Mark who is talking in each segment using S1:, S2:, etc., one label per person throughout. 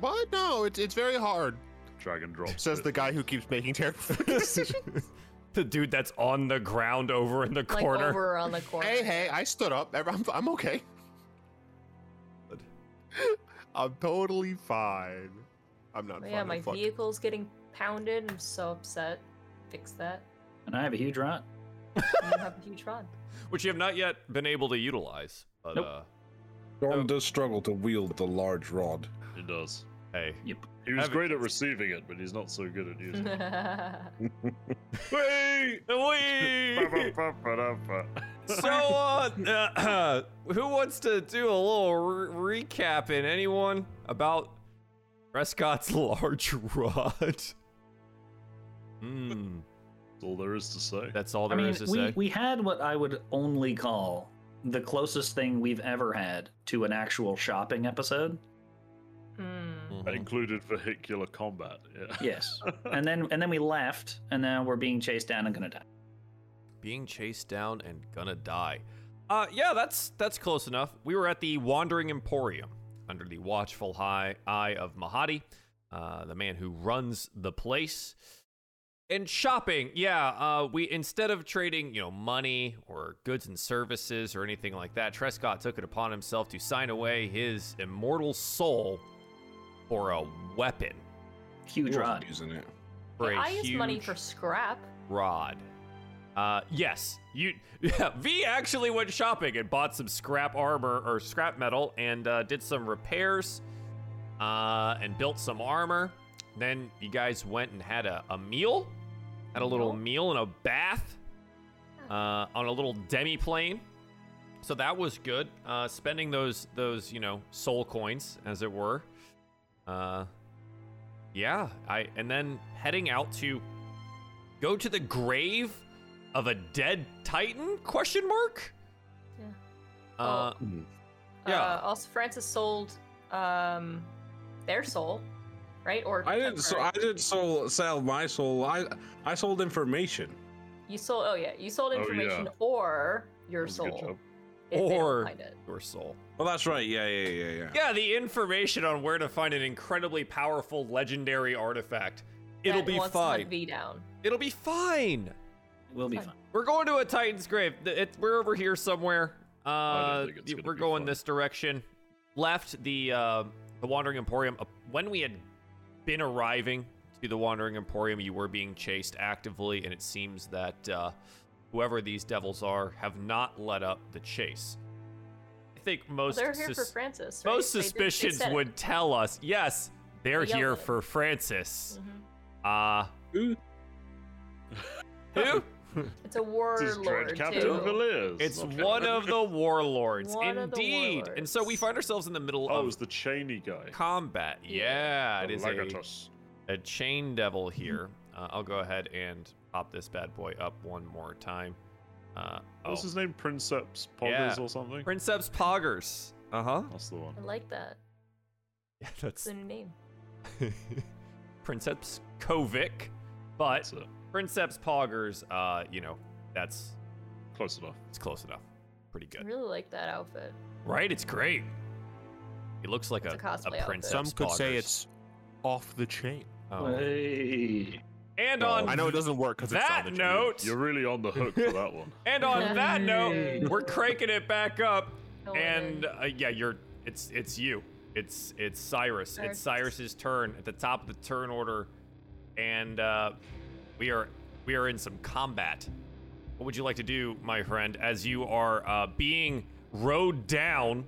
S1: What? No, it's it's very hard.
S2: Drag and
S3: Oh,
S2: drop.
S1: Says the guy who keeps making terrible decisions.
S3: The dude that's on the ground over in the
S4: Like
S3: corner.
S4: over on the corner.
S1: hey, hey, I stood up. I'm, I'm okay.
S3: Good.
S1: I'm totally fine. I'm not.
S4: yeah,
S1: fine,
S4: my
S1: I'm fucked.
S4: vehicle's getting pounded. I'm so upset. Fix that.
S5: And I have a huge rot.
S4: I don't have a huge rod.
S3: Which you have not yet been able to utilize. But
S5: Nope.
S3: uh
S6: John does struggle to wield the large rod.
S2: It does.
S3: hey.
S2: He was
S3: Have it.
S2: great at receiving it, but he's not so good at using it.
S3: Wait! Wait!
S2: Ba-ba-ba-ba-da-ba.
S3: so uh, uh who wants to do a little re- recap in anyone about Prescott's large rod? Hmm.
S2: That's all there is to say.
S3: That's all
S5: I
S3: there is
S5: mean,
S3: to
S5: we,
S3: say.
S5: we had what I would only call the closest thing we've ever had to an actual shopping episode.
S4: Hmm.
S2: That
S3: Mhm.
S2: included vehicular combat. Yeah.
S5: Yes. and then and then we left, and now we're being chased down and gonna die.
S3: Being chased down and gonna die. Uh yeah, that's that's close enough. We were at the Wandering Emporium under the watchful high eye of Mahadi, uh, the man who runs the place. And shopping, yeah. Uh, we instead of trading, you know, money or goods and services or anything like that, Trescott took it upon himself to sign away his immortal soul for a weapon,
S5: Huge
S6: He
S5: rod.
S6: wasn't using it.
S3: for a
S4: I use money
S3: huge-
S4: for scrap.
S3: rod. Uh, yes, you. Yeah, v actually went shopping and bought some scrap armor or scrap metal and uh, did some repairs, uh, and built some armor. Then you guys went and had a, a meal, had a little meal and a bath, uh, on a little demi plane. So that was good. Uh, spending those those you know soul coins as it were. Uh, yeah. I and then heading out to go to the grave of a dead titan question mark
S4: Yeah.
S3: uh, Yeah.
S4: Uh, also, Francis sold um, their soul, right? Or
S6: I didn't. So I
S4: temporary.
S6: didn't sold, sell my soul. I I sold information.
S4: you sold. Oh yeah, you sold
S2: Oh, yeah.
S4: information or your
S2: That's a good
S4: soul.
S2: job.
S4: If they don't
S3: Or-
S4: find it.
S3: your soul
S6: Well, that's right. Yeah, yeah, yeah, yeah.
S3: yeah the information on where to find an incredibly powerful legendary artifact it'll
S4: That
S3: be
S4: wants to hunt
S3: fine
S4: V down.
S3: it'll be fine
S5: We'll be
S4: Fine.
S5: fine.
S3: we're going to a titan's grave Th- it, we're over here somewhere uh
S2: don't think it's gonna
S3: we're
S2: be
S3: going
S2: fun.
S3: this direction left the uh the wandering emporium Uh, when we had been arriving to the Wandering Emporium, you were being chased actively, and it seems that uh, whoever these devils are have not let up the chase. I think most
S4: They're here for
S3: sus-
S4: Francis. right?
S3: most
S4: They did- they
S3: suspicions
S4: said it.
S3: would tell us, yes, they're
S4: They
S3: here
S4: yelled it.
S3: for Francis.
S4: Mhm.
S3: Uh,
S6: Who?
S3: who?
S4: It's
S2: This is
S4: a
S2: Dread
S4: warlord
S2: Captain
S4: too.
S2: Villiers.
S3: it's
S2: Okay.
S3: one of the warlords,
S4: One of the
S3: indeed. And so we
S4: warlords.
S3: find ourselves in the middle
S2: Oh, it was
S3: of
S2: the Cheney guy.
S3: combat. Yeah, it is a-
S2: Lagatos.
S3: a chain devil here. Uh, I'll go ahead and pop this bad boy up one more time. Uh, oh.
S2: What's his name? Princeps Poggers
S3: Yeah.
S2: or something?
S3: Princeps Poggers. Uh huh.
S2: That's the one.
S4: I like that.
S3: Yeah,
S4: It's
S3: that's
S4: a new name.
S3: Princeps Kovic, but
S2: That's it.
S3: Princeps Poggers. Uh, you know, that's
S2: Close enough.
S3: it's close enough. Pretty
S4: I
S3: good,
S4: really like that outfit.
S3: right? It's great. He looks like
S4: It's
S3: a,
S4: a cosplay outfit.
S3: Princeps.
S4: Some
S3: Poggers.
S1: off the chain.
S3: Oh.
S5: Hey.
S3: And
S6: Oh,
S3: on
S1: I know it doesn't work because
S3: that
S1: it's on the chain.
S3: note,
S2: You're really on the hook for that one.
S3: and on that note, we're cranking it back up.
S4: No
S3: and
S4: wonder.
S3: uh, yeah, you're it's it's you. It's it's Cyrus. It's
S4: Cyrus.
S3: Cyrus's turn at the top of the turn order, and uh, we are we are in some combat. What would you like to do, my friend, as you are uh, being rode down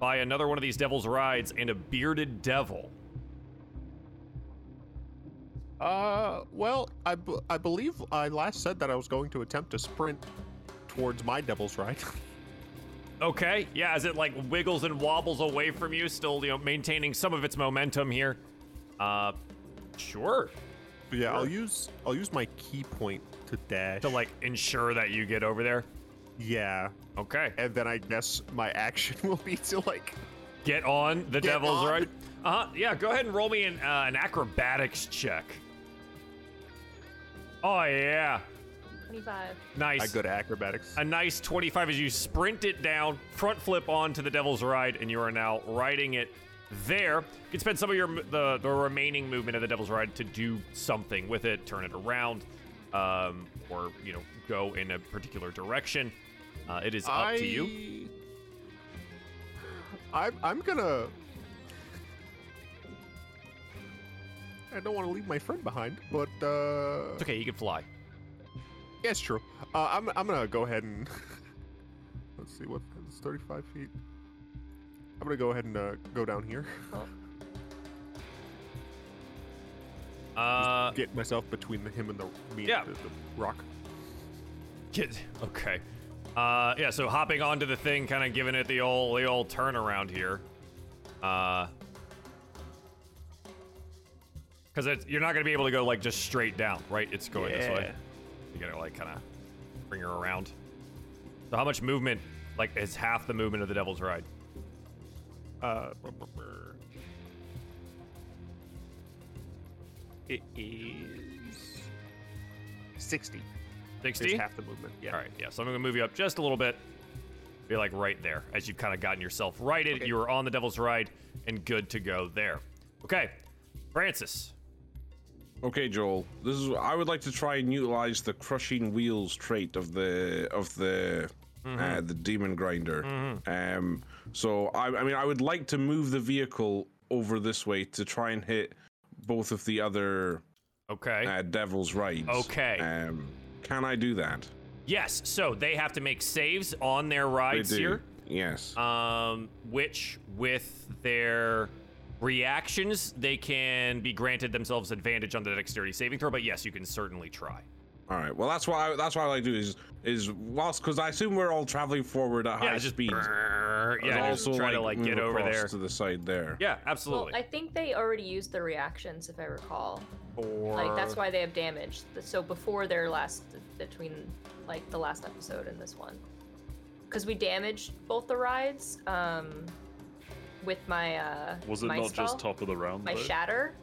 S3: by another one of these devil's rides and a bearded devil?
S1: Uh, well, I, b- I believe I last said that I was going to attempt to sprint towards my devil's right.
S3: Okay, yeah, as it like wiggles and wobbles away from you, still you know maintaining some of its momentum here. Uh, sure.
S1: yeah, I'll use I'll use my key point to dash.
S3: To like ensure that you get over there.
S1: yeah,
S3: Okay.
S1: and then I guess my action will be to like
S3: Get on the
S1: Get
S3: devil's
S1: on.
S3: right. Uh huh. Yeah. Go ahead and roll me an uh, an acrobatics check. Oh yeah,
S4: 25.
S3: nice.
S1: I go to acrobatics.
S3: A nice twenty-five as you sprint it down, front flip onto the devil's ride, and you are now riding it there. You can spend some of your m- the, the remaining movement of the Devil's Ride to do something with it, turn it around, um, or you know, go in a particular direction. Uh, it is up to you.
S1: I'm, I'm gonna. I don't want to leave my friend behind, but uh,
S3: It's okay, you can fly.
S1: yeah, it's true. Uh, I'm, I'm gonna go ahead and let's see what it's 35 feet. I'm gonna go ahead and uh, go down here,
S3: Uh,
S1: get myself between the, him and the me
S3: Yeah.
S1: and the, the rock.
S3: Kid. Okay. Uh, yeah. So hopping onto the thing, kind of giving it the old the old turnaround here. Uh, because it's you're not gonna be able to go like just straight down, right? It's going this way. You gotta like kind of bring her around. So how much movement? Like is half the movement of the Devil's Ride.
S2: Uh, brr, brr, brr.
S1: It is 60.
S3: Sixty.
S1: It's half the movement. Yeah.
S3: All right, yeah. So I'm gonna move you up just a little bit. Be like right there as you've kind of gotten yourself righted.
S1: Okay.
S3: You were on the Devil's Ride and good to go there. Okay, Francis.
S6: Okay, Joel. This is. I would like to try and utilize the crushing wheels trait of the of the uh, the demon grinder. Um. So I. I mean, I would like to move the vehicle over this way to try and hit both of the other
S3: Okay.
S6: uh, devil's rides.
S3: Okay.
S6: Um. Can I do that?
S3: yes. So they have to make saves on their rides
S6: do.
S3: here,
S6: Yes.
S3: um, which with their reactions they can be granted themselves advantage on the dexterity saving throw. But yes, you can certainly try.
S6: all right. Well, that's why. I, that's why I like to do is is whilst because I assume we're all traveling forward at
S3: yeah,
S6: high
S3: just
S6: speeds.
S3: brrr,
S6: I'd
S3: yeah, just
S6: also
S3: try
S6: like,
S3: to like
S6: move
S3: get over
S6: across
S3: there.
S6: to the side there.
S3: yeah,
S4: Well,
S3: absolutely.
S4: I think they already used their reactions, if I recall.
S3: or...
S4: Like that's why they have damage. Th- So before their last, between like the last episode and this one, because we damaged both the rides um, with my uh,
S2: Was it
S4: my
S2: not
S4: spell,
S2: just top of the round?
S4: my
S2: though?
S4: shatter,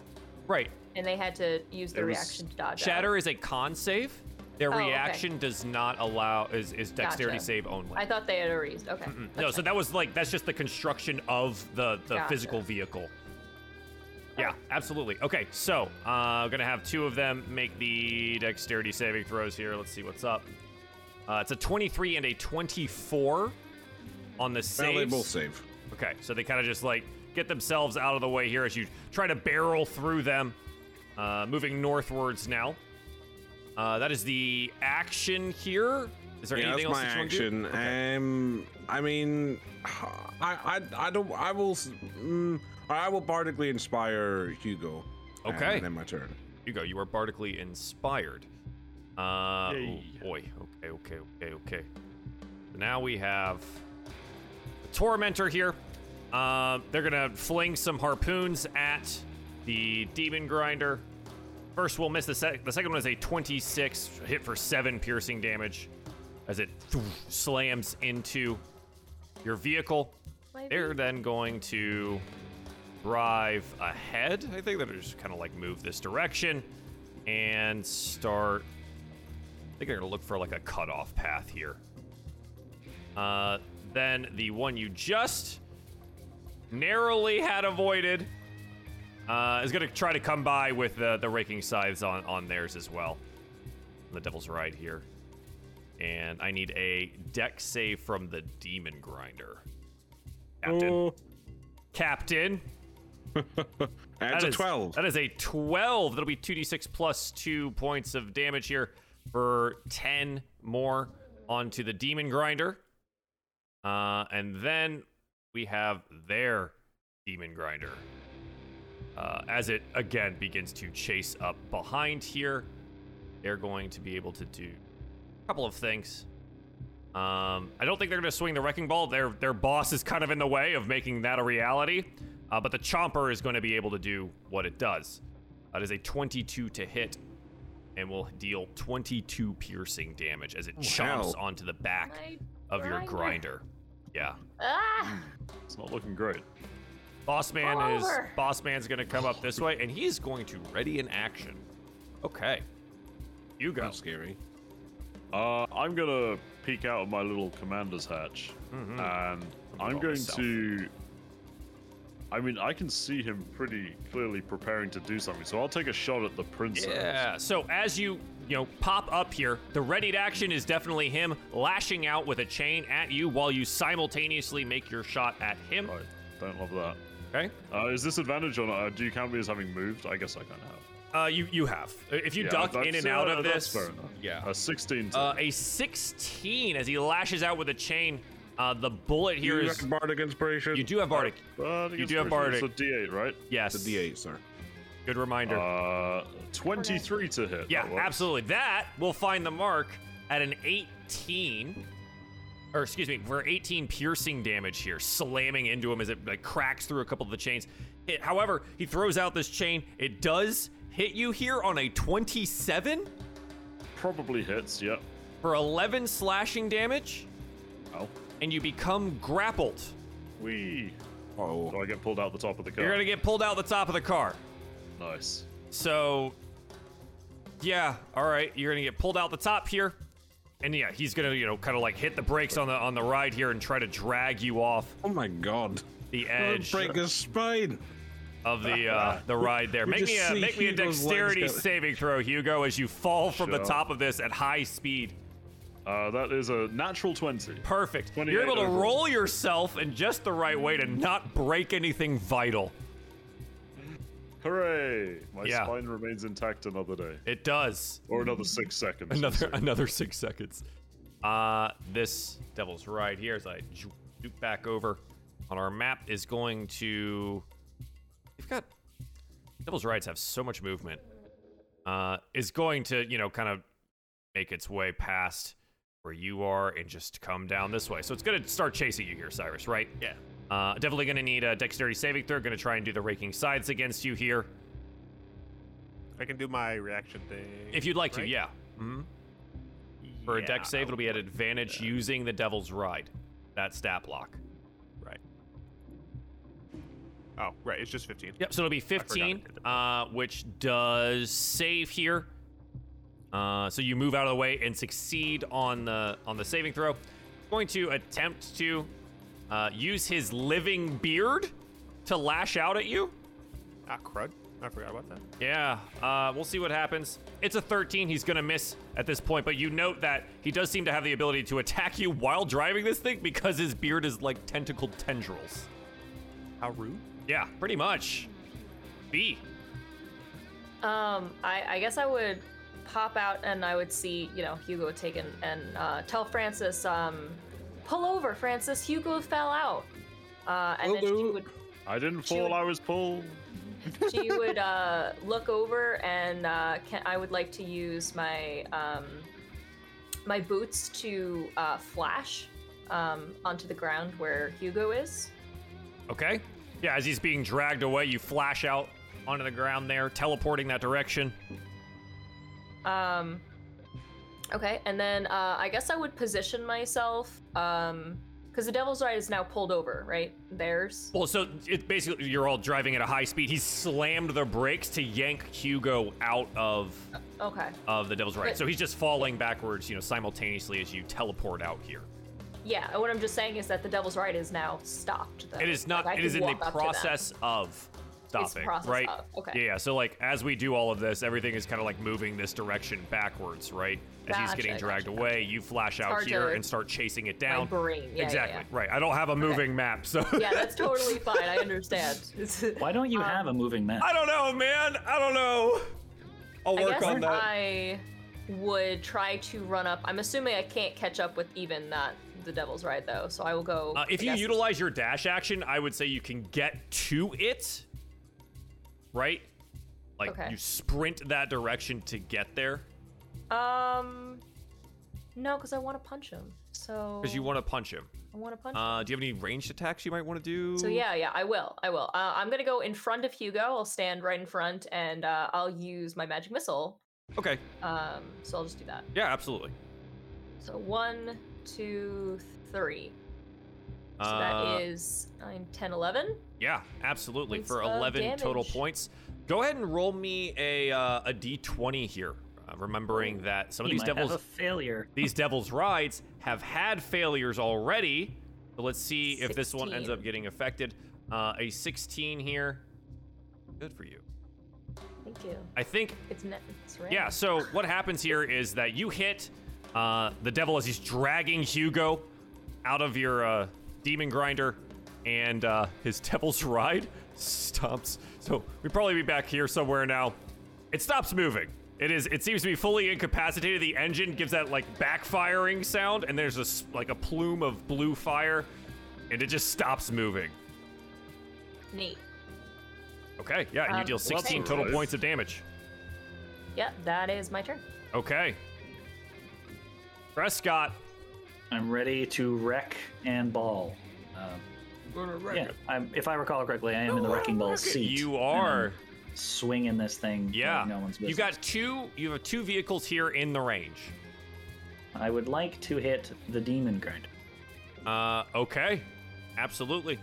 S3: Right.
S4: and they had to use their
S2: It was-
S4: reaction to dodge.
S3: Shatter
S4: Out.
S3: is a con save. Their
S4: Oh, okay.
S3: reaction does not allow is is dexterity
S4: Gotcha.
S3: save only.
S4: I thought they had already used. Okay.
S3: Mm,
S4: that's
S3: no,
S4: fine.
S3: so that was like that's just the construction of the the
S4: Gotcha.
S3: physical vehicle. Yeah,
S4: Alright.
S3: absolutely. Okay, so uh, I'm gonna have two of them make the dexterity saving throws here. Let's see what's up. Uh, it's a 23 and a 24 on the
S6: Well,
S3: saves.
S6: they both save.
S3: Okay, so they kind of just like get themselves out of the way here as you try to barrel through them. Uh, moving northwards now. Uh, that is the action here. Is there
S6: Yeah,
S3: anything else
S6: that's my
S3: that you want to
S6: action.
S3: do? Okay.
S6: Um, I mean, I, I, I don't. I will. s- Mm, I will bardically inspire Hugo. um,
S3: Okay.
S6: and then my turn.
S3: you go. You are bardically inspired. Uh,
S2: Yay.
S3: oh boy. Okay, okay, okay, okay. So now we have the tormentor here. Uh, they're gonna fling some harpoons at the demon grinder. First will miss. The, sec- the second one is a 26 hit for seven piercing damage as it slams into your vehicle.
S4: Maybe.
S3: They're then going to drive ahead. I think they're just kind of like move this direction and start. I think they're gonna look for like a cutoff path here. Uh, then the one you just narrowly had avoided uh, is gonna try to come by with the, the raking scythes on on theirs as well. The Devil's Ride here, and I need a deck save from the Demon Grinder. Captain.
S6: Oh.
S3: Captain.
S6: And it's
S3: That
S6: a
S3: is-
S6: twelve.
S3: That is a 12. That'll be 2d6 plus 2 points of damage here for 10 more onto the Demon Grinder. Uh, and then we have their Demon Grinder. Uh, as it again begins to chase up behind here, they're going to be able to do a couple of things. Um, I don't think they're going to swing the wrecking ball. Their their boss is kind of in the way of making that a reality. Uh, but the chomper is going to be able to do what it does. That is a 22 to hit, and will deal 22 piercing damage as it chomps
S6: Wow.
S3: onto the back
S4: My
S3: of your grinder.
S4: grinder.
S3: Yeah.
S4: Ah!
S2: It's not looking great.
S3: Boss man
S4: All
S3: is
S4: over.
S3: boss man's gonna come up this way, and he's going to ready in action. Okay, you go.
S6: That's scary.
S2: Uh, I'm gonna peek out of my little commander's hatch, and
S3: Mm-hmm. all
S2: I'm going
S3: myself.
S2: to I mean, I can see him pretty clearly preparing to do something, so I'll take a shot at the princess.
S3: Yeah. So as you you know pop up here, the readied action is definitely him lashing out with a chain at you while you simultaneously make your shot at him.
S2: Right, don't love that.
S3: Okay.
S2: Uh, is this advantage or not? Do you count me as having moved? I guess I kind of have.
S3: Uh, you you have. If you
S2: Yeah,
S3: duck
S2: that's-
S3: in and
S2: yeah,
S3: out of
S2: that's
S3: this,
S2: fair enough.
S3: yeah.
S2: A 16 to
S3: Uh, a 16 as he lashes out with a chain. Uh, the bullet here
S6: You
S3: is.
S6: got Bardic Inspiration?
S3: You do have bardic.
S2: Bardic
S3: you do have
S2: Inspiration.
S3: bardic.
S2: It's a D8, right?
S3: Yes.
S6: It's a D8, sir.
S3: Good reminder.
S2: Uh, 23 to hit.
S3: yeah,
S2: that works.
S3: absolutely. That will find the mark at an 18. Or excuse me, we're 18 piercing damage here, slamming into him as it like cracks through a couple of the chains. It, however, he throws out this chain. It does hit you here on a 27
S2: Probably hits, yep.
S3: for 11 slashing damage,
S2: Ow.
S3: and you become grappled.
S2: Wee. Do
S6: Oh,
S2: I get pulled out the top of the car?
S3: You're gonna get pulled out the top of the car.
S2: Nice.
S3: So, yeah, all right. You're gonna get pulled out the top here, and yeah, he's gonna you know kind of like hit the brakes on the on the ride here and try to drag you off
S6: oh my god.
S3: the
S6: Don't
S3: edge
S6: break his spine.
S3: of the uh, the ride there.
S6: We
S3: Make me
S6: just
S3: a
S6: see
S3: make me a
S6: Hugo's legs
S3: dexterity
S6: go-
S3: saving throw, Hugo, as you fall from the
S2: Sure.
S3: top of this at high speed.
S2: Uh, that is a natural 20.
S3: Perfect. You're
S2: 28
S3: able to
S2: overall.
S3: roll yourself in just the right way to not break anything vital.
S2: Hooray! My
S3: Yeah.
S2: spine remains intact another day.
S3: It does.
S2: Or another six seconds. we'll
S3: another
S2: see.
S3: another six seconds. Uh, this devil's ride here, as I ju- zoop back over on our map, is going to. We've got devil's rides have so much movement. Uh, is going to you know kind of make its way past where you are and just come down this way. So it's gonna start chasing you here, Cyrus. Right? Yeah. Uh, definitely gonna need a dexterity saving throw. Gonna try and do the raking sides against you here,
S1: I can do my reaction thing.
S3: if you'd like to.
S1: right?
S3: Yeah. hmm For a deck
S1: Yeah,
S3: save, it'll be at advantage using the Devil's Ride, that stat block.
S1: Right. Oh, right. It's just 15.
S3: Yep. So it'll be
S1: forgot I
S3: 15,
S1: did
S3: uh, which does save here. Uh, so you move out of the way and succeed on the on the saving throw. Going to attempt to uh, use his living beard to lash out at you.
S1: Ah, crud. I forgot about that.
S3: Yeah, uh, we'll see what happens. It's a 13. He's going to miss at this point, but you note that he does seem to have the ability to attack you while driving this thing because his beard is like tentacled tendrils.
S1: How rude.
S3: Yeah, pretty much. B.
S4: Um, I, I guess I would pop out and I would see, you know, Hugo taken and uh, tell Francis, um, pull over, Francis. Hugo fell out. Uh, and then she
S6: Hello.
S4: would
S2: I didn't
S4: She
S2: fall,
S4: would-
S2: I was pulled.
S4: she would uh, look over and uh, can, I would like to use my um, my boots to uh, flash um, onto the ground where Hugo is.
S3: Okay. Yeah, as he's being dragged away, you flash out onto the ground there, teleporting that direction.
S4: Um, okay, and then uh, I guess I would position myself because the Devil's Ride is now pulled over, right? Theirs.
S3: Well, so it's basically you're all driving at a high speed. He slammed the brakes to yank Hugo out of
S4: Okay.
S3: of the Devil's Ride.
S4: But-
S3: So he's just falling backwards, you know, simultaneously as you teleport out here.
S4: Yeah. and What I'm just saying is that the Devil's Ride is now stopped. Though.
S3: It is not.
S4: Like, I
S3: it is
S4: could
S3: in the
S4: walk up to them.
S3: process of stopping,
S4: process
S3: right?
S4: of, okay.
S3: Yeah, Yeah. So like, as we do all of this, everything is kind of like moving this direction backwards, right? As he's
S4: Gotcha,
S3: getting dragged
S4: gotcha,
S3: away, you flash out
S4: hard
S3: here
S4: to-
S3: and start chasing it down.
S4: brain, yeah, yeah,
S3: exactly.
S4: yeah.
S3: Right. I don't have a moving map, so.
S4: Yeah, that's totally fine. I understand.
S5: Why don't you have a moving map?
S3: I don't know, man. I don't know. I'll
S4: I
S3: work
S4: guess
S3: on that.
S4: I would try to run up. I'm assuming I can't catch up with even that the Devil's Ride though, so I will go.
S3: Uh, if
S4: I
S3: you
S4: guess-
S3: utilize your dash action, I would say you can get to it, right? Like
S4: Okay.
S3: you sprint that direction to get there
S4: um, no, because I want to punch him. So
S3: because you want to punch him.
S4: I want to punch. him.
S3: Uh, do you have any ranged attacks you might want to do?
S4: So yeah, yeah, I will. I will. Uh, I'm gonna go in front of Hugo. I'll stand right in front, and uh, I'll use my magic missile.
S3: Okay.
S4: Um, so I'll just do that.
S3: Yeah, absolutely.
S4: So one, two, three. So
S3: Uh,
S4: that is nine, ten, eleven.
S3: yeah, absolutely.
S4: points
S3: For
S4: of
S3: 11 total
S4: damage.
S3: points. Go ahead and roll me a uh, a d20 here. Uh, remembering that some of
S5: He
S3: these
S5: might have
S3: devils
S5: a failure.
S3: these devils rides have had failures already. But let's see if this one ends
S4: 16.
S3: up getting affected. Uh, a 16 here. Good for you.
S4: Thank you.
S3: I think
S4: It's net. It's rare.
S3: Yeah, so what happens here is that you hit uh, the devil as he's dragging Hugo out of your uh, demon grinder, and uh, his devil's ride stops. So we probably be back here somewhere now. It stops moving. It is. It seems to be fully incapacitated. The engine gives that like backfiring sound, and there's a s- like a plume of blue fire, and it just stops moving.
S4: Neat.
S3: Okay, yeah, and you
S4: Um,
S3: deal
S4: well,
S3: 16
S4: that's
S3: total
S2: nice.
S3: points of damage.
S4: Yep, that is my turn.
S3: Okay. Prescott.
S5: I'm ready to wreck and ball. Um, yeah, I'm, if I recall correctly, I am in the wrecking ball seat.
S3: You are.
S5: swinging this thing. like
S3: Yeah.
S5: no one's
S3: you
S5: business.
S3: got two. You have two vehicles here in the range.
S5: I would like to hit the demon grinder.
S3: Uh, okay, absolutely.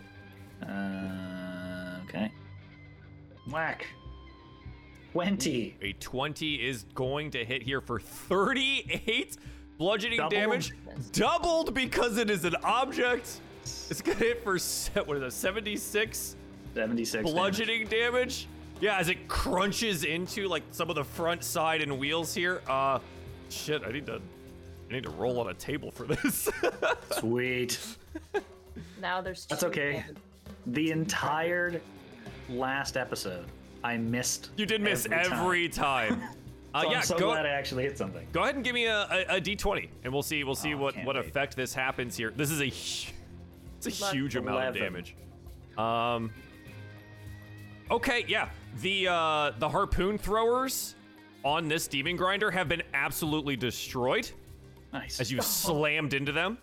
S5: Uh, okay. Whack. Twenty.
S3: A twenty is going to hit here for thirty-eight bludgeoning
S5: Doubled.
S3: damage, doubled because it is an object. It's gonna hit for se- what is that? Seventy-six
S5: Seventy-six. damage.
S3: bludgeoning damage. Yeah, as it crunches into like some of the front side and wheels here. Uh, shit, I need to. I need to roll on a table for this.
S5: Sweet.
S4: Now there's.
S5: That's
S4: two
S5: okay.
S4: of them.
S5: The entire last episode, I missed.
S3: you did miss
S5: every, time.
S3: every time. Uh,
S5: So
S3: yeah,
S5: I'm so
S3: go,
S5: glad I actually hit something.
S3: Go ahead and give me a, a, a d20, and we'll see we'll see
S5: Oh,
S3: what
S5: can't
S3: what
S5: wait.
S3: effect this happens here. This is a hu- it's a
S4: Eleven.
S3: huge amount of
S5: Eleven.
S3: damage. Um. Okay, yeah, the uh, the harpoon throwers on this demon grinder have been absolutely destroyed
S5: Nice.
S3: as you slammed into them.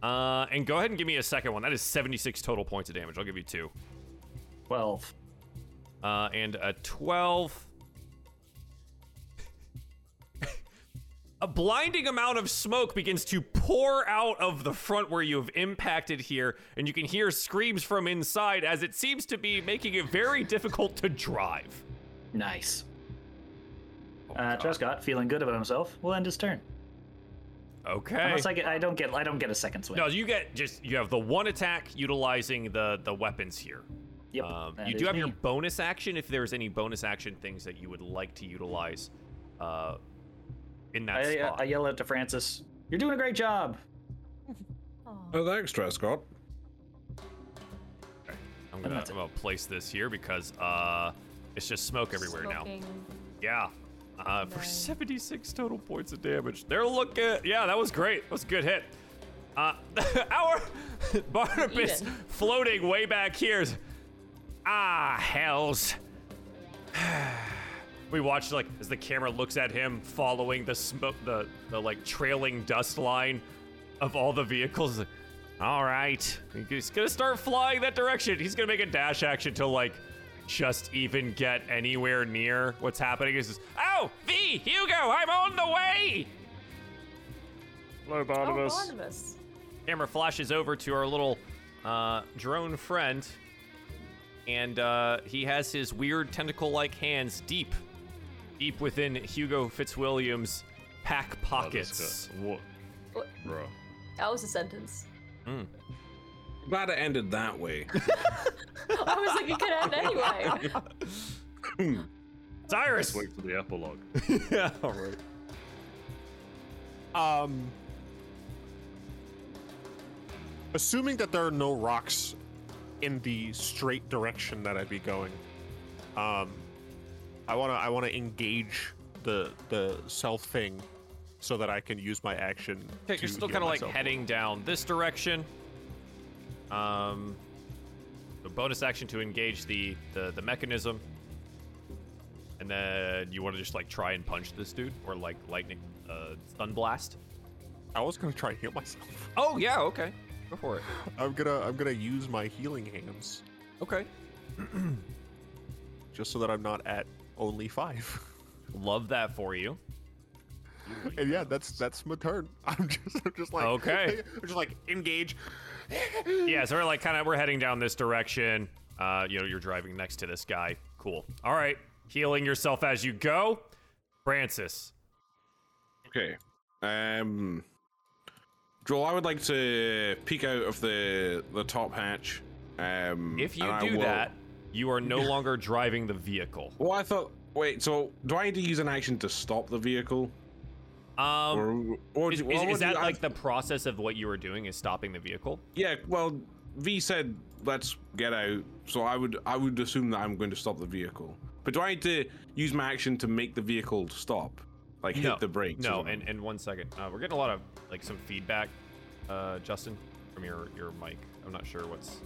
S3: Uh, and go ahead and give me a second one. That is 76 total points of damage. I'll give you two.
S5: Twelve.
S3: uh, and a 12. a blinding amount of smoke begins to pour out of the front where you have impacted here, and you can hear screams from inside as it seems to be making it very difficult to drive.
S5: Nice.
S3: Oh,
S5: Uh, Trescott, feeling good about himself, will end his turn.
S3: Okay.
S5: Unless I get, I don't get, I don't get a second swing.
S3: No, you get just you have the one attack utilizing the the weapons here.
S5: Yep.
S3: Um,
S5: that
S3: you
S5: is
S3: do have your
S5: me.
S3: bonus action if there's any bonus action things that you would like to utilize uh, in that
S5: I, uh,
S3: spot.
S5: I yell out to Francis, "You're doing a great job."
S6: Oh, thanks, Trescott.
S3: I'm gonna,
S5: that's
S3: I'm gonna place this here because uh, it's just smoke everywhere now.
S4: Smoking.
S3: Yeah. Uh, for
S4: Right.
S3: 76 total points of damage. They're looking. Yeah, that was great. That was a good hit. Uh, our Barnabas
S4: Even.
S3: floating way back here. is- Ah, hells. we watched like as the camera looks at him following the smoke, the the like trailing dust line of all the vehicles. Like, all right, he's gonna start flying that direction. He's gonna make a dash action to like just even get anywhere near what's happening. Is oh, V Hugo, I'm on the way.
S2: Hello,
S4: Oh,
S2: Barnabas.
S4: Barnabas.
S3: Camera flashes over to our little uh, drone friend, and uh, he has his weird tentacle-like hands deep, deep within Hugo Fitzwilliam's
S2: Oh,
S3: pack
S2: this
S3: pockets.
S2: guy- What?
S4: What?
S2: Bro.
S4: That was a sentence.
S6: Glad it ended that way.
S4: I was like, it could end anyway.
S3: Cyrus.
S2: Wait for the epilogue.
S3: yeah, all right.
S1: Um, assuming that there are no rocks in the straight direction that I'd be going, um, I wanna I wanna engage the the self thing so that I can use my action.
S3: Okay,
S1: to
S3: you're still
S1: heal
S3: kind of like
S1: myself.
S3: heading down this direction. Um, the bonus action to engage the the, the mechanism, and then you want to just like try and punch this dude or like lightning uh, stun blast.
S1: I was gonna try and heal myself.
S3: Oh yeah, okay. Go for it.
S1: I'm gonna I'm gonna use my healing hands
S3: Okay.
S1: just so that I'm not at only five.
S3: Love that for you.
S1: and yeah, that's that's my turn. I'm just I'm just like
S3: Okay.
S1: I'm just like engage.
S3: Yeah, so we're like kind of we're heading down this direction. Uh, you know, you're driving next to this guy. Cool. All right, healing yourself as you go, Francis.
S6: Okay. Um, Joel, I would like to peek out of the the top hatch Um,
S3: If you
S6: and I
S3: do
S6: will-
S3: that, you are no longer driving the vehicle.
S6: well, I thought. Wait, so do I need to use an action to stop the vehicle,
S3: Um,
S6: or or
S3: is,
S6: do-
S3: is-
S6: well,
S3: is
S6: what do
S3: that
S6: you- I-
S3: like the process of what you were doing is stopping the vehicle?
S6: Yeah, well, V said let's get out, so I would I would assume that I'm going to stop the vehicle. But do I need to use my action to make the vehicle stop, like
S3: no.
S6: hit the brakes? or
S3: No,
S6: something?
S3: and, and one second. Uh, we're getting a lot of like some feedback, uh, Justin, from your, your mic. I'm not sure what's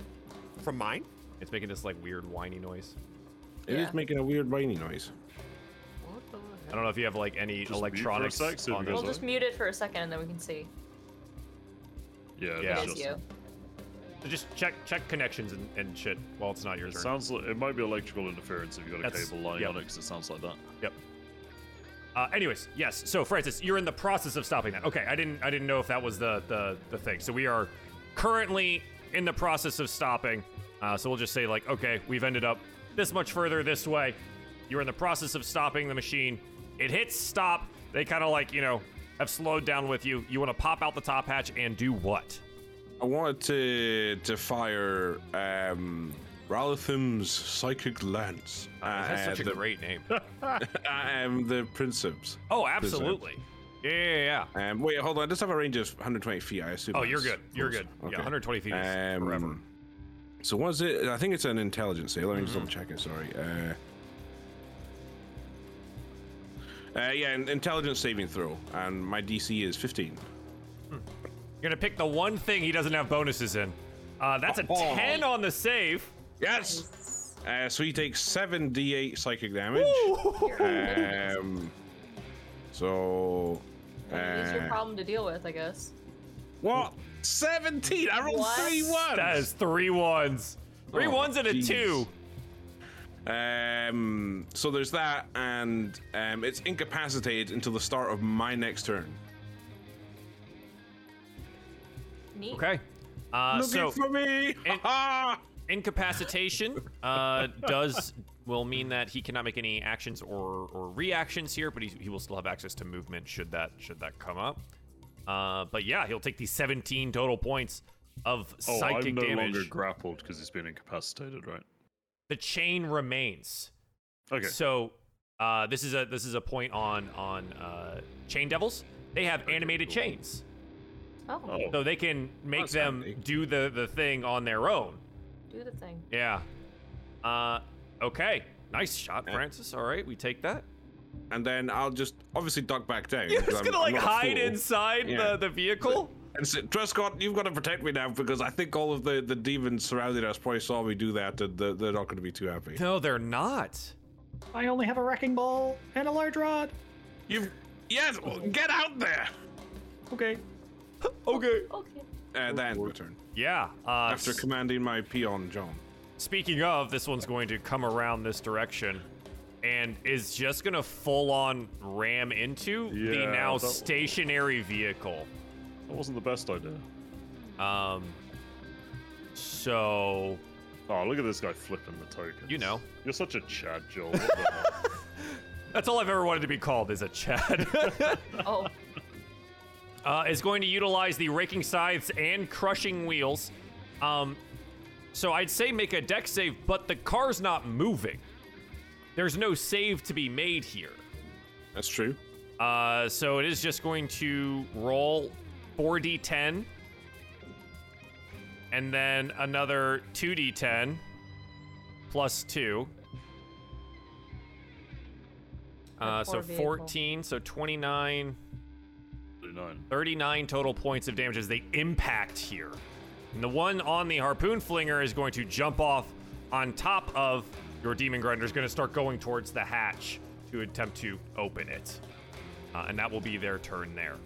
S1: From mine?
S3: it's making this like weird whiny noise.
S6: it is
S4: Yeah.
S6: making a weird rainy noise.
S3: I don't know if you have like any
S2: mute for a
S3: electronics
S2: sec, see if
S3: on
S2: it
S3: those.
S4: We'll just mute it for a second and then we can see.
S2: Yeah,
S3: Yeah.
S2: yeah.
S4: It is you.
S3: So just check check connections and, and shit while it's not your
S2: It
S3: turn.
S2: sounds like it might be electrical interference if you got a
S3: That's-
S2: cable lying
S3: yeah.
S2: on it, 'cause it sounds like that.
S3: Yep. Uh, anyways, yes. So Francis, you're in the process of stopping that. Okay, I didn't I didn't know if that was the the, the thing. So we are currently in the process of stopping. Uh, so we'll just say like, okay, we've ended up this much further this way. You're in the process of stopping the machine. It hits stop. They kind of like you know have slowed down with you. You want to pop out the top hatch and do what?
S6: I wanted to to fire um, Ralathim's psychic lance.
S3: That's
S6: at
S3: such a
S6: the,
S3: great name.
S6: um, the princeps.
S3: oh, absolutely. Yeah, yeah, yeah.
S6: Um, wait, hold on. It does have a range of 120 feet, I assume.
S3: Oh, you're
S6: that's
S3: good. You're
S6: close.
S3: good. Yeah, 120 feet is
S6: Um,
S3: forever.
S6: So was it? I think it's an intelligence save. Let me just double
S3: Mm-hmm.
S6: check it. Sorry. Uh, uh, yeah, an intelligence saving throw, and my DC is 15.
S3: You're gonna pick the one thing he doesn't have bonuses in. Uh, that's a
S6: Oh.
S3: ten on the save.
S6: Yes. Uh, so he takes seven d8 psychic damage. Um, so.
S4: It's your
S6: Uh,
S4: problem to deal with, I guess.
S6: what? 17. I rolled
S4: What?
S6: three ones.
S3: That is three ones, three
S6: Oh,
S3: ones and a
S6: jeez.
S3: two.
S6: Um, so there's that, and um, it's incapacitated until the start of my next turn.
S4: Neat.
S3: Okay. Uh, so
S6: me!
S3: and-
S6: Ha
S3: incapacitation uh, does will mean that he cannot make any actions or, or reactions here, but he, he will still have access to movement should that should that come up. Uh, but yeah, he'll take the 17 total points of
S2: Oh,
S3: psychic
S2: I'm no
S3: damage.
S2: longer grappled because he's been incapacitated, right?
S3: the chain remains.
S2: Okay.
S3: So uh, this is a this is a point on on uh, chain devils. They have animated chains,
S4: Oh,
S2: oh,
S3: so they can make
S6: That's
S3: them
S6: handy.
S3: do the the thing on their own.
S4: do the thing.
S3: Yeah. Uh, okay. Nice shot, Francis. All right, we take that.
S6: And then I'll just obviously duck back down.
S3: You're
S6: 'cause
S3: just
S6: I'm-
S3: gonna
S6: I'm
S3: like
S6: not a
S3: hide
S6: fool.
S3: inside
S6: Yeah.
S3: the the vehicle.
S6: And so, Trescott, you've got to protect me now because I think all of the, the demons surrounding us probably saw me do that, and they're, they're not going to be too happy.
S3: No, they're not.
S5: I only have a wrecking ball and a large rod.
S6: You've. Yes! well, Get out there!
S5: Okay.
S3: Okay.
S4: Okay.
S6: Uh, that ends my turn.
S3: Yeah. Uh,
S6: After
S3: s-
S6: commanding my peon, John.
S3: Speaking of, this one's going to come around this direction and is just going to full on ram into the
S2: Yeah,
S3: now
S2: that-
S3: stationary vehicle.
S2: that wasn't the best idea.
S3: Um so
S2: Oh, look at this guy flipping the tokens.
S3: You know.
S2: You're such a Chad, Joel. What the hell?
S3: that's all I've ever wanted to be called is a Chad.
S4: Oh,
S3: uh, is going to utilize the raking scythes and crushing wheels. Um, so I'd say make a deck save, but the car's not moving. There's no save to be made here.
S6: That's true.
S3: Uh, so it is just going to roll 4d10 and then another 2d10 plus 2. Uh, so
S4: poor vehicle.
S3: 14, so 29,
S2: 39.
S3: 39 total points of damage as they impact here. And the one on the harpoon flinger is going to jump off on top of your demon grinder, is going to start going towards the hatch to attempt to open it. Uh, and that will be their turn there.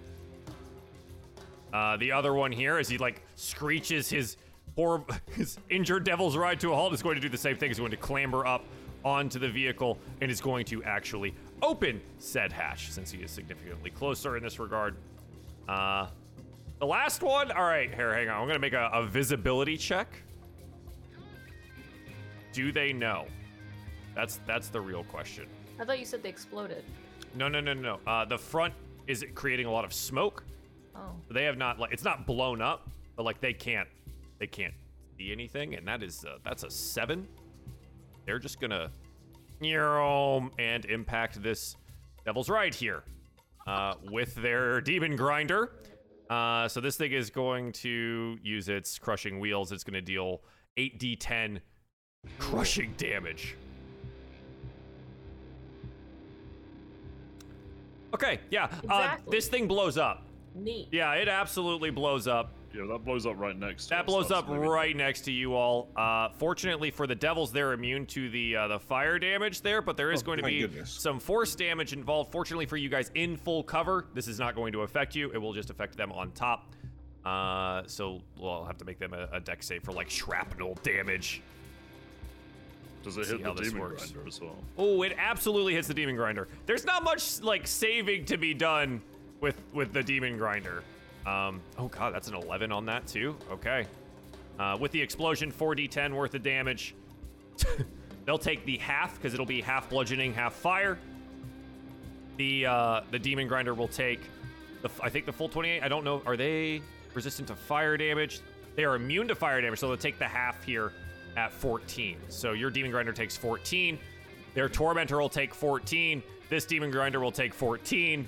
S3: Uh, the other one here, as he like screeches his poor, his injured devil's ride to a halt, is going to do the same thing. Is going to clamber up onto the vehicle and is going to actually open said hatch since he is significantly closer in this regard. Uh, the last one. All right, here, hang on. I'm gonna make a, a visibility check. Do they know? That's that's the real question.
S4: I thought you said they exploded.
S3: No, no, no, no. no. Uh, the front is creating a lot of smoke.
S4: Oh,
S3: They have not like it's not blown up, but like they can't they can't see anything, and that is uh, that's a seven. They're just gonna and impact this devil's right here uh, with their demon grinder. Uh, so this thing is going to use its crushing wheels. It's going to deal 8d10 crushing damage. Okay, yeah. Uh,
S4: Exactly.
S3: this thing blows up.
S4: Neat.
S3: Yeah, it absolutely blows up.
S2: Yeah, that blows up right next. to
S3: That
S2: us,
S3: blows
S2: that's
S3: up
S2: maybe-
S3: right next to you all. Uh, fortunately for the devils, they're immune to the uh, the fire damage there, but there is
S6: Oh,
S3: going to
S6: my
S3: be
S6: goodness.
S3: some force damage involved. Fortunately for you guys, in full cover, this is not going to affect you. It will just affect them on top. Uh, so we'll have to make them a, a deck save for like shrapnel damage.
S2: Does it
S3: See
S2: hit
S3: how
S2: the
S3: this
S2: demon
S3: works.
S2: grinder as well?
S3: Oh, it absolutely hits the demon grinder. There's not much like saving to be done with with the demon grinder. Um, oh god, that's an 11 on that too. Okay. Uh, with the explosion, 4d10 worth of damage. They'll take the half because it'll be half bludgeoning, half fire. The uh, the demon grinder will take, the, f- I think the full 28. I don't know. Are they resistant to fire damage? They are immune to fire damage, so they'll take the half here at 14. So your demon grinder takes 14. Their tormentor will take 14. This demon grinder will take 14,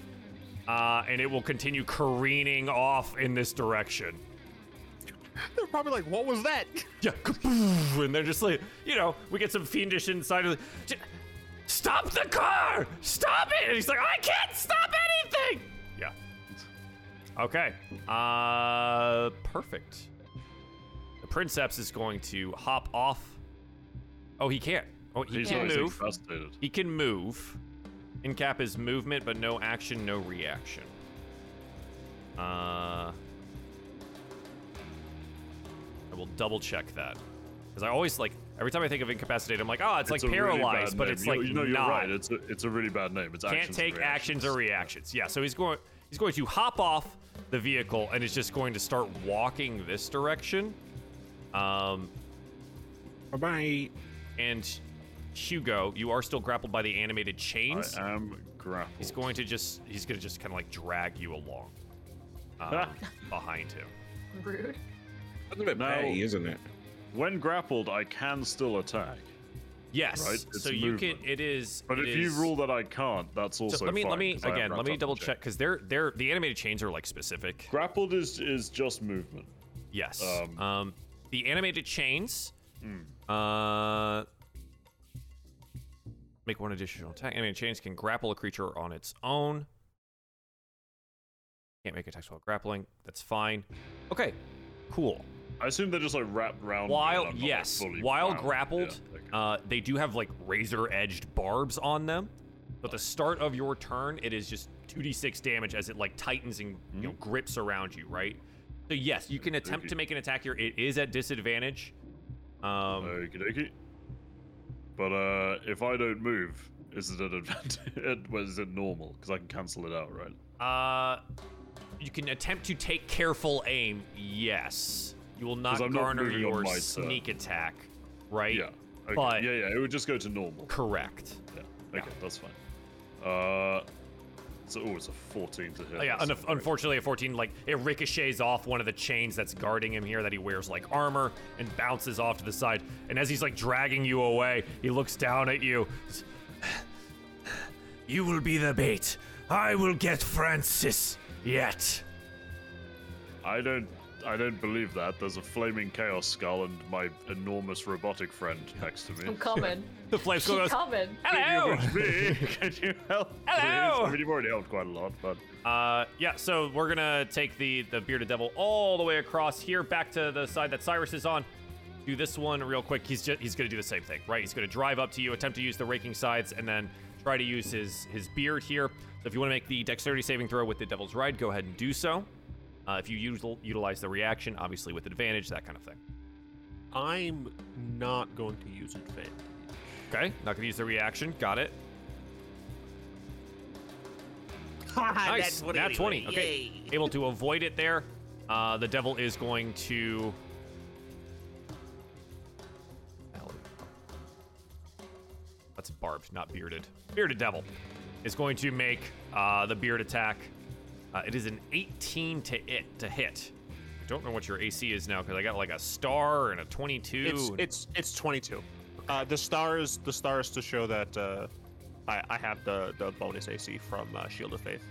S3: uh, and it will continue careening off in this direction.
S1: They're probably like, what was that?
S3: Yeah, kaboof, and they're just like, you know, we get some fiendish inside of the. J- Stop the car! Stop it! And he's like, I can't stop anything! Yeah. Okay. Uh, perfect. The princeps is going to hop off. Oh, he can't. Oh, he
S2: He's
S3: can
S2: always
S3: move.
S2: incapacitated.
S3: He can move. In cap is movement, but no action, no reaction. Uh, I will double check that because I always like every time I think of incapacitate, I'm like, oh, it's,
S2: a
S3: like
S2: really bad
S3: paralyzed, but
S2: name.
S3: it's
S2: You-
S3: like
S2: you know, you're
S3: not.
S2: right. It's a, it's a really bad name. It's
S3: Can't
S2: actions and
S3: take actions or reactions. Yeah, so he's going he's going to hop off the vehicle and is just going to start walking this direction. Um,
S6: Bye bye.
S3: and Hugo, you are still grappled by the animated chains.
S2: I am grappled.
S3: He's going to just he's going to just kind of like drag you along um, behind him.
S4: Rude.
S6: That's a bit
S2: Now-
S6: petty, isn't it?
S2: When grappled, I can still attack.
S3: Yes.
S2: Right, it's
S3: so you
S2: movement.
S3: can it is
S2: But
S3: it
S2: if you
S3: is-
S2: rule that I can't, that's also
S3: so let me
S2: fine,
S3: let me
S2: 'cause I am
S3: again let
S2: wrapped
S3: me
S2: up in
S3: double
S2: chain.
S3: check cuz they're they're the animated chains are like specific.
S2: Grappled is is just movement.
S3: Yes. Um,
S2: Um, hmm.
S3: the animated chains. Uh, make one additional attack. Animated chains can grapple a creature on its own. Can't make attacks while grappling. That's fine. Okay. Cool.
S2: I assume they're just like wrapped round. me and I'm
S3: While
S2: not, like,
S3: yes,
S2: fully
S3: while
S2: bound.
S3: grappled,
S2: Yeah, okay.
S3: uh, they do have like razor-edged barbs on them. But the start of your turn, it is just 2d6 damage as it like tightens and you
S2: Hmm?
S3: know grips around you, right? So yes, you can attempt to
S2: Okey-dokey.
S3: make an attack here. It is at disadvantage. Um,
S2: Okie dokie. But uh, if I don't move, is it an advantage? well, is it normal? Because I can cancel it out, right?
S3: uh, you can attempt to take careful aim. Yes, you will not
S2: 'Cause I'm not
S3: garner
S2: moving on
S3: your
S2: my turn.
S3: sneak attack, right?
S2: Yeah. Okay.
S3: But-
S2: yeah, yeah. It would just go to normal.
S3: Correct.
S2: Yeah. Okay, that's fine. Uh, so oh, it's a 14 to hit.
S3: Oh, yeah,
S2: that's
S3: unf
S2: not great.
S3: unfortunately, a 14, like, it ricochets off one of the chains that's guarding him here that he wears, like, armor and bounces off to the side. And as he's, like, dragging you away, he looks down at you. You will be the bait. I will get Francis yet. oh.
S2: I don't. I don't believe that. There's a flaming chaos skull and my enormous robotic friend next to me.
S4: I'm coming.
S3: The flame skull
S4: I'm
S3: goes,
S4: coming.
S3: Hello!
S2: me, can you help?
S3: Hello!
S2: Please? I mean, you've already helped quite a lot, but
S3: Uh, yeah, so we're gonna take the the bearded devil all the way across here, back to the side that Cyrus is on. Do this one real quick. He's just, he's gonna do the same thing, right? He's gonna drive up to you, attempt to use the raking sides, and then try to use his his beard here. So if you want to make the dexterity saving throw with the devil's ride, go ahead and do so. Uh, if you use, utilize the reaction, obviously with advantage, that kind of thing.
S1: I'm not going to use advantage.
S3: Okay, not gonna use the reaction. Got it. nice. Nat 20. Okay. Able to avoid it there. Uh, the devil is going to. That's barbed, not bearded. Bearded devil is going to make uh, the beard attack. Uh, it is an 18 to it to hit. don't know what your AC is now because I got like a star and a 22.
S1: It's
S3: and-
S1: it's it's 22. Uh, the star is the star is to show that uh, I I have the the bonus AC from uh, Shield of Faith.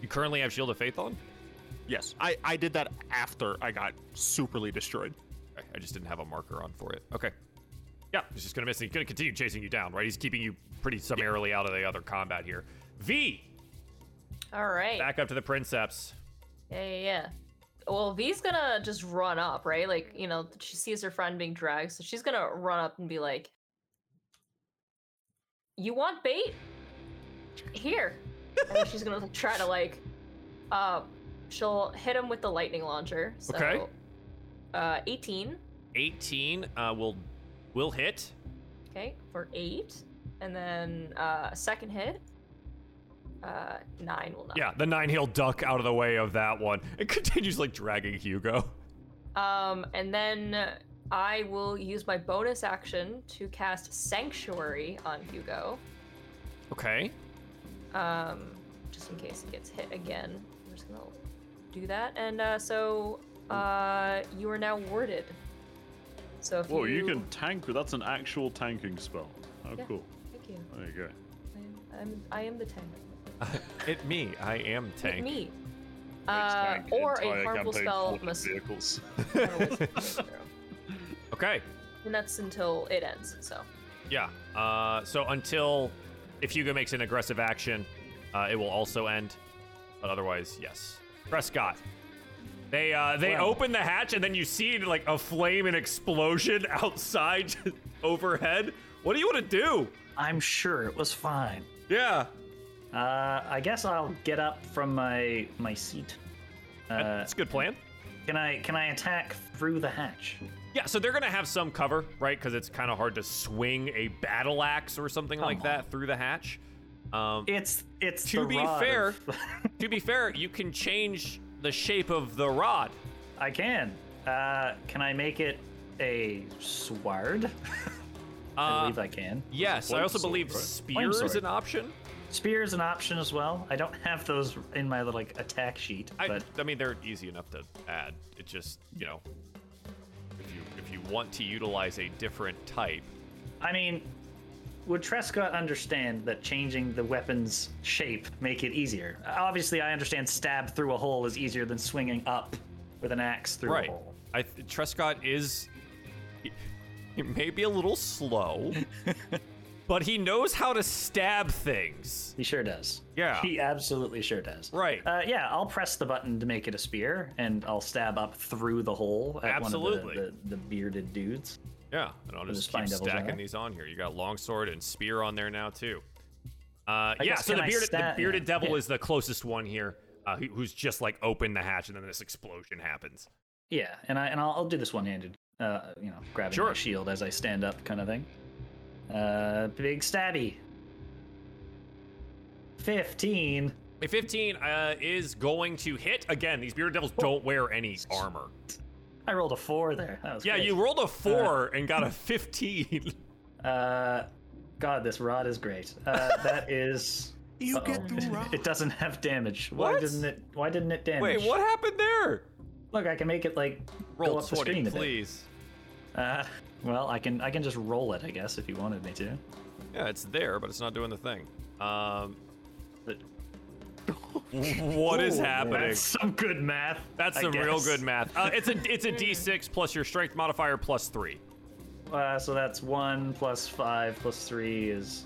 S3: you currently have Shield of Faith on?
S1: Yes, I I did that after I got superly destroyed.
S3: Okay, I just didn't have a marker on for it. Okay. Yeah, he's just gonna miss. He's gonna continue chasing you down, right? He's keeping you pretty summarily out of the other combat here. V,
S4: All right.
S3: back up to the princeps.
S4: Yeah, yeah, yeah. Well, V's gonna just run up, right? Like, you know, she sees her friend being dragged, so she's gonna run up and be like, "You want bait? Here!" and then she's gonna like, try to like, uh, she'll hit him with the lightning launcher. So,
S3: Okay.
S4: Uh, eighteen.
S3: 18 uh, will will hit.
S4: Okay, for eight, and then uh, second hit. Uh, nine will not.
S3: Yeah, the nine he'll duck out of the way of that one. It continues like dragging Hugo.
S4: Um, and then I will use my bonus action to cast Sanctuary on Hugo,
S3: Okay.
S4: um, just in case he gets hit again. I'm just gonna do that, and uh, so uh, you are now warded. So if
S2: Whoa,
S4: you,
S2: you can tank. That's an actual tanking spell. Oh,
S4: Yeah.
S2: cool.
S4: Thank you.
S2: There you go.
S4: I'm, I'm I am the tank.
S3: It me. I am tank.
S4: Me.
S2: Makes
S4: Uh,
S2: tank
S4: or
S2: entire
S4: a
S2: campaign full
S4: harmful spell
S2: of
S4: must.
S2: Vehicles.
S3: Okay.
S4: and that's until it ends. So
S3: Yeah. Uh, so until if Hugo makes an aggressive action, uh, it will also end. But otherwise, yes. Prescott. They uh, they
S5: Wow.
S3: open the hatch and then you see like a flame and explosion outside overhead. What do you want to do?
S5: I'm sure it was fine.
S3: Yeah.
S5: Uh, I guess I'll get up from my my seat. Uh,
S3: That's a good plan.
S5: can I can I attack through the hatch?
S3: Yeah, so they're gonna have some cover, right? Because it's kind of hard to swing a battle axe or something like that through the hatch. Um,
S5: It's it's
S3: To
S5: the
S3: be
S5: rod
S3: fair-
S5: of-
S3: to be fair, you can change the shape of the rod.
S5: I can. Uh, can I make it a sword? I
S3: Uh,
S5: believe I can.
S3: yes, I also
S2: sword,
S3: believe
S2: right?
S3: spear
S5: Flame
S3: is
S5: sword.
S3: an option.
S5: Spear is an option as well. I don't have those in my like attack sheet,
S3: I,
S5: but
S3: I mean, they're easy enough to add. It just, you know, if you if you want to utilize a different type,
S5: I mean, would Trescott understand that changing the weapon's shape make it easier? Obviously, I understand stab through a hole is easier than swinging up with an axe through
S3: right?
S5: a hole.
S3: I th- Trescott is. He, he may be a little slow, but he knows how to stab things.
S5: He sure does.
S3: Yeah.
S5: He absolutely sure does.
S3: Right.
S5: Uh, yeah, I'll press the button to make it a spear, and I'll stab up through the hole at
S3: Absolutely.
S5: one of the, the, the bearded dudes.
S3: Yeah, and I'll
S5: the
S3: just
S5: Spine
S3: keep
S5: Devils,
S3: stacking
S5: right?
S3: these on here. You got longsword and spear on there now too. Uh, yeah,
S5: guess
S3: so the
S5: can I
S3: bearded, the
S5: sta-
S3: bearded
S5: yeah,
S3: devil
S5: yeah.
S3: is the closest one here, uh, who, who's just like opened the hatch and then this explosion happens.
S5: Yeah, and I and I'll, I'll do this one-handed. Uh, you know, grabbing
S3: Sure.
S5: my shield as I stand up, kind of thing. Uh, big stabby. Fifteen.
S3: A 15 uh, is going to hit again. These bearded
S5: Oh.
S3: devils don't wear any armor.
S5: I rolled a four there. That was
S3: Yeah,
S5: great.
S3: you rolled a four and got a 15.
S5: Uh, God, this rod is great. Uh, that is.
S1: You
S5: Uh-oh.
S1: get the rock.
S5: It doesn't have damage. Why
S3: What?
S5: didn't it? Why didn't it damage?
S3: Wait, what happened there?
S5: Look, I can make it like go
S3: Roll
S5: up the
S3: 20,
S5: screen a bit.
S3: please.
S5: Uh, well, I can I can just roll it, I guess, if you wanted me to.
S3: Yeah, it's there, but it's not doing the thing. Um,
S5: But
S3: what is happening?
S5: that's some good math.
S3: That's
S5: I
S3: some real
S5: guess.
S3: good math. Uh, it's a it's a d6 plus your strength modifier plus three.
S5: Uh, so that's one plus five plus three is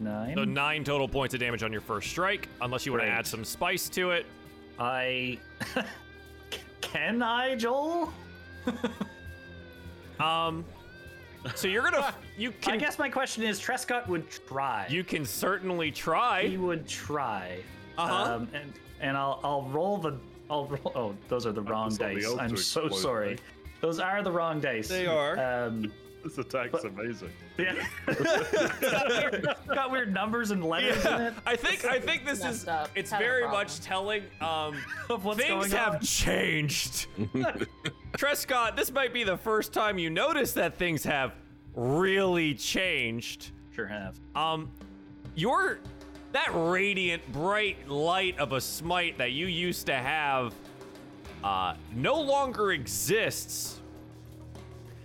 S5: nine.
S3: So nine total points of damage on your first strike, unless you want to
S5: Right.
S3: add some spice to it.
S5: I can I, Joel?
S3: Um, so you're gonna you
S5: I
S3: can
S5: guess my question is, Trescott would try.
S3: you can certainly
S5: he
S3: try.
S5: would try.
S3: Uh-huh.
S5: Um, and and I'll I'll roll the I'll roll. Oh, those are the wrong
S2: was on the
S5: dice.
S2: elf
S5: I'm
S2: to
S5: so
S2: explode,
S5: sorry.
S2: right?
S5: Those are the wrong dice.
S3: They are.
S5: Um,
S2: This attack's amazing.
S5: yeah. got, weird, got weird numbers and letters in it.
S3: I think I think this
S4: Messed
S3: is
S4: up.
S3: it's
S4: Had a
S3: very
S4: problem.
S3: much telling. Um,
S5: Of what's
S3: things
S5: going
S3: have
S5: on.
S3: changed. Trescott, this might be the first time you notice that things have really changed.
S5: Sure have.
S3: Um, your that radiant bright light of a smite that you used to have uh, no longer exists.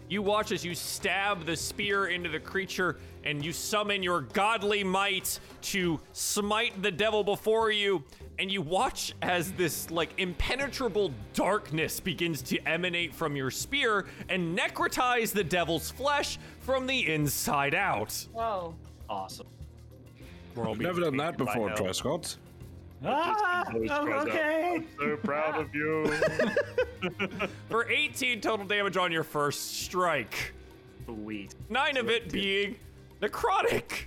S3: You watch as you stab the spear into the creature and you summon your godly might to smite the devil before you. And you watch as this, like, impenetrable darkness begins to emanate from your spear and necrotize the devil's flesh from the inside out.
S4: Whoa.
S5: Awesome.
S1: We're all
S6: I've
S1: being
S6: never done that
S1: taken by
S6: before,
S1: hell.
S6: Trescott.
S5: Ah,
S2: Just keep those
S5: oh,
S2: guys out.
S5: okay.
S2: I'm so proud of you.
S3: For 18 total damage on your first strike,
S5: Sweet.
S3: nine of it being necrotic.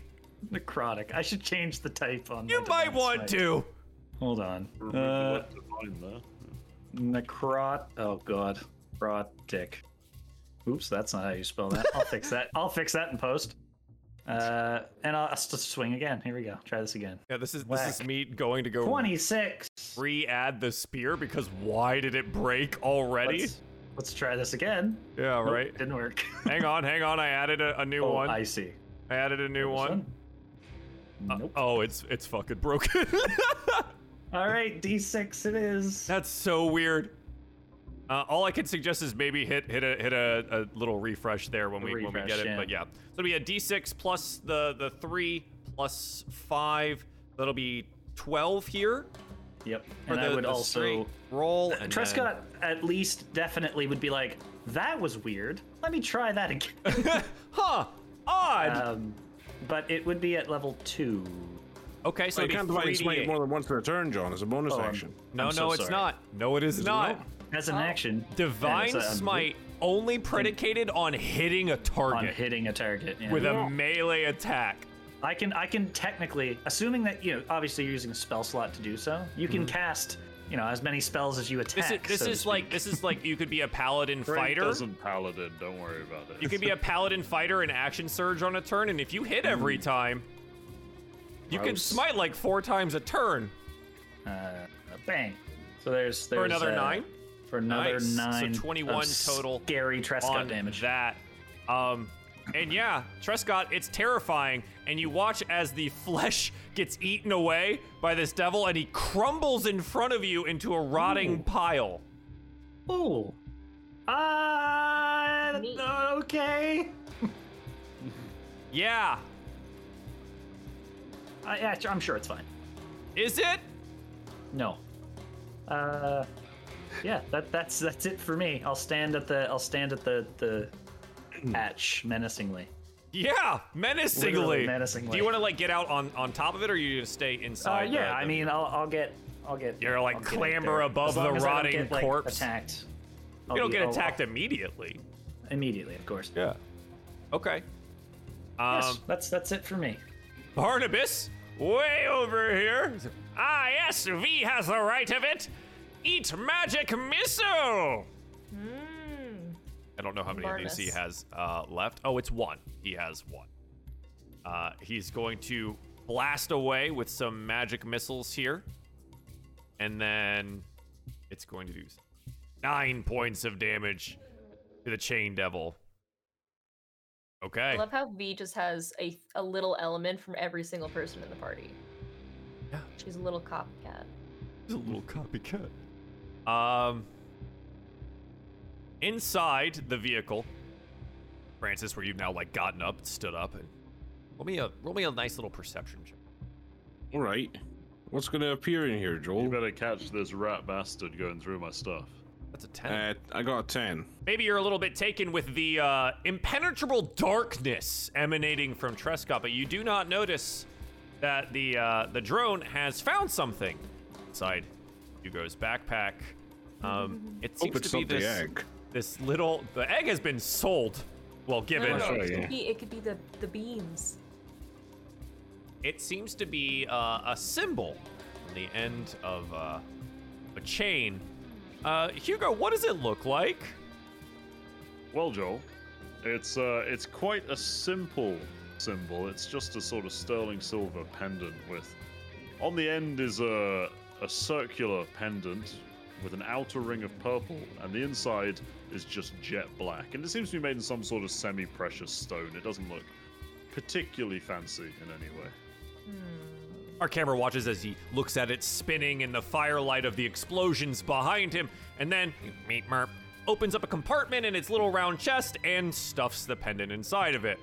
S5: Necrotic. I should change the type on.
S3: You
S5: my
S3: might
S5: divine
S3: want
S5: smite.
S3: to.
S5: Hold on.
S2: Remember
S5: Uh,
S2: what to find there.
S5: necrot. Oh god. Necrotic. Oops, that's not how you spell that. I'll fix that. I'll fix that in post. Uh, and I'll, I'll just swing again. Here we go. Try this again.
S3: Yeah, this is this is
S5: Whack.
S3: me going to go
S5: Twenty-six.
S3: re-add the spear because why did it break already?
S5: Let's, let's try this again.
S3: yeah,
S5: Nope,
S3: right.
S5: Didn't work.
S3: hang on, hang on. I added a, a new
S5: Oh,
S3: one.
S5: I
S3: I,
S5: see.
S3: added a new
S5: This
S3: one.
S5: one? Nope.
S3: Oh, it's it's fucking broken.
S5: All right, D6 it is.
S3: That's so weird. Uh, all I can suggest is maybe hit hit a hit a, a little refresh there when we when we
S5: Refresh,
S3: get it.
S5: yeah.
S3: But yeah, so it'll be a d6 plus the the three plus five. That'll be twelve here.
S5: Yep.
S3: for
S5: And I
S3: the-
S5: would
S3: the
S5: also.
S3: straight roll. and then-
S5: Trescott at least definitely would be like, that was weird. Let me try that again.
S3: Huh. Odd.
S5: um, but it would be at level two.
S3: okay, so
S6: you
S3: it'd
S6: can't
S3: be
S6: divine smite
S3: 3d8.
S6: more than once per turn, John. It's a bonus
S5: I'm-
S6: action.
S3: No,
S5: I'm
S3: no,
S5: so
S3: it's
S5: sorry.
S3: not. No, Oh, it is not.
S5: As an action.
S3: Divine
S5: as a-
S3: Smite only predicated on hitting a
S5: On
S3: target
S5: hitting a target. Yeah.
S3: with a melee attack.
S5: I can I can technically, assuming that you know, obviously you're using a spell slot to do so, you can cast, you know, as many spells as you
S3: Mm-hmm. This
S5: attack.
S3: is this
S5: so to
S3: is like
S5: speak.
S3: this is like you could be a paladin
S2: Brent
S3: fighter.
S2: doesn't paladin. Don't worry about it.
S3: You could be a paladin fighter and action surge on a turn, and if you hit every time, you can
S6: Gross.
S3: smite like four times a turn
S5: uh, bang. So there's there's
S3: for another
S5: uh,
S3: nine
S5: for another
S3: Nice. So
S5: nine. of
S3: 21 total
S5: Scary Trescott
S3: on
S5: damage.
S3: that. Um, and yeah, Trescott, it's terrifying, and you watch as the flesh gets eaten away by this devil, and he crumbles in front of you into a rotting pile.
S5: Oh. Ah.
S4: Neat.
S5: uh, okay.
S3: Yeah,
S5: I, yeah, I'm sure it's fine.
S3: is it?
S5: No. Uh. Yeah. That that's that's it for me. I'll stand at the I'll stand at the the
S3: Hmm.
S5: hatch menacingly.
S3: Yeah,
S5: Literally
S3: menacingly.
S5: menacingly.
S3: Do you want to like get out on on top of it, or are you gonna stay
S5: Uh,
S3: inside? the-
S5: yeah, I
S3: the-
S5: mean, I'll, I'll get, I'll get.
S3: You're like
S5: I'll get in
S3: clamber
S5: there.
S3: above
S5: As long
S3: the
S5: as I don't
S3: rotting
S5: get, like,
S3: corpse.
S5: attacked. I'll
S3: you don't
S5: be-
S3: get
S5: I'll-
S3: attacked
S5: I'll-
S3: immediately.
S5: immediately, of course.
S3: Yeah. Okay. Um,
S5: Yes, that's that's it for me.
S3: Barnabas, way over here. Ah, yes, V has the right of it. Eat magic missile.
S4: Mm.
S3: I don't know how many of these he has
S4: Barnabas.
S3: uh, left. Oh, it's one. He has one. Uh, he's going to blast away with some magic missiles here. And then it's going to do nine points of damage to the chain devil.
S4: I
S3: Okay.
S4: love how V just has a a little element from every single person in the party.
S3: Yeah.
S4: She's a little copycat.
S3: He's a little copycat. Um, inside the vehicle, Francis, where you've now like gotten up, stood up, and roll me a roll me a nice little perception check.
S6: All right. What's going to appear in here,
S2: You
S6: Joel?
S2: better catch this rat bastard going through my stuff.
S3: That's a ten.
S6: Uh, I got a 10.
S3: Maybe you're a little bit taken with the uh, impenetrable darkness emanating from Trescott, but you do not notice that the uh, the drone has found something inside Hugo's backpack. Um, it seems
S6: Hope it's
S3: to be
S6: not
S3: this
S6: Oh, the egg.
S3: this little the egg has been sold well given
S6: That's right,
S4: it,
S6: yeah.
S4: could be, it could be the the beams.
S3: it seems to be uh, a symbol on the end of uh, a chain uh, hugo what does it look like
S2: Well, Joel, it's uh, it's quite a simple symbol. It's just a sort of sterling silver pendant with, on the end is a a circular pendant with an outer ring of purple, and the inside is just jet black. And it seems to be made in some sort of semi-precious stone. It doesn't look particularly fancy in any way.
S4: Hmm.
S3: Our camera watches as he looks at it spinning in the firelight of the explosions behind him, and then meet Merp opens up a compartment in its little round chest and stuffs the pendant inside of it.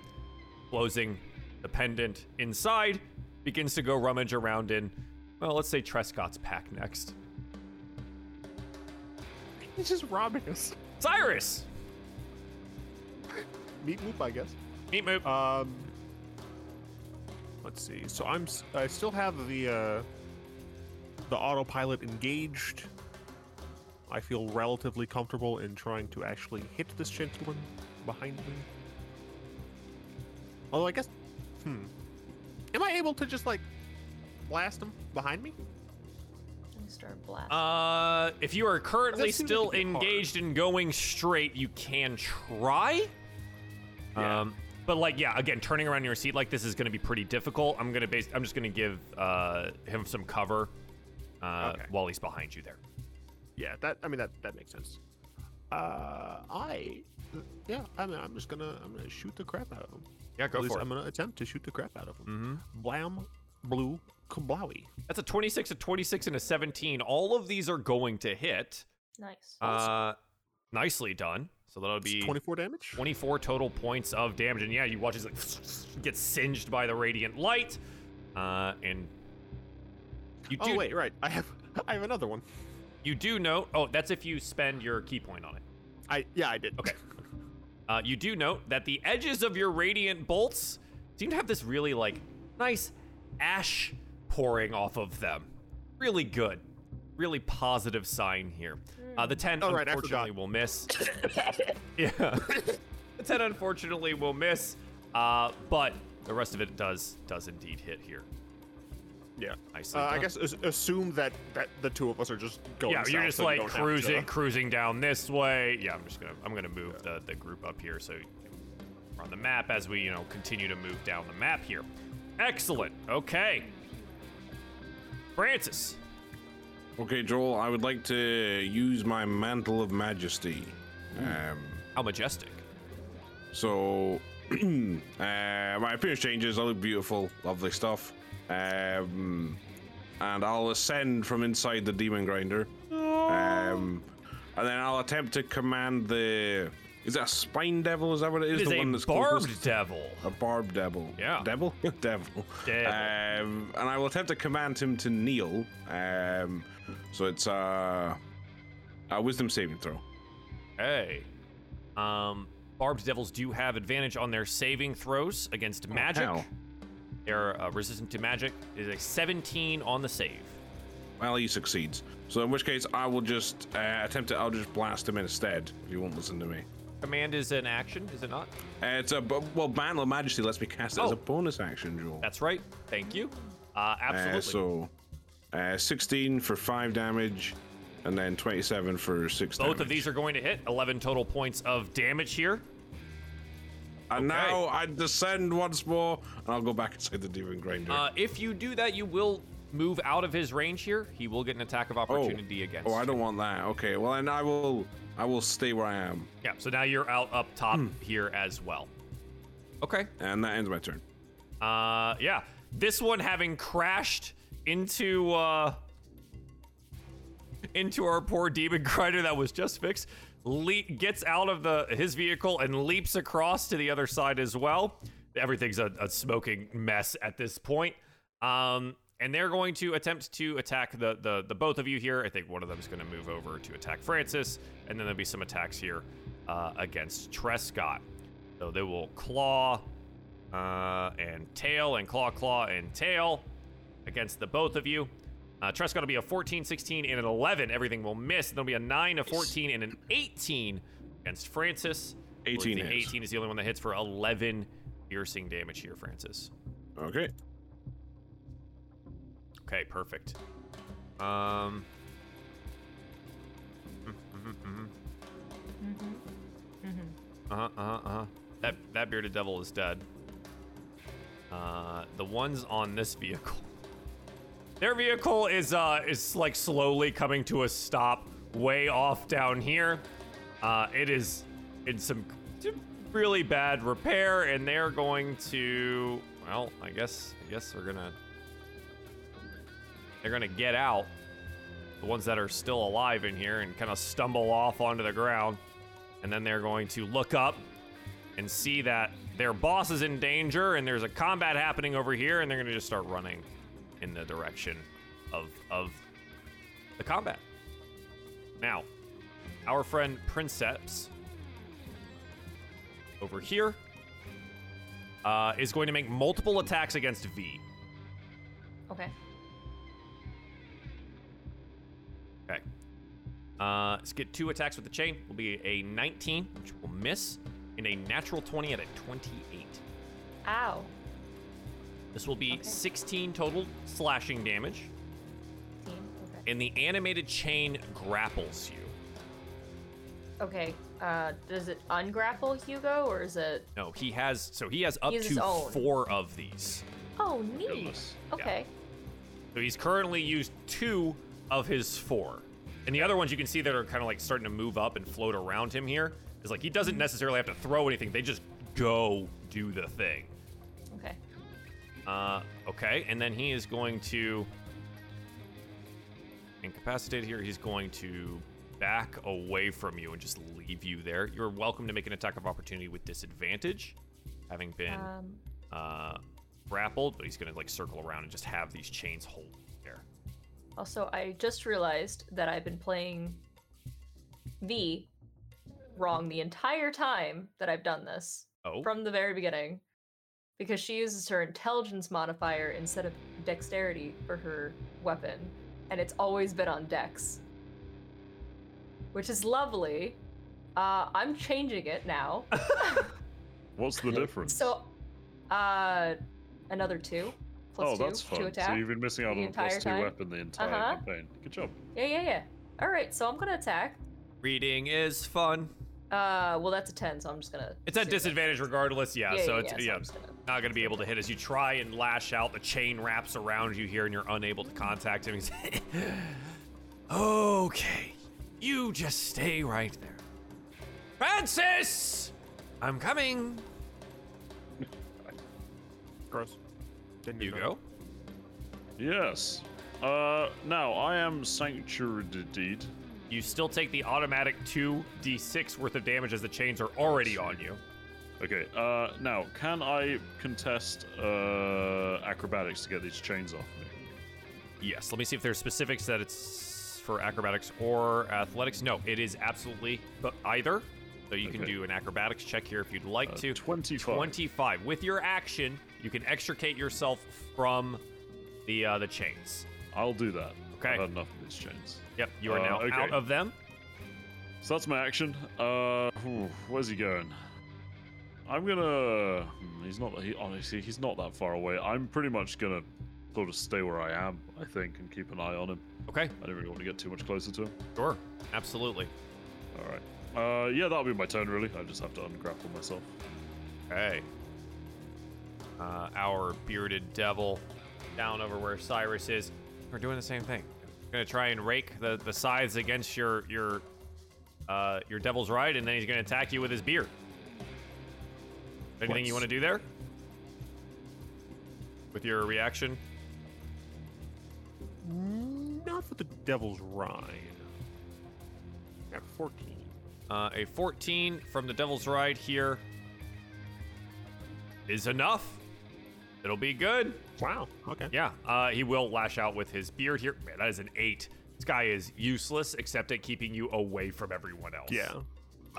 S3: Closing the pendant inside, begins to go rummage around in, well, let's say Trescott's pack next.
S1: He's just robbing us.
S3: Cyrus,
S1: Meet Moop, I guess.
S3: meet Moop.
S1: Um, let's see. So I'm s- I still have the uh, the autopilot engaged. I feel relatively comfortable in trying to actually hit this gentleman behind me. Although I guess, hmm, am I able to just like blast him behind me?
S4: Gonna Start blast.
S3: Uh, if you are currently
S1: seems like
S3: still
S1: it'd be hard.
S3: engaged and going straight, you can try.
S1: Yeah.
S3: Um, but like, yeah, again, turning around in your seat like this is going to be pretty difficult. I'm gonna base. I'm just gonna give uh him some cover, uh,
S1: Okay.
S3: while he's behind you there.
S1: Yeah, that I mean that that makes sense. Uh, I, yeah, I mean, I'm just gonna I'm gonna shoot the crap out of him.
S3: Yeah,
S1: At least I'm gonna attempt to shoot the crap out of him.
S3: Mm-hmm.
S1: Blam, blue, kablowie.
S3: That's a 26, a 26, and a 17. All of these are going to hit.
S4: nice.
S3: Uh, nicely done. So that'll
S1: It's
S3: be
S1: 24 damage.
S3: 24 total points of damage. And yeah, you watch as like gets singed by the radiant light. Uh, and you do
S1: Oh wait, right. I have I have another one.
S3: you do note. Oh, that's if you spend your key point on it.
S1: I yeah, I did. Okay.
S3: Uh, you do note that the edges of your radiant bolts seem to have this really like nice ash pouring off of them. Really good, really positive sign here. Uh, the ten
S1: Oh, right, I
S3: unfortunately
S1: forgot.
S3: will miss. yeah, the ten unfortunately will miss, uh, but the rest of it does does indeed hit here.
S1: Yeah.
S3: Nicely
S1: Uh, I
S3: done.
S1: guess as- assume that that the two of us are just going.
S3: yeah, you're
S1: south
S3: just
S1: and
S3: like
S1: don't have
S3: cruising,
S1: to-
S3: cruising down this way. Yeah, I'm just gonna I'm gonna move the, the group up here so we're on the map as we you know continue to move down the map here. Excellent. Okay, Francis.
S6: Okay, Joel, I would like to use my mantle of majesty. Um,
S3: How majestic.
S6: so, uh, my appearance changes. I look beautiful, lovely stuff. Um, and I'll ascend from inside the demon grinder. Um, and then I'll attempt to command the. Is that a spine devil? Is that what it is?
S3: It is
S6: the
S3: a
S6: one that's
S3: barbed
S6: closest?
S3: devil.
S6: A barb devil.
S3: Yeah.
S6: Devil? devil.
S3: Devil.
S6: Um, and I will attempt to command him to kneel. Um, so it's uh, a wisdom saving throw.
S3: Hey. Um, barbed devils do have advantage on their saving throws
S6: Oh,
S3: against magic.
S6: hell.
S3: They're uh, resistant to magic. It is a 17 on the save.
S6: Well, he succeeds. So in which case, I will just uh, attempt to Eldritch Blast him instead, if you won't listen to me.
S3: Command is an action, is it not?
S6: Uh, it's a, bu- well, Mantle of Majesty lets me cast it as
S3: Oh.
S6: a bonus action, Jewel.
S3: That's right. Thank you. Uh, absolutely.
S6: Uh, so uh, 16 for 5 damage, and then 27 for 6
S3: Both of these are going to hit. 11 total points of damage here.
S6: And
S3: okay.
S6: now I descend once more, and I'll go back inside the Demon Grinder. Oh.
S3: Uh, if you do that, you will move out of his range here. He will get an attack of opportunity against.
S6: Oh, I
S3: you.
S6: don't want that. Okay, well then I will I will stay where I am.
S3: Yeah, so now you're out up top
S6: Hmm.
S3: here as well. Okay.
S6: And that ends my turn.
S3: Uh, yeah. This one having crashed into uh, into our poor demon grinder that was just fixed, le- gets out of the his vehicle and leaps across to the other side as well. Everything's a, a smoking mess at this point. Um, and they're going to attempt to attack the, the the both of you here. I think one of them is going to move over to attack Francis, and then there'll be some attacks here uh, against Trescott. So they will claw uh, and tail and claw, claw and tail against the both of you. Uh, Trescott will be a 14, 16, and an 11. Everything will miss. There'll be a 9, a 14, and an 18 against Francis. I believe
S6: 18
S3: the
S6: hits.
S3: 18 is the only one that hits for 11 piercing damage here, Francis.
S6: Okay.
S3: Okay, perfect. Um. Mm-hmm. Uh huh. Uh huh. That that bearded devil is dead. Uh, the ones on this vehicle. Their vehicle is uh is like slowly coming to a stop way off down here. Uh, it is in some really bad repair, and they're going to. Well, I guess I guess we're gonna They're gonna get out. The ones that are still alive in here and kind of stumble off onto the ground, and then they're going to look up and see that their boss is in danger and there's a combat happening over here, and they're gonna just start running in the direction of of the combat. Now, our friend Princeps over here uh, is going to make multiple attacks against V.
S4: Okay.
S3: Okay. Uh, let's get two attacks with the chain. Will be a 19, which will miss, and a natural 20 at a 28.
S4: Ow.
S3: This will be
S4: Okay.
S3: 16 total slashing damage,
S4: Team. Okay.
S3: and the animated chain grapples you.
S4: Okay. Uh, does it ungrapple Hugo or is it?
S3: No, he has so he has up
S4: He has his
S3: to
S4: own.
S3: four of these.
S4: Oh, neat.
S2: Goodness.
S4: Okay.
S3: So he's currently used two of his four. And the other ones you can see that are kind of like starting to move up and float around him here is like he doesn't necessarily have to throw anything, they just go do the thing.
S4: Okay.
S3: Uh, okay, and then he is going to incapacitate here. He's going to back away from you and just leave you there. You're welcome to make an attack of opportunity with disadvantage, having been
S4: Um,
S3: uh, grappled, but he's going to like circle around and just have these chains hold you there.
S4: also, I just realized that I've been playing V wrong the entire time that I've done this
S3: Oh,
S4: from the very beginning because she uses her intelligence modifier instead of dexterity for her weapon, and it's always been on dex, which is lovely. Uh, I'm changing it now.
S2: What's the difference?
S4: So, uh, another two,
S2: oh,
S4: plus two
S2: that's fun.
S4: to
S2: So
S4: attack.
S2: you've been missing out
S4: the
S2: on a plus
S4: entire
S2: two
S4: time?
S2: weapon the entire
S4: Uh-huh.
S2: campaign. Good job.
S4: Yeah, yeah, yeah. All right, so I'm gonna attack.
S3: reading is fun.
S4: Uh, well, that's a ten, so I'm just gonna.
S3: It's at
S4: assume that-
S3: disadvantage regardless. Yeah, so it's
S4: so
S3: yeah.
S4: I'm just gonna-
S3: not going to be able to hit as you try and lash out. The chain wraps around you here, and you're unable to contact him. He's okay, you just stay right there, Francis. I'm coming.
S1: Gross. Didn't
S3: You
S1: know.
S3: go.
S2: Yes. Uh, now I am sanctuary deed.
S3: You still take the automatic two d6 worth of damage as the chains are already on you.
S2: Okay. Uh, now can I contest uh acrobatics to get these chains off me?
S3: Yes. Let me see if there's specifics that it's for acrobatics or athletics. No, it is absolutely but either. So you can
S2: Okay.
S3: do an acrobatics check here if you'd like
S2: Uh,
S3: to.
S2: 25.
S3: 25. With your action, you can extricate yourself from the uh, the chains.
S2: I'll do that.
S3: Okay.
S2: I've had enough of these chains.
S3: Yep, you are
S2: Uh,
S3: now
S2: okay.
S3: out of them.
S2: So that's my action. Uh, ooh, where's he going? I'm gonna. hmm, He's not. He honestly, he's not that far away. I'm pretty much gonna sort of stay where I am, I think, and keep an eye on him.
S3: Okay,
S2: I don't really want to get too much closer to him.
S3: sure, absolutely.
S2: All right. Uh, yeah, that'll be my turn. Really, I just have to ungrapple myself.
S3: Okay. Uh, our bearded devil down over where Cyrus is. We're doing the same thing. gonna try and rake the, the scythes against your your uh, your devil's ride, and then he's gonna attack you with his beard. Anything you want to do there? With your reaction?
S1: Not for the Devil's Rhine. At 14.
S3: Uh, a 14 from the Devil's Ride here is enough. It'll be good.
S1: Wow. Okay.
S3: Yeah, uh, he will lash out with his beard here. Man, that is an 8. This guy is useless except at keeping you away from everyone else.
S1: Yeah.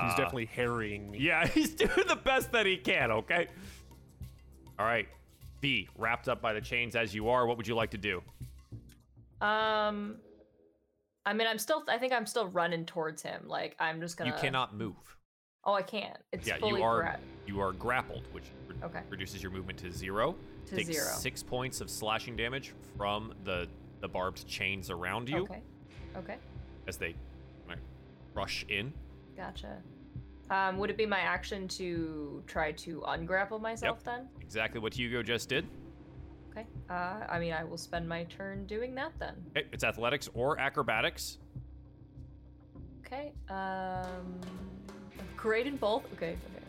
S1: He's definitely harrying me.
S3: Uh, Yeah, he's doing the best that he can, okay? All right. V, wrapped up by the chains as you are, what would you like to do?
S4: Um, I mean, I'm still. I think I'm still running towards him. Like I'm just gonna.
S3: You cannot move.
S4: Oh, I can't. It's
S3: yeah,
S4: fully
S3: you are
S4: gra-
S3: you are grappled, which re-
S4: Okay.
S3: reduces your movement to zero.
S4: To
S3: Take
S4: zero.
S3: six points of slashing damage from the the barbed chains around you
S4: Okay. Okay.
S3: as they like, rush in.
S4: Gotcha. Um, would it be my action to try to ungrapple myself then?
S3: Exactly what Hugo just did.
S4: Okay. Uh, I mean, I will spend my turn doing that then.
S3: Okay, it's athletics or acrobatics.
S4: Okay. Um, great in both. Okay. okay.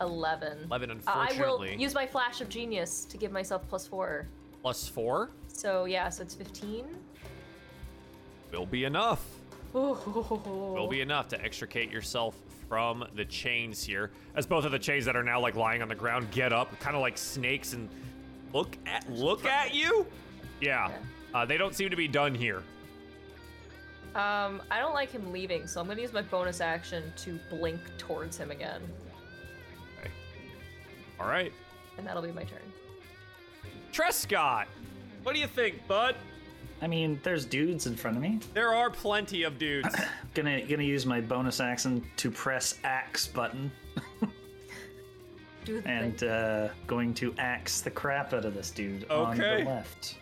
S4: Eleven.
S3: Eleven,
S4: Uh, I will
S3: unfortunately.
S4: use my flash of genius to give myself plus four.
S3: plus four
S4: So yeah, so it's 15.
S3: will be enough. Will
S4: Will
S3: be enough to extricate yourself from the chains here. As both of the chains that are now like lying on the ground get up, kind of like snakes, and look at look at you. Yeah, uh, they don't seem to be done here.
S4: Um, I don't like him leaving, so I'm gonna use my bonus action to blink towards him again,
S3: All right,
S4: and that'll be my turn.
S3: Trescott, what do you think, bud?
S5: I mean, there's dudes in front of me.
S3: There are plenty of dudes.
S5: Gonna gonna use my bonus action to press axe button
S4: Do the
S5: and
S4: thing.
S5: uh, going to axe the crap out of this dude on the
S3: Okay.
S5: left.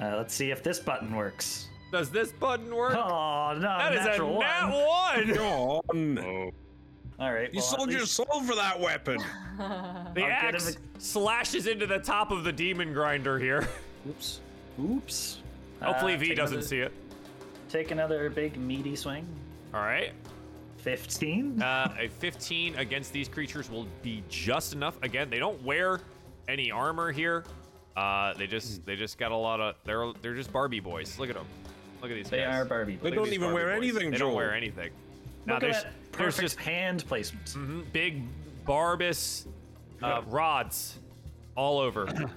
S5: Uh, let's see if this button works.
S3: Does this button work?
S5: Oh no,
S3: that is a
S5: natural one.
S3: nat one.
S6: Go on.
S2: Oh,
S5: All right,
S6: You
S5: well, at
S6: sold your
S5: least-
S6: soul for that weapon.
S3: The
S5: I'll get
S3: axe
S5: him
S3: slashes into the top of the demon grinder here.
S5: Oops, oops.
S3: Hopefully,
S5: Uh,
S3: V
S5: take
S3: doesn't
S5: another-
S3: see it.
S5: Take another big meaty swing.
S3: All right.
S5: Fifteen.
S3: Uh, a 15 against these creatures will be just enough. Again, they don't wear any armor here. Uh, they
S6: Hmm.
S3: just they just got a lot of they're they're just Barbie boys. Look at them. Look at these.
S5: they
S3: guys.
S5: are Barbie.
S6: They
S5: Boys.
S3: Look at
S6: don't
S3: these
S6: even wear
S3: Barbie boys.
S6: anything,
S3: They
S6: Joel.
S3: don't wear anything. Now
S5: Look at
S3: there's
S5: that
S3: there's
S5: perfect
S3: just Mm-hmm.
S5: hand placement.
S3: big Barbus uh, rods all over.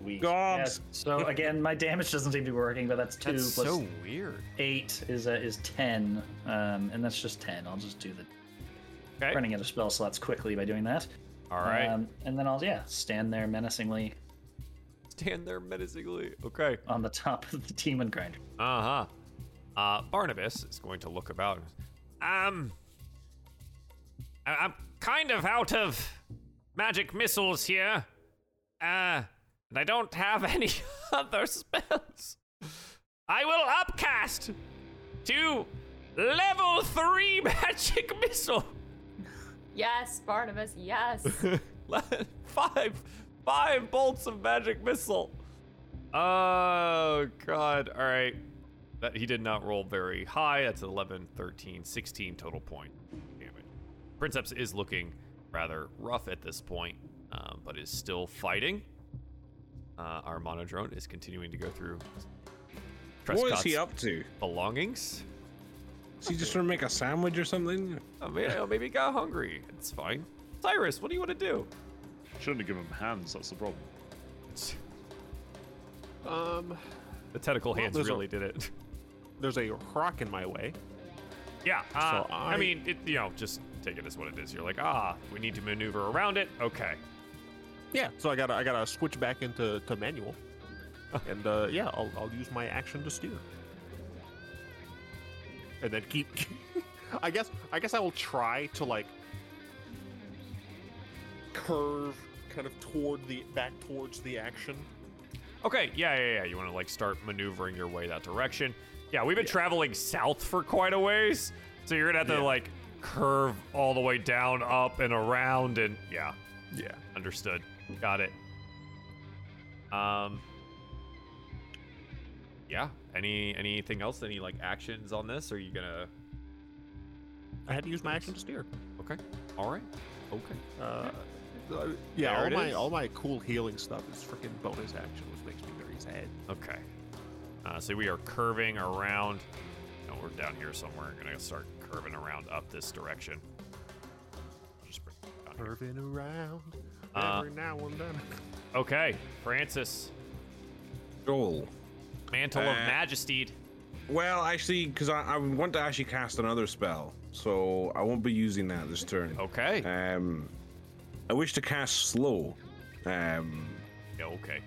S5: Weak.
S6: God.
S5: So again, my damage doesn't seem to be working, but that's two
S3: That's
S5: plus
S3: so weird.
S5: eight is uh, is ten, um, and that's just ten. I'll just do the
S3: Okay.
S5: running out of spell slots quickly by doing that.
S3: All right.
S5: Um, and then I'll yeah stand there menacingly
S3: Stand there menacingly. Okay.
S5: on the top of the demon grinder.
S3: Uh-huh. Uh Barnabas is going to look about. Um I- I'm kind of out of magic missiles here. Uh and I don't have any other spells. I will upcast to level 3 magic missile.
S4: Yes, Barnabas. Yes.
S3: five five bolts of magic missile. Oh god. All right. That he did not roll very high. That's 11, 13, 16 total point damage. Princeps is looking rather rough at this point, um, but is still fighting. Uh, our monodrone is continuing to go through
S6: What is
S3: Prescott's
S6: he up to?
S3: belongings.
S6: Is he just trying to make a sandwich or something?
S3: Oh, maybe, oh, maybe he got hungry. It's fine. Cyrus, what do you want to do?
S2: shouldn't have given him hands. That's the problem.
S1: Um,
S3: The tentacle hands
S1: there's a-
S3: really did it.
S1: there's a rock in my way.
S3: Yeah, uh,
S1: So
S3: I...
S1: I-
S3: mean, it, you know, just take it as what it is. You're like, ah, we need to maneuver around it. Okay.
S1: Yeah, so I gotta I gotta switch back into to manual, and uh, yeah, I'll, I'll use my action to steer, and then keep. I guess I guess I will try to like curve kind of toward the back towards the action.
S3: Okay, yeah, yeah, yeah. You want to like start maneuvering your way that direction. Yeah, we've been traveling south for quite a ways, so you're gonna have to
S1: Yeah.
S3: like curve all the way down, up, and around, and yeah,
S1: Yeah.
S3: understood. Got it. Um. Yeah. Any anything else? Any like actions on this? Or are you gonna?
S1: I had to use my action to steer.
S3: Okay. All right. Okay.
S1: Uh, uh, yeah,
S3: There
S1: all
S3: it
S1: my
S3: is.
S1: all my cool healing stuff is freaking bonus action, which makes me very sad.
S3: Okay. Uh, so we are curving around. No, we're down here somewhere. We're gonna start curving around up this direction. I'll just bring it down here.
S1: Curving around
S3: Uh,
S1: every now and then.
S3: Okay, Francis,
S6: Joel.
S3: mantle
S6: Uh,
S3: of majesty.
S6: Well, actually, because I, I want to actually cast another spell, so I won't be using that this turn.
S3: Okay.
S6: Um, I wish to cast slow. Um,
S3: yeah, okay.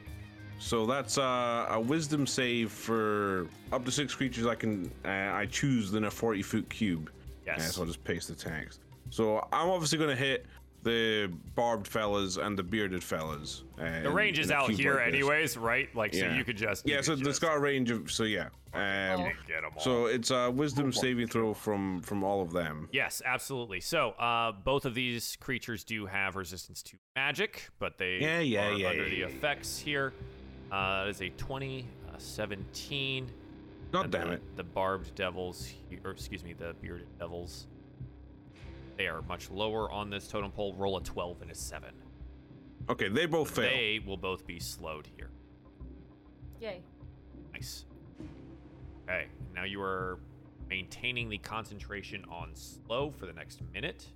S6: so that's uh, a wisdom save for up to six creatures I can uh, I choose within a forty foot cube. Uh,
S3: Yes.
S6: so I'll just paste the text. So I'm obviously going to hit the barbed fellas and the bearded fellas. Uh,
S3: the range is out here, anyways, right? Like, so
S6: Yeah.
S3: you could just
S6: Yeah,
S3: you
S6: so
S3: could
S6: it's
S3: just
S6: got a range of so yeah. Um,
S3: Oh. get 'em all.
S6: so it's a wisdom saving throw from from all of them.
S3: Yes, absolutely. So, uh, both of these creatures do have resistance to magic, but they
S6: Yeah, yeah,
S3: are
S6: yeah,
S3: under
S6: yeah,
S3: the
S6: yeah, yeah.
S3: effects here. Uh, that is a 20, a 17.
S6: God
S3: and
S6: damn
S3: the,
S6: it!
S3: The barbed devils, he- or excuse me, the bearded devils. They are much lower on this totem pole. Roll a 12 and a 7.
S6: Okay, they both fail.
S3: They will both be slowed here.
S4: Yay.
S3: Nice. Okay, now you are maintaining the concentration on slow for the next minute.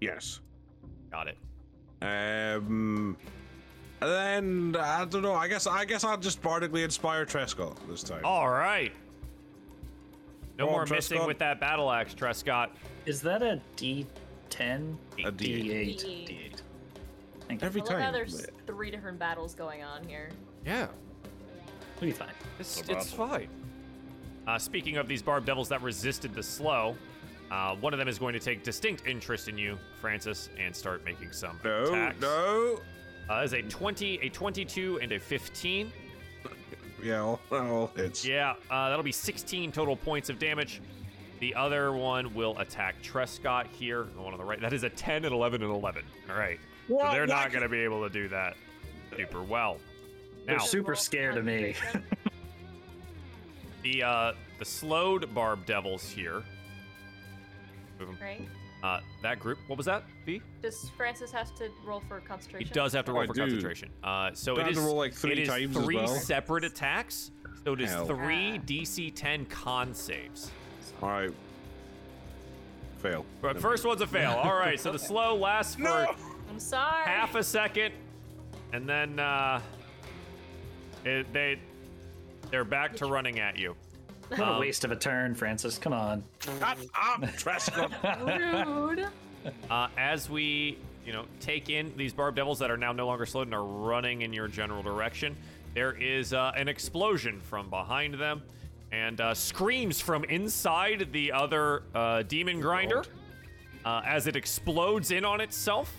S6: Yes.
S3: Got it.
S6: Um. And then I don't know. I guess I guess I'll just bardically inspire Treskull this time.
S3: All right. No
S6: Go on,
S3: more missing
S6: Trescott.
S3: with that battle axe, Trescott.
S5: Is that a D10?
S6: a
S5: D8.
S6: D8.
S4: D8.
S5: D8. Thank you.
S6: Every
S4: I love how
S6: time.
S4: there's three different battles going on here.
S3: Yeah,
S5: We'll be fine.
S3: It's,
S2: No
S3: it's fine. Uh, speaking of these barb devils that resisted the slow, uh, one of them is going to take distinct interest in you, Francis, and start making some
S6: No,
S3: attacks.
S6: no.
S3: Uh, is a 20, a 22, and a 15.
S6: Yeah, all, all hits.
S3: Yeah, uh, that'll be 16 total points of damage. The other one will attack Trescott here, the one on the right. That is a 10 and 11 and 11. All right. so
S6: What?
S3: they're
S6: Why
S3: not
S6: can't-
S3: going to be able to do that super well. Now,
S5: They're super scared of me.
S3: the uh, the slowed barb devils here. Move 'em
S4: right?
S3: Uh, that group. What was that? B.
S4: Does Francis has to roll for
S3: He
S4: concentration?
S3: does have to
S6: Oh,
S3: roll
S6: I
S3: for
S6: do.
S3: concentration. Uh, so it
S6: Do I have
S3: is
S6: to roll, like, three
S3: it is
S6: times as
S3: three
S6: well?
S3: separate attacks. So it is
S6: Hell.
S3: three
S4: Ah.
S3: DC 10 con saves.
S6: All right. Fail.
S3: But first one's a fail. All right. So the slow lasts for
S6: No!
S4: I'm sorry.
S3: half a second, and then uh, it, they they're back to running at you.
S5: What
S3: Um,
S5: a waste of a turn, Francis. Come on.
S6: Shut up, Treskull.
S4: Rude.
S3: Uh, as we, you know, take in these barb devils that are now no longer slowed and are running in your general direction, there is uh, an explosion from behind them, and uh, screams from inside the other uh, demon grinder uh, as it explodes in on itself.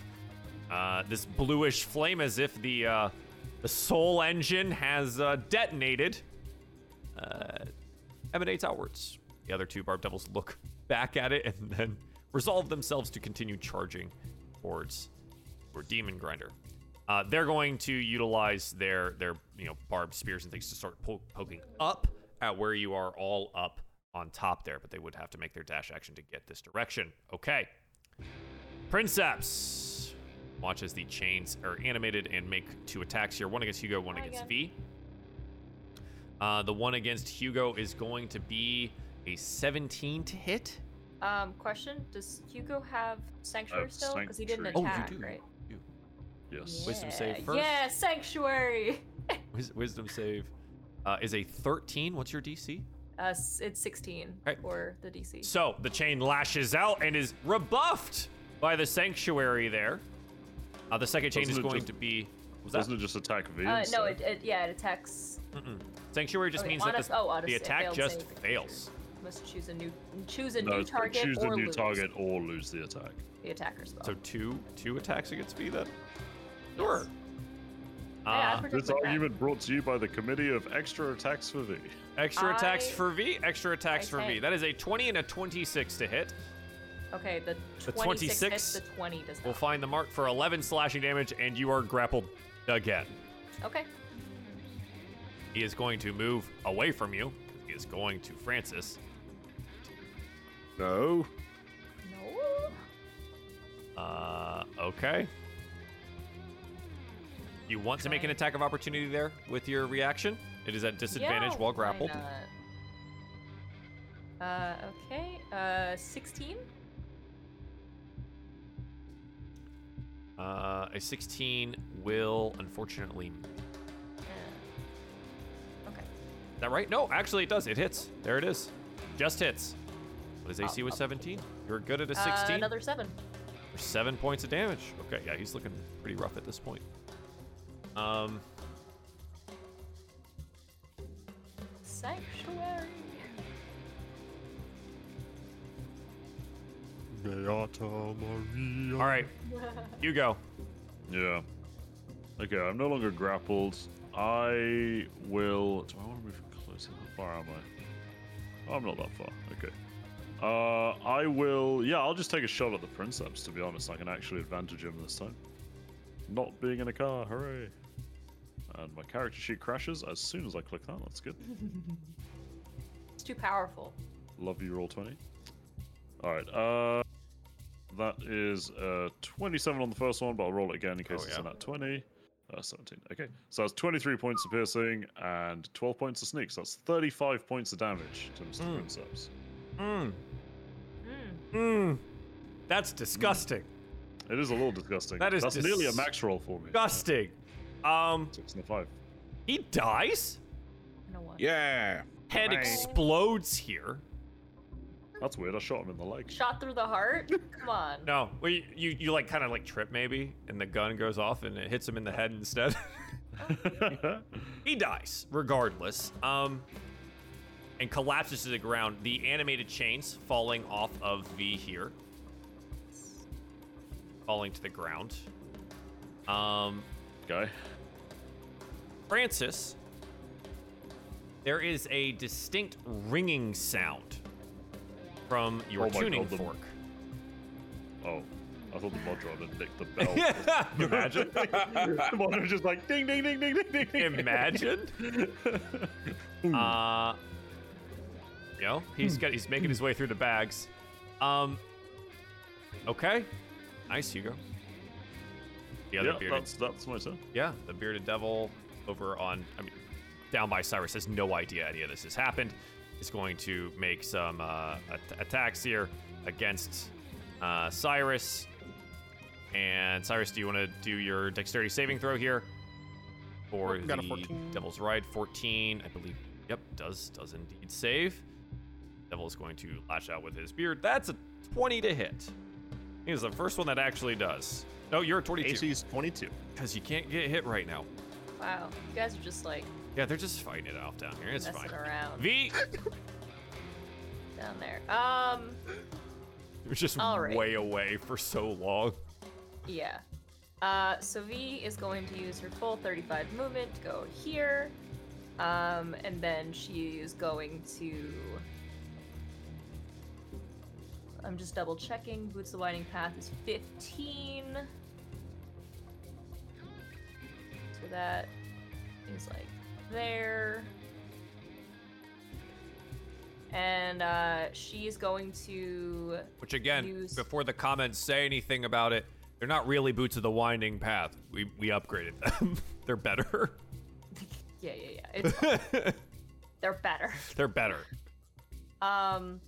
S3: Uh, this bluish flame, as if the uh, the soul engine has uh, detonated, uh, emanates outwards. The other two barb devils look back at it and then resolve themselves to continue charging towards or demon grinder. Uh, they're going to utilize their their you know barbed spears and things to start po- poking up at where you are all up on top there, but they would have to make their dash action to get this direction. Okay, Princeps watches the chains are animated and make two attacks here. One against Hugo, one
S4: Hi
S3: against
S4: again.
S3: V. Uh, the one against Hugo is going to be a 17 to hit.
S4: Um, question: Does Hugo have sanctuary
S2: Uh,
S4: still? Because he didn't
S2: sanctuary.
S3: Oh, you
S4: attack,
S3: do.
S4: right?
S2: Yes.
S3: Wisdom save
S4: Yeah,
S3: first.
S4: Yeah, sanctuary.
S3: Wis- Wisdom save uh, is a 13. What's your DC?
S4: Uh, s- it's 16
S3: Right.
S4: for the DC.
S3: So the chain lashes out and is rebuffed by the sanctuary there. Uh, the second chain
S2: Doesn't
S3: is
S2: it
S3: going
S2: just-
S3: to be. Was that?
S2: Doesn't it just attack V?
S4: uh, no,
S2: instead?
S4: it, it yeah it attacks.
S3: Sanctuary just
S4: okay,
S3: means
S4: on
S3: that
S4: us-
S3: this,
S4: oh, on us,
S3: the
S4: it
S3: attack
S4: failed
S3: just
S4: save.
S3: fails.
S4: Must choose a new choose a
S2: No,
S4: new
S2: it's-
S4: target
S2: choose
S4: or
S2: the new
S4: lose
S2: target or lose the attack.
S4: the attacker spell.
S3: So two two attacks against me then. Sure.
S4: yeah,
S3: Uh,
S4: I forget
S2: This
S4: what that-
S2: argument brought to you by the Committee of Extra Attacks for V.
S3: extra attacks
S4: I-
S3: for V. Extra attacks
S4: I
S3: for V.
S4: take-
S3: That is a 20 and a 26 to hit.
S4: Okay, the
S3: The
S4: 26
S3: 26?
S4: hits, the 20 does not.
S3: We'll find the mark for 11 slashing damage, and you are grappled again.
S4: okay.
S3: He is going to move away from you. He is going to Francis.
S6: no.
S4: No.
S3: Uh, okay. You want to make an
S4: Okay.
S3: attack of opportunity there with your reaction? It is at disadvantage
S4: Yeah,
S3: while
S4: why
S3: grappled.
S4: not? Uh, okay. Uh, 16.
S3: Uh, a 16 will unfortunately.
S4: Uh, okay.
S3: Is that right? No, actually, it does. It hits. There it is. Just hits. But his AC was 17. You're good at a 16.
S4: Uh, another seven.
S3: for seven points of damage. Okay, yeah, he's looking pretty rough at this point. Um,
S4: Sanctuary.
S1: Beata Maria.
S3: all right, you go.
S2: Yeah. Okay, I'm no longer grappled. I will. Do I want to move closer? How far am I? Oh, I'm not that far. Okay. Uh, I will. Yeah, I'll just take a shot at the Princeps, to be honest. I can actually advantage him this time. Not being in a car, hooray. And my character sheet crashes as soon as I click that. That's good.
S4: It's too powerful.
S2: Love you, roll 20. Alright, uh. That is uh, 27 on the first one, but I'll roll it again in case
S3: Oh,
S2: it's
S3: yeah.
S2: in that 20. Uh, 17. Okay. So that's 23 points of piercing and 12 points of sneak. So that's 35 points of damage to
S3: Hmm.
S2: Mr. Princeps.
S3: Mm.
S4: Mm.
S3: Mm. That's disgusting.
S2: It is a little disgusting.
S3: That is
S2: that's nearly a
S3: dis-
S2: max roll for me.
S3: Disgusting. Um,
S2: Six and a five.
S3: he dies.
S4: No one.
S6: Yeah.
S3: Head
S5: Right.
S3: explodes here.
S2: That's weird. I shot him in the leg.
S4: Shot through the heart? Come on.
S3: No, well, you you, you like kind of like trip maybe, and the gun goes off and it hits him in the head instead. he dies regardless. Um, and collapses to the ground. The animated chains falling off of V here, falling to the ground. Um,
S2: Guy.
S3: Francis, there is a distinct ringing sound from your
S2: Oh my
S3: tuning
S2: God, the-
S3: fork.
S2: Oh. I thought the modron had nicked the bell.
S3: Imagine.
S2: the modron was just like ding, ding, ding, ding, ding, ding, ding.
S3: Imagine. uh, you know, he's got he's making his way through the bags. Um. Okay. Nice, Hugo. The other
S2: Yeah,
S3: bearded.
S2: that's, that's my turn.
S3: Yeah, the bearded devil over on, I mean, down by Cyrus has no idea any of this has happened. Is going to make some uh, at- attacks here against uh, Cyrus. And Cyrus, do you want to do your dexterity saving throw here? For
S1: Yep,
S3: the
S1: got a 14.
S3: Devil's Ride, 14, I believe. Yep, does does indeed save. Devil is going to lash out with his beard. That's a 20 to hit. He's the first one that actually does. No, you're a 22.
S1: AC is 22.
S3: Because you can't get hit right now.
S4: Wow. You guys are just like
S3: Yeah, they're just fighting it off down here. It's
S4: messing
S3: fine.
S4: around
S3: V
S4: down there. Um,
S3: it was just
S4: All right.
S3: way away for so long.
S4: yeah. Uh, so V is going to use her full 35 movement to go here. Um, and then she is going to. I'm just double checking. Boots the Winding Path is 15. So that is like there. And uh, she is going to
S3: Which again,
S4: Use-
S3: before the comments say anything about it, they're not really boots of the winding path. We we upgraded them. they're better.
S4: Yeah, yeah, yeah. It's fine. They're better.
S3: They're better.
S4: Um,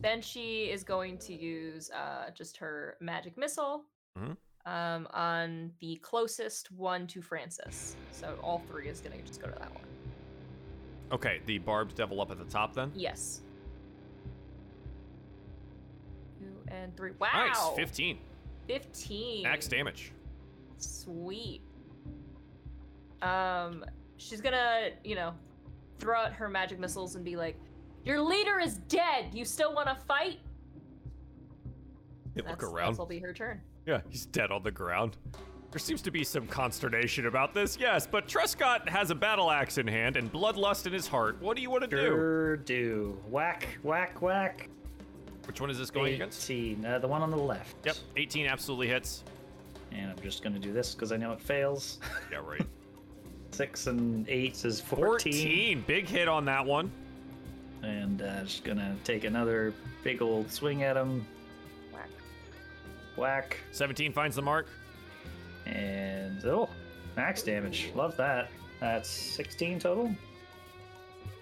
S4: then she is going to use uh, just her magic missile
S3: Mhm.
S4: um, on the closest one to Francis. So all three is going to just go to that one.
S3: Okay, the barbed devil up at the top then.
S4: Yes. Two and three. Wow.
S3: Nice, 15
S4: 15.
S3: max damage.
S4: Sweet. Um, she's gonna, you know, throw out her magic missiles and be like, "Your leader is dead. You still want to fight?"
S3: They look around.
S4: That'll be her turn.
S3: Yeah, he's dead on the ground. There seems to be some consternation about this, yes, but Trescott has a battle axe in hand and bloodlust in his heart. What do you want to do?
S5: Sure do. Whack, whack, whack.
S3: Which one is this going against?
S5: 18. Uh, the one on the left.
S3: Yep, 18 absolutely hits.
S5: And I'm just going to do this because I know it fails.
S3: Yeah, right.
S5: Six and eight is 14.
S3: 14. Big hit on that one.
S5: And uh, just going to take another big old swing at him.
S4: Whack.
S5: Whack.
S3: 17 finds the mark.
S5: And oh, max damage. Love that. That's 16 total.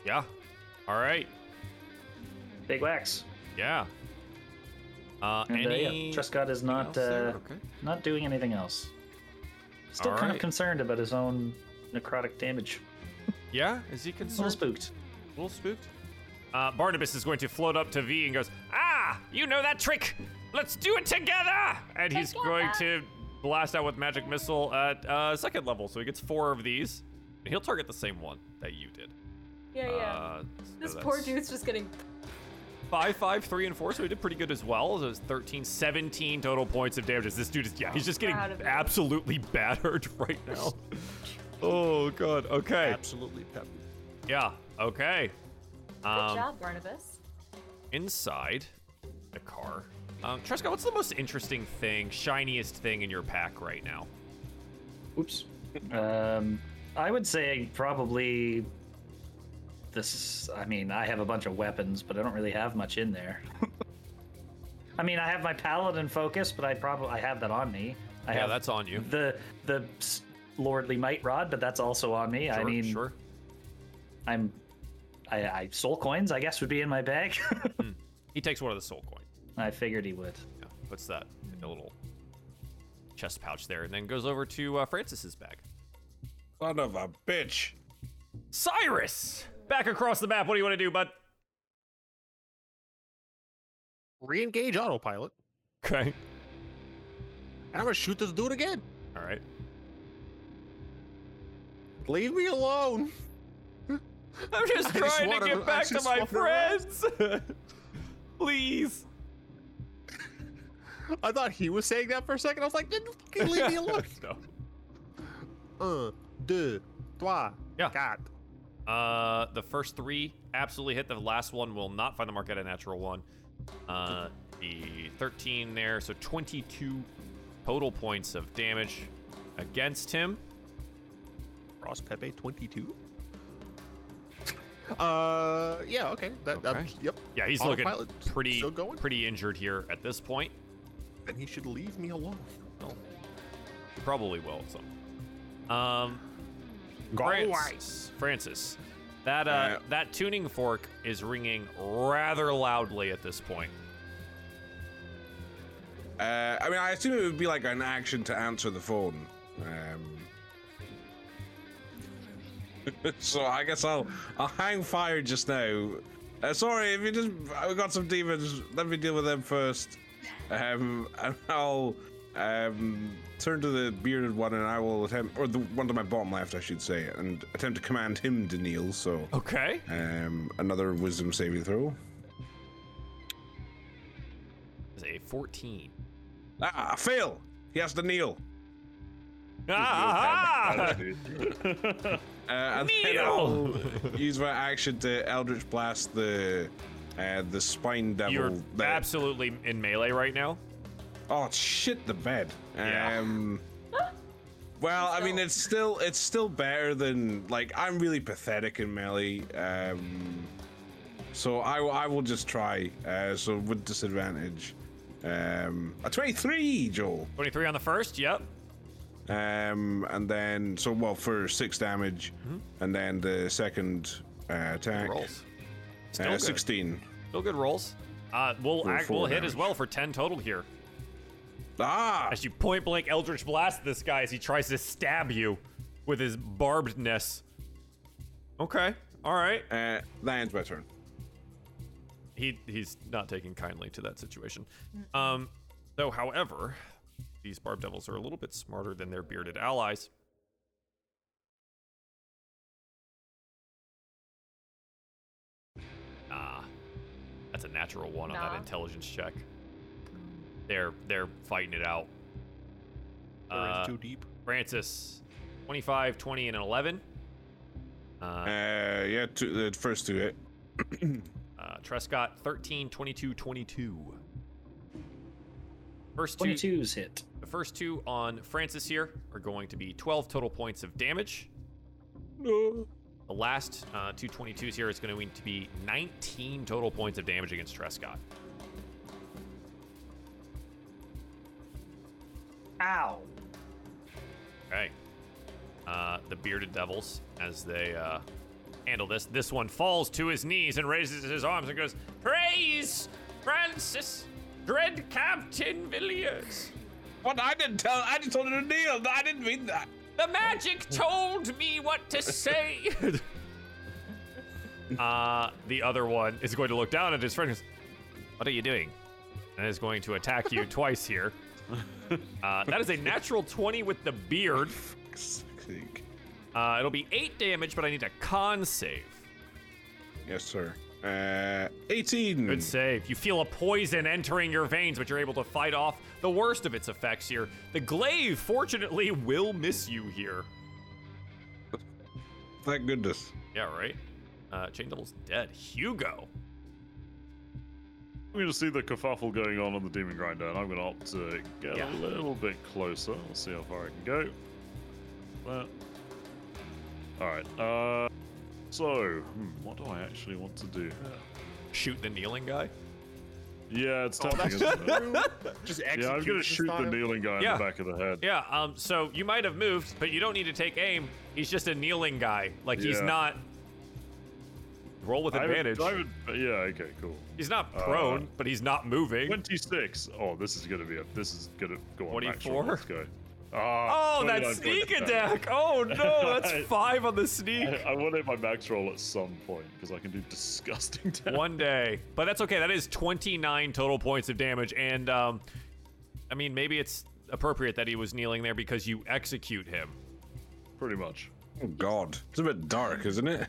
S3: Yeah. All right.
S5: Big whacks.
S3: Yeah. Uh,
S5: And uh,
S3: any.
S5: yeah, Trescott is not
S3: else there?
S5: uh,
S3: Okay.
S5: not doing anything else. Still
S3: All
S5: kind
S3: right.
S5: of concerned about his own necrotic damage.
S3: yeah, is he
S5: A little
S3: concerned?
S5: spooked.
S3: A little spooked. Uh, Barnabas is going to float up to V and goes, Ah, you know that trick. Let's do it together. And he's going to blast out with magic missile at uh, second level. So he gets four of these. And he'll target the same one that you did.
S4: Yeah, yeah.
S3: Uh, so
S4: this poor
S3: that's-
S4: dude's just getting.
S3: Five, five, three, and four, so he did pretty good as well. So it was 13, 17 total points of damage. This dude is, yeah, he's just getting
S4: Proud of you.
S3: absolutely battered right now. oh, God. Okay.
S1: Absolutely pep.
S3: Yeah. Okay.
S4: Good
S3: Um,
S4: job, Barnabas.
S3: Inside the car. Um, Tresca, what's the most interesting thing, shiniest thing in your pack right now?
S5: Oops. Um, I would say probably this. I mean, I have a bunch of weapons, but I don't really have much in there. I mean, I have my paladin focus, but I probably I have that on me. I
S3: yeah,
S5: have
S3: that's on you.
S5: the the s- lordly might rod, but that's also on me. I
S3: Sure,
S5: mean,
S3: sure.
S5: I'm, I, I soul coins, I guess, would be in my bag.
S3: He takes one of the soul coins.
S5: I figured he would.
S3: Yeah, puts that in the little chest pouch there, and then goes over to uh, Francis's bag.
S6: Son of a bitch.
S3: Cyrus, back across the map. What do you want to do, bud?
S1: Re-engage autopilot,
S3: Okay.
S1: and I'm gonna shoot this dude again.
S3: All right.
S1: Leave me alone.
S3: I'm just
S1: I just
S3: trying
S1: wanna-
S3: to
S1: I
S3: get back to
S1: just
S3: my
S1: wanna relax.
S3: friends. Please.
S1: I thought he was saying that for a second. I was like, "Dude, fucking leave me alone. Uh,
S3: no.
S1: Un, deux, trois,
S3: Yeah.
S1: quatre.
S3: Uh, the first three absolutely hit. The last one will not find the mark at a natural one. Uh, the 13 there, so 22 total points of damage against him.
S1: Ross Pepe 22. Uh, yeah, okay. That,
S3: Okay.
S1: that yep.
S3: Yeah, he's looking
S1: Autopilot's
S3: pretty
S1: still going.
S3: pretty injured here at this point.
S1: Then he should leave me alone.
S3: He probably will. So, um,
S1: Go away.
S3: Francis, Francis, that uh,
S6: Uh,
S3: that tuning fork is ringing rather loudly at this point.
S6: Uh, I mean, I assume it would be like an action to answer the phone. Um, so I guess I'll I'll hang fire just now. Uh, sorry, if you just I've got some demons. Let me deal with them first. Um, and I'll um, turn to the bearded one, and I will attempt, or the one to my bottom left, I should say, and attempt to command him to kneel. So
S3: Okay.
S6: um, another wisdom saving throw.
S3: It's a 14.
S6: Ah, fail. He has to kneel.
S3: Ah,
S6: Uh, and then
S3: Kneel!
S6: I'll use my action to Eldritch Blast the uh, the spine devil.
S3: You're
S6: there.
S3: absolutely in melee right now.
S6: oh shit, the bed.
S3: Yeah.
S6: Um, well, I mean,
S4: Still.
S6: it's still it's still better than like I'm really pathetic in melee. Um, so I will- I will just try. Uh, so with disadvantage, um, a twenty-three, Joel.
S3: 23 on the first. Yep.
S6: Um, and then so well for six damage,
S3: Mm-hmm.
S6: and then the second uh, attack.
S3: Rolls. Still
S6: Uh,
S3: good.
S6: 16.
S3: Still good rolls. Uh, we'll
S6: For
S3: act,
S6: four
S3: we'll hit as
S6: damage.
S3: well for 10 total here.
S6: Ah!
S3: As you point blank Eldritch blast this guy as he tries to stab you with his barbedness. Okay. All right.
S6: Uh, that ends my turn.
S3: he he's not taking kindly to that situation. Um, though, however, these barb devils are a little bit smarter than their bearded allies. Nah, Ah, that's a natural one on that
S4: Nah.
S3: intelligence check. They're they're fighting it out.
S1: They're in
S3: Uh,
S1: too deep.
S3: Francis, 25, 20, and an 11. Uh,
S6: Uh, yeah, two, the first two hit.
S3: Uh, Trescott 13, 22, 22. First two,
S5: 22's hit.
S3: the first two on Francis here are going to be 12 total points of damage. The last uh, two 22s here is going to need to be 19 total points of damage against Trescott.
S5: Ow.
S3: Okay. Uh, the bearded devils, as they uh, handle this, this one falls to his knees and raises his arms and goes, "Praise Francis, dread Captain Villiers."
S6: What? I didn't tell. I just told her to kneel. I didn't mean that.
S3: The magic told me what to say. uh, the other one is going to look down at his friend. and goes, What are you doing? And is going to attack you twice here. Uh, that is a natural 20 with the beard. Uh, it'll be 8 damage, but I need a con save.
S6: Yes, sir. Uh, 18.
S3: Good save. You feel a poison entering your veins, but you're able to fight off the worst of its effects here. The glaive, fortunately, will miss you here.
S6: Thank goodness.
S3: Yeah, right? Uh, Chain Double's dead. Hugo.
S2: I'm going to see the kerfuffle going on on the demon grinder, and I'm going to opt to get
S3: Yeah.
S2: a little bit closer. Let's see how far I can go. Well, all right. Uh, so, hmm, what do I actually want to do? here?
S3: shoot the kneeling guy?
S2: Yeah,
S3: Oh,
S2: it's tempting,
S1: Oh, that's
S2: isn't it?
S1: Just
S2: Yeah, I'm gonna
S1: execution
S2: shoot the
S1: style.
S2: kneeling guy
S3: Yeah.
S2: in the back of the head.
S3: Yeah, um, so you might have moved, but you don't need to take aim. He's just a kneeling guy. Like, he's
S2: Yeah.
S3: not. Roll with
S2: I Uh,
S3: advantage.
S2: would, I would, yeah, okay, cool.
S3: He's not prone, but he's not moving.
S2: 26. Oh, this is gonna be a. This is gonna go on.
S3: 24?
S2: Natural. Let's go.
S3: Oh,
S2: Ah, 29
S3: that
S2: points
S3: sneak
S2: of
S3: attack! Oh no, that's five on the sneak.
S2: damage. I, I want to hit my max roll at some point because I can do disgusting damage.
S3: One day, but that's okay. That is 29 total points of damage, and um, I mean, maybe it's appropriate that he was kneeling there because you execute him.
S2: Pretty much.
S6: Oh God, it's a bit dark, isn't it?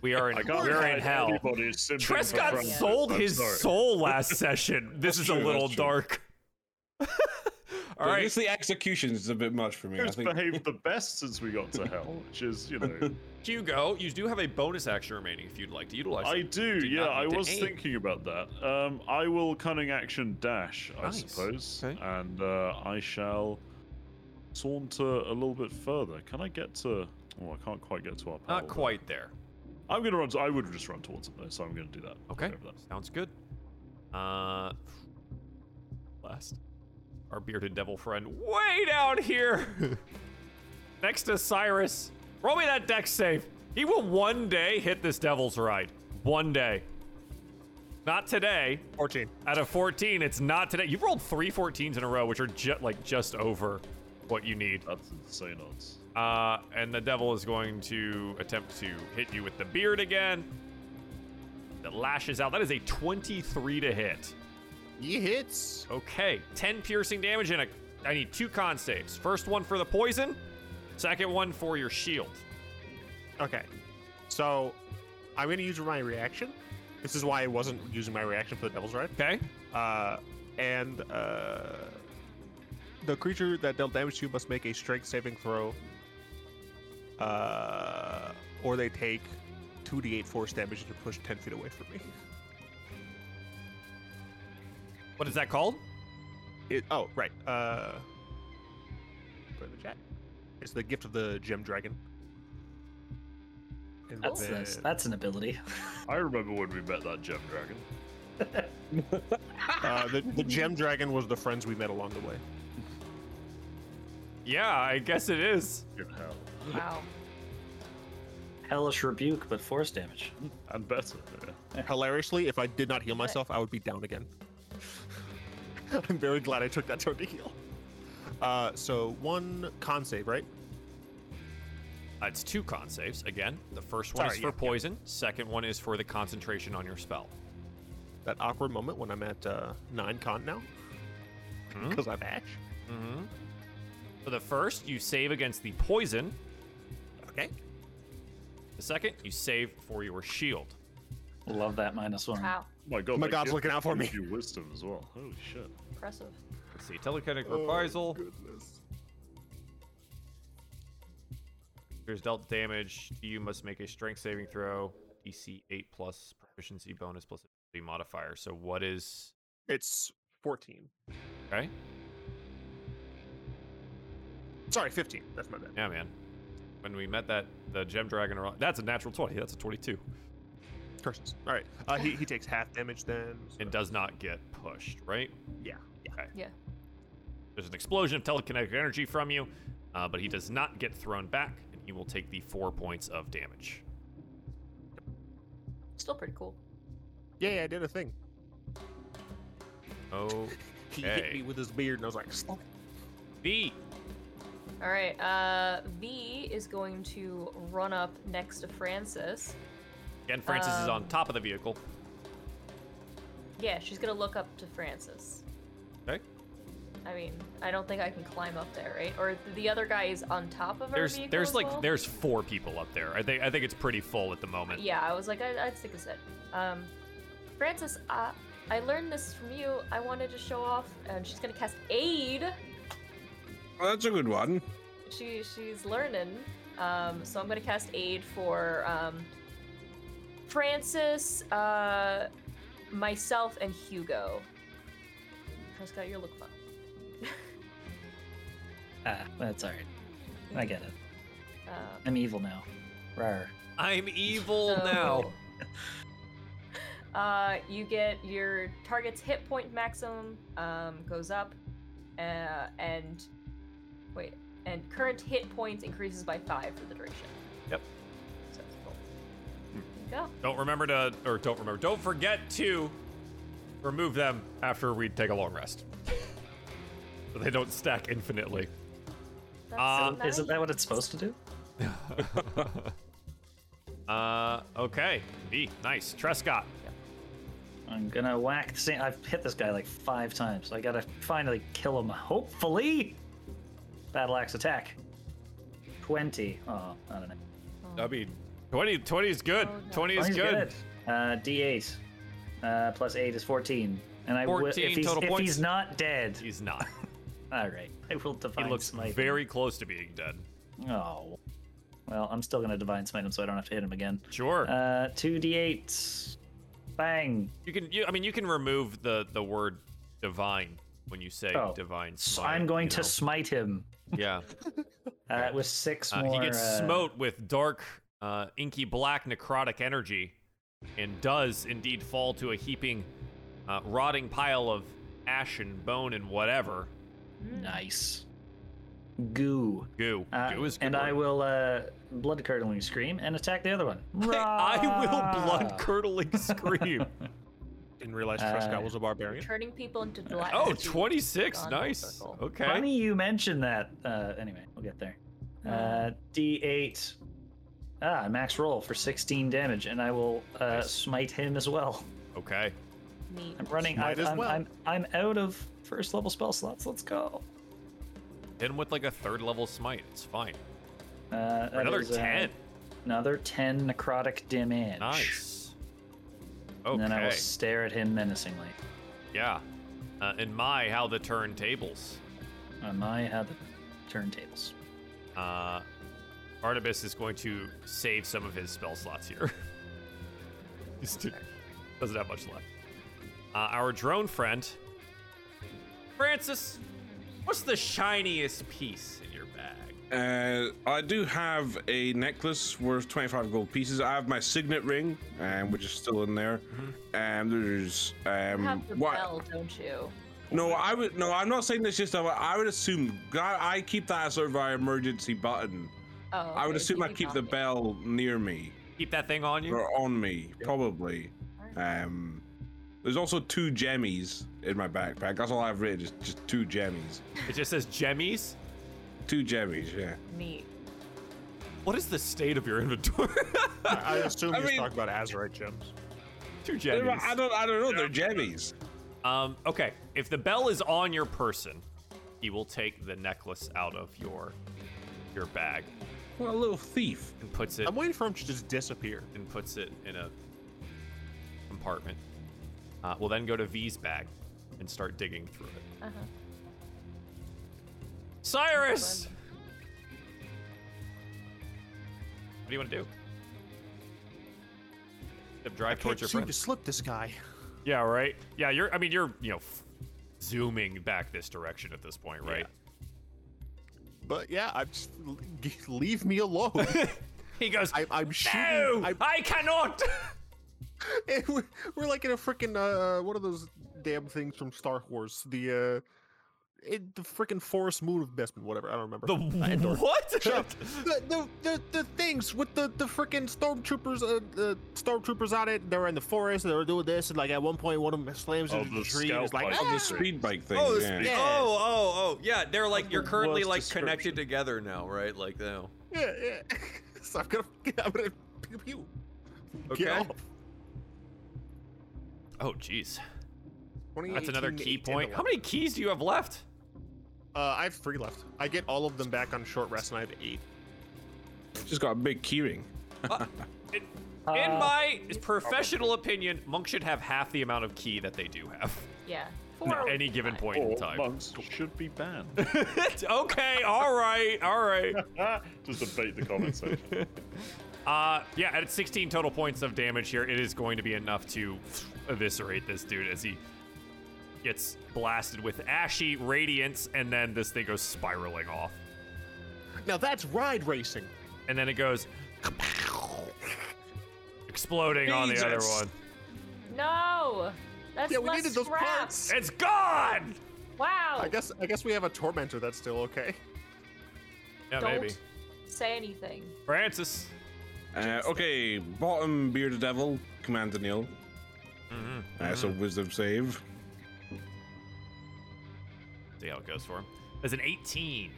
S3: We are in,
S2: I can't
S3: we're in
S2: find
S3: hell.
S2: anybody who's simping for
S3: Trescott
S2: Francis.
S3: sold
S2: I'm
S3: his
S2: sorry.
S3: soul last session. This is a
S6: true,
S3: little
S6: that's true.
S3: dark. All
S6: But
S3: right.
S6: Just the executions is a bit much for me. I
S2: Who's
S6: think.
S2: behaved the best since we got to hell? Which is, you know,
S3: Hugo, you do have a bonus action remaining if you'd like to utilize
S2: I
S3: it.
S2: do.
S3: Did
S2: Yeah,
S3: not
S2: I
S3: need to
S2: was
S3: aim.
S2: thinking about that. Um, I will cunning action dash, I
S3: Nice.
S2: suppose,
S3: Okay.
S2: and uh, I shall saunter a little bit further. Can I get to? Oh, I can't quite get to our.
S3: Not
S2: paddle.
S3: quite there.
S2: I'm gonna run. To, I would just run towards it though, so I'm gonna do that.
S3: Okay.
S2: Over that.
S3: Sounds good. Uh last. Our bearded devil friend way down here. Next to Cyrus. Roll me that deck save. He will one day hit this devil's ride. One day. Not today.
S1: 14.
S3: Out of 14, it's not today. You've rolled three 14s in a row, which are ju- like just over what you need.
S2: That's insane odds.
S3: Uh, and the devil is going to attempt to hit you with the beard again. That lashes out. That is a 23 to hit.
S1: He hits.
S3: Okay, 10 piercing damage and a. I need two con saves. First one for the poison, second one for your shield.
S1: Okay. So I'm going to use my reaction. This is why I wasn't using my reaction for the Devil's Ride.
S3: Okay.
S1: Uh, and uh, the creature that dealt damage to you must make a strength saving throw, uh, or they take 2d8 force damage and you're pushed 10 feet away from me.
S3: What is that called?
S1: It, oh, right. Uh, put it in the chat. It's the gift of the gem dragon. And
S5: That's
S1: then-
S5: that's, that's an ability.
S2: I remember when we met that gem dragon.
S1: uh, the, the gem dragon was the friends we met along the way.
S3: Yeah, I guess it is.
S2: Good hell.
S4: Wow.
S5: Hellish rebuke, but force damage.
S2: And better. Yeah.
S1: Hilariously, if I did not heal myself, I would be down again. I'm very glad I took that turn to heal. Uh, so one con save, right?
S3: Uh, it's two con saves. Again, the first one
S1: Sorry,
S3: is for
S1: yeah, yeah.
S3: poison, second one is for the concentration on your spell.
S1: That awkward moment when I'm at uh, nine con now because I've ash.
S3: For the first, you save against the poison.
S1: Okay.
S3: The second, you save for your shield.
S5: Love that minus one.
S4: Wow.
S2: My god.
S1: My
S2: that
S1: god's
S2: gift
S1: looking out for
S2: gives
S1: me.
S2: You wisdom as well. Holy shit.
S4: Impressive.
S3: Let's see, telekinetic reprisal. Creatures dealt damage to you must make a strength saving throw, DC 8 plus proficiency bonus plus ability modifier. So what is
S1: It's 14.
S3: okay?
S1: Sorry, 15. That's my bad.
S3: Yeah, man. When we met that the gem dragon, or- that's a natural 20. That's a 22.
S1: Curses. All right. Uh, he, he takes half damage then. so-
S3: And does not get pushed, right?
S1: yeah. yeah.
S4: Yeah.
S3: There's an explosion of telekinetic energy from you, uh, but he does not get thrown back, and he will take the four points of damage.
S4: Still pretty cool.
S1: Yeah, yeah, I did a thing.
S3: Oh,
S1: He
S3: Okay.
S1: hit me with his beard, and I was like, "Stop it."
S3: B.
S4: All right. Uh, V is going to run up next to Francis.
S3: Again, Francis is on
S4: Um,
S3: top of the vehicle.
S4: Yeah, she's gonna look up to Francis.
S3: Okay.
S4: I mean, I don't think I can climb up there, right? Or the other guy is on top of her
S3: There's
S4: vehicle
S3: there's
S4: as
S3: like
S4: well?
S3: there's four people up there. I think I think it's pretty full at the moment.
S4: Yeah, I was like, I, I'd stick his head. Um, Francis, uh, I learned this from you. I wanted to show off, and she's gonna cast aid.
S6: Well, that's a good one.
S4: She she's learning. Um, so I'm gonna cast aid for um, Francis, uh, myself, and Hugo. Prescott, you look fun.
S5: Ah, that's all right. I get it.
S4: Um,
S5: I'm evil now. Rar.
S3: I'm evil
S4: So-
S3: now.
S4: Uh, you get your target's hit point maximum um, goes up, uh, and wait, and current hit points increases by five for the duration.
S3: Yep.
S4: So cool. There you go.
S3: Don't remember to, or don't remember, don't forget to remove them after we take a long rest. so they don't stack infinitely.
S4: That's
S3: Uh,
S4: so nice.
S5: Um, Isn't that what it's supposed to do?
S3: Uh, okay. B, nice. Trescott.
S5: I'm gonna whack the same. I've hit this guy like five times. I gotta finally kill him. Hopefully, battle axe attack. Twenty. Oh, I don't know.
S3: I mean, 20, 20 is good.
S4: Oh, no.
S3: 20 is
S5: 20's
S3: good.
S5: Uh, D8 uh, plus eight is fourteen. And I will, if
S3: 14
S5: he's,
S3: total
S5: if
S3: points.
S5: he's not dead,
S3: He's not.
S5: all right. I will divine
S3: He looks
S5: smite. him.
S3: very close to being dead.
S5: Oh. Well, I'm still gonna divine smite him, so I don't have to hit him again.
S3: Sure.
S5: Uh, two d8s. Bang.
S3: you can. You, I mean, you can remove the the word divine when you say
S5: Oh.
S3: divine.
S5: So
S3: smite,
S5: I'm going
S3: you
S5: to
S3: know?
S5: smite him
S3: yeah.
S5: uh, with six
S3: Uh,
S5: more.
S3: he gets
S5: uh,
S3: smote with dark, uh, inky black necrotic energy, and does indeed fall to a heaping, uh, rotting pile of ash and bone and whatever
S4: Hmm.
S5: Nice. Goo.
S3: goo.
S5: Uh,
S3: goo is good
S5: and I
S3: word.
S5: will uh, blood curdling scream and attack the other one.
S3: I will
S5: Rah!
S3: blood curdling scream.
S1: Didn't realize
S5: Uh,
S1: Trescott was a barbarian.
S4: Turning people into black.
S3: oh, 26.
S4: Gone
S3: Nice.
S4: circle.
S3: Okay.
S5: Funny you mentioned that. Uh, anyway, we'll get there. Uh, D8. Ah, max roll for 16 damage, and I will uh, smite him as well.
S3: Okay.
S4: Neat.
S5: I'm running.
S1: Smite
S5: I,
S1: as
S5: I'm,
S1: well.
S5: I'm, I'm out of first level spell slots. Let's go.
S3: Hit him with like a third level smite. It's fine.
S5: Uh, that
S3: Another
S5: is, uh,
S3: 10.
S5: another 10 necrotic damage.
S3: Nice.
S5: And then I will
S3: Okay.
S5: stare at him menacingly.
S3: Yeah. Uh, and my, how the turntables.
S5: Um, I have turntables.
S3: Uh, Artemis is going to save some of his spell slots here. He's too, doesn't have much left. Uh, our drone friend, Francis, what's the shiniest piece in your bag?
S6: Uh, I do have a necklace worth 25 gold pieces. I have my signet ring, um, which is still in there.
S3: Mm-hmm.
S6: And there's
S4: You
S6: um,
S4: have the
S6: what?
S4: bell, don't you?
S6: No, I would. No, I'm not saying this just. I would assume. I, I keep that as sort of our emergency button.
S4: Oh,
S6: I
S4: okay,
S6: would
S4: so
S6: assume
S4: you
S6: I
S4: can
S6: keep the
S4: knock it.
S6: bell near me
S3: Keep that thing on you.
S6: or on me, probably. Um, there's also two gemmies in my backpack. That's all I've written. Is just two gemmies.
S3: It just says gemmies.
S6: Two gemmies. Yeah.
S4: Neat.
S3: What is the state of your inventory?
S1: I, I assume
S6: I
S1: he's
S6: mean-
S1: talking about Azurite gems.
S3: Two
S6: They're- I
S3: gemmies.
S6: don't. I don't know. They're gemmies.
S3: Um, okay, if the bell is on your person, he will take the necklace out of your your bag
S6: What a little thief.
S3: and puts it
S1: I'm waiting for him to just disappear.
S3: and puts it in a compartment. Uh, we'll then go to V's bag and start digging through it.
S4: Uh-huh.
S3: Cyrus, what do you want to do? Except Drive towards your friend.
S1: slip this guy.
S3: Yeah, right. Yeah, you're. I mean, you're. You know, f- zooming back this direction at this point, right?
S1: But yeah, I'm just, leave me alone.
S3: He goes.
S1: I, I'm shooting.
S3: no, I,
S1: I'm,
S3: cannot.
S1: we're, we're like in a freaking uh, one of those damn things from Star Wars. The uh, it, the freaking forest moon of Bespin, whatever. I don't remember.
S3: the
S1: Uh, Endor.
S3: what?
S1: Shut up. the, the, the, the things with the, the freaking stormtroopers, uh, uh, stormtroopers on it. They were in the forest. and They were doing this, and like at one point, one of them slams
S2: Oh,
S1: into the
S2: the
S1: tree. And
S2: scout
S1: was like,
S2: bike.
S1: "Ah!"
S2: Oh,
S6: The speed bike thing.
S7: Oh,
S6: yeah.
S7: it's-
S1: Yeah.
S7: oh, oh, oh, yeah. They're like you're
S2: the
S7: currently
S2: worst
S7: like connected
S2: description.
S7: together now, right? Like now.
S1: yeah, yeah. so I'm gonna, I'm gonna pew pew.
S7: Okay.
S1: Get off.
S3: Oh, jeez. That's another
S1: 2018,
S3: key
S1: eight, ten to
S3: point.
S1: one.
S3: How many keys do you have left?
S1: Uh, I have three left. I get all of them back on short rest, and I have eight.
S6: Just got a big keyring.
S3: In
S5: Uh,
S3: my professional opinion, monks should have half the amount of key that they do have
S4: Yeah.
S3: at
S4: Four
S3: any given
S4: would be
S3: point in
S2: Or
S3: time.
S2: monks should be banned. Ah,
S3: okay, all right, all right.
S2: Just debate the comment section.
S3: Uh, yeah, at 16 total points of damage here, it is going to be enough to eviscerate this dude as he gets blasted with ashy radiance, and then this thing goes spiraling off.
S1: Now that's ride racing.
S3: And then it goes exploding on the other
S6: Jesus.
S3: one.
S4: fine. No! That's
S1: Yeah, we
S4: less
S1: needed those
S4: scrap.
S1: parts.
S3: It's gone.
S4: Wow.
S1: I guess I guess we have a tormentor that's still okay.
S3: Yeah,
S4: Don't
S3: maybe.
S4: say anything.
S3: Francis.
S6: Uh, okay, bottom bearded devil, Commander Neil. That's a wisdom save.
S3: See how it goes for him. That's an 18.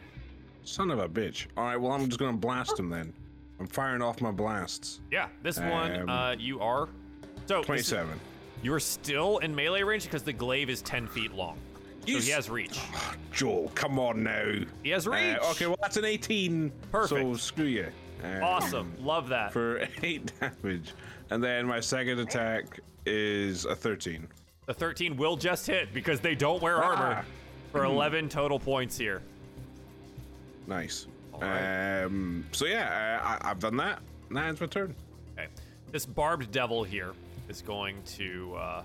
S6: Son of a bitch. All right, well I'm just gonna blast him then. I'm firing off my blasts.
S3: Yeah, this one
S6: Um,
S3: uh, you are. So this is-
S6: Twenty-seven.
S3: you're still in melee range because the glaive is 10 feet long. So
S6: You
S3: he
S6: s-
S3: has reach.
S6: Oh, Joel, come on now.
S3: He has
S6: Uh,
S3: reach.
S6: okay, well that's an eighteen. So
S3: Perfect.
S6: screw you. Um,
S3: Awesome. Love that.
S6: For eight damage, and then my second attack is a thirteen.
S3: The 13 will just hit because they don't wear
S6: Ah.
S3: armor for
S6: Hmm.
S3: 11 total points here.
S6: Nice.
S3: right.
S6: Um. So yeah, I, I, I've done that. Now it's my turn.
S3: Okay. This barbed devil here is going to, uh,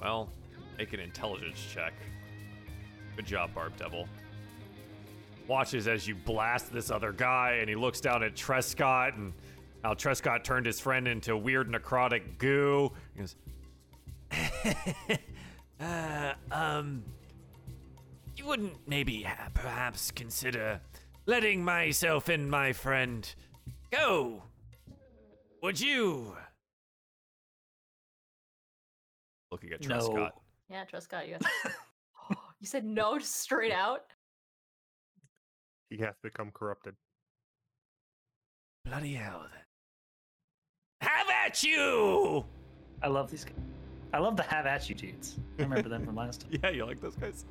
S3: well, make an intelligence check. Good job, barbed devil. Watches as you blast this other guy, and he looks down at Trescott and how Trescott turned his friend into weird necrotic goo. He goes, uh, um, you wouldn't maybe ha- perhaps consider letting myself and my friend go would you? Looking at
S5: No.
S3: Trescott.
S4: Yeah, trust God. You, got- you said no just straight out?
S1: He has become corrupted.
S3: Bloody hell then. Have at you!
S5: I love these. guys. I love the have at you dudes. I remember them from last time.
S3: Yeah, you like those guys?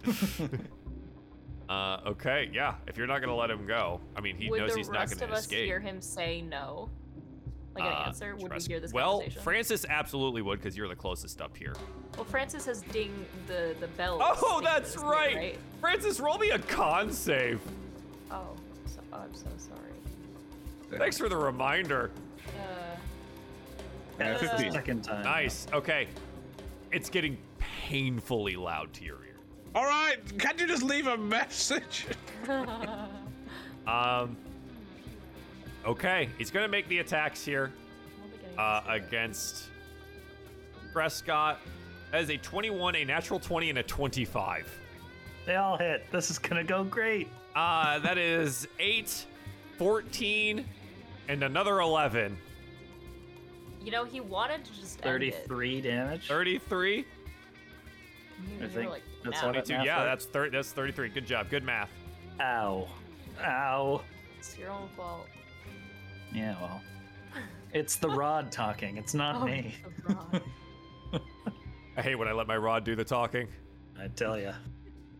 S3: uh, okay, yeah. If you're not gonna let him go, I mean, he
S4: Would
S3: knows
S4: the
S3: he's not
S4: rest
S3: gonna
S4: of us
S3: escape.
S4: hear him say no? Like an
S3: Uh,
S4: answer? Would
S3: Tresc-
S4: we hear this
S3: well,
S4: conversation?
S3: Francis absolutely would because you're the closest up here.
S4: well, Francis has dinged the, the bell.
S3: Oh,
S4: stinger,
S3: that's
S4: isn't it,
S3: right. Francis, roll me a con save.
S4: Oh, so, oh, I'm so sorry.
S3: Thanks for the reminder.
S4: Uh,
S6: Uh,
S5: Yeah, this is the
S6: Fifteen.
S5: Second time.
S3: Nice. Okay, it's getting painfully loud to your ear.
S6: All right, can't you just leave a message?
S3: Um. Okay, he's gonna make the attacks here
S4: I don't think anyone
S3: uh,
S4: said it.
S3: against Prescott. That is a 21, a natural 20, and a 25.
S5: They all hit. This is gonna go great.
S3: Uh, that is 8, 14, and another 11.
S4: You know, he wanted to just end it.
S5: Thirty-three damage.
S3: 33,
S4: You-
S5: I
S4: you were
S5: think
S4: like,
S5: that's
S4: nah,
S5: how it-
S3: 22.
S5: math
S3: Yeah,
S5: right?
S3: that's thir- that's 33. Good job. Good math.
S5: Ow. Ow.
S4: it's your own fault.
S5: Yeah. Well, it's the rod talking. It's not
S4: Oh,
S5: me.
S4: it's a rod.
S3: I hate when I let my rod do the talking.
S5: I tell ya.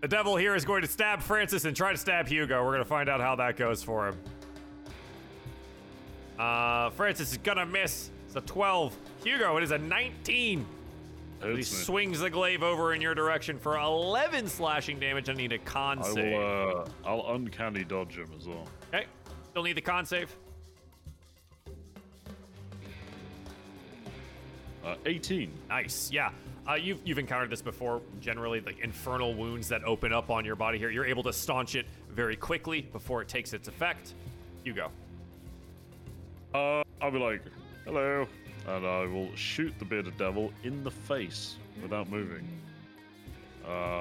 S3: The devil here is going to stab Francis and try to stab Hugo. We're going to find out how that goes for him. Uh, Francis is going to miss. It's a 12. Hugo, it is a 19. He
S2: Hits me.
S3: swings the glaive over in your direction for 11 slashing damage. I need a con
S2: I
S3: save.
S2: will. Uh, I'll uncanny dodge him as well.
S3: Okay. Still need the con save.
S2: Uh, 18.
S3: Nice. Yeah. Uh, you've, you've encountered this before. Generally, like infernal wounds that open up on your body here. You're able to staunch it very quickly before it takes its effect. Hugo.
S2: Uh, I'll be like, hello, and I will shoot the bearded devil in the face without moving. Uh,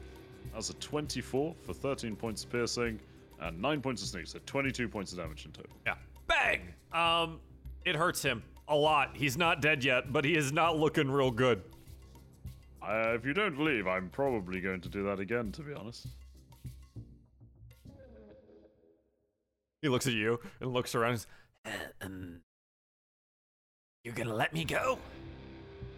S2: that's a 24 for 13 points of piercing and 9 points of sneak, so 22 points of damage in total.
S3: Yeah. Bang! Um, it hurts him a lot. He's not dead yet, but he is not looking real good.
S2: Uh, if you don't leave, I'm probably going to do that again, to be honest.
S3: He looks at you and looks around. and "Uh, um,
S8: You're gonna let me go?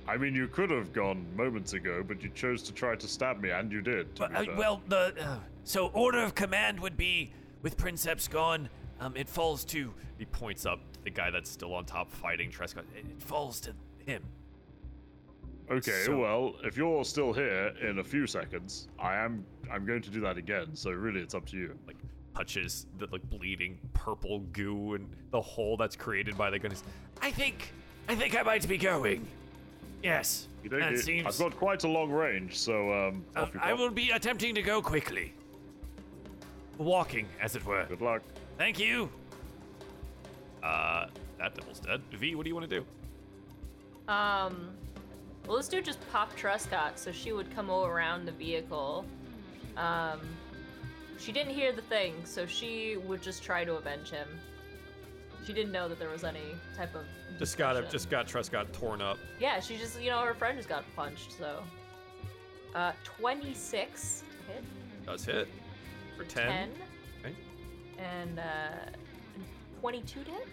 S2: I mean, you could have gone moments ago, but you chose to try to stab me, and you did. to
S8: But,
S2: be
S8: uh,
S2: fair.
S8: well, the uh, so order of command would be with Princeps gone, um, it falls to
S3: He points up to the guy that's still on top fighting Trescott.
S8: it it falls to him.
S2: Okay, well, if you're still here in a few seconds, I am. I'm going to do that again. So really, it's up to you.
S3: Like touches the like bleeding purple goo and the hole that's created by the gun. He's,
S8: I think I think I might be going. Yes,
S2: You don't
S8: that
S2: get-
S8: seems.
S2: I've got quite a long range, so um,
S8: uh,
S2: off you
S8: I
S2: pop.
S8: will be attempting to go quickly, walking as it were.
S2: Good luck.
S8: Thank you.
S3: Uh, that devil's dead. V, what do you want to do?
S4: Um, Well, this dude just popped Truscott, so she would come around the vehicle. Um, she didn't hear the thing, so she would just try to avenge him. She didn't know that there was any type of.
S3: Just got
S4: discussion.
S3: just got Trust got torn up.
S4: Yeah, she just you know her friend just got punched, so. Uh, twenty six hit
S3: Does hit for
S4: ten,
S3: ten. Okay.
S4: and uh, twenty two to hit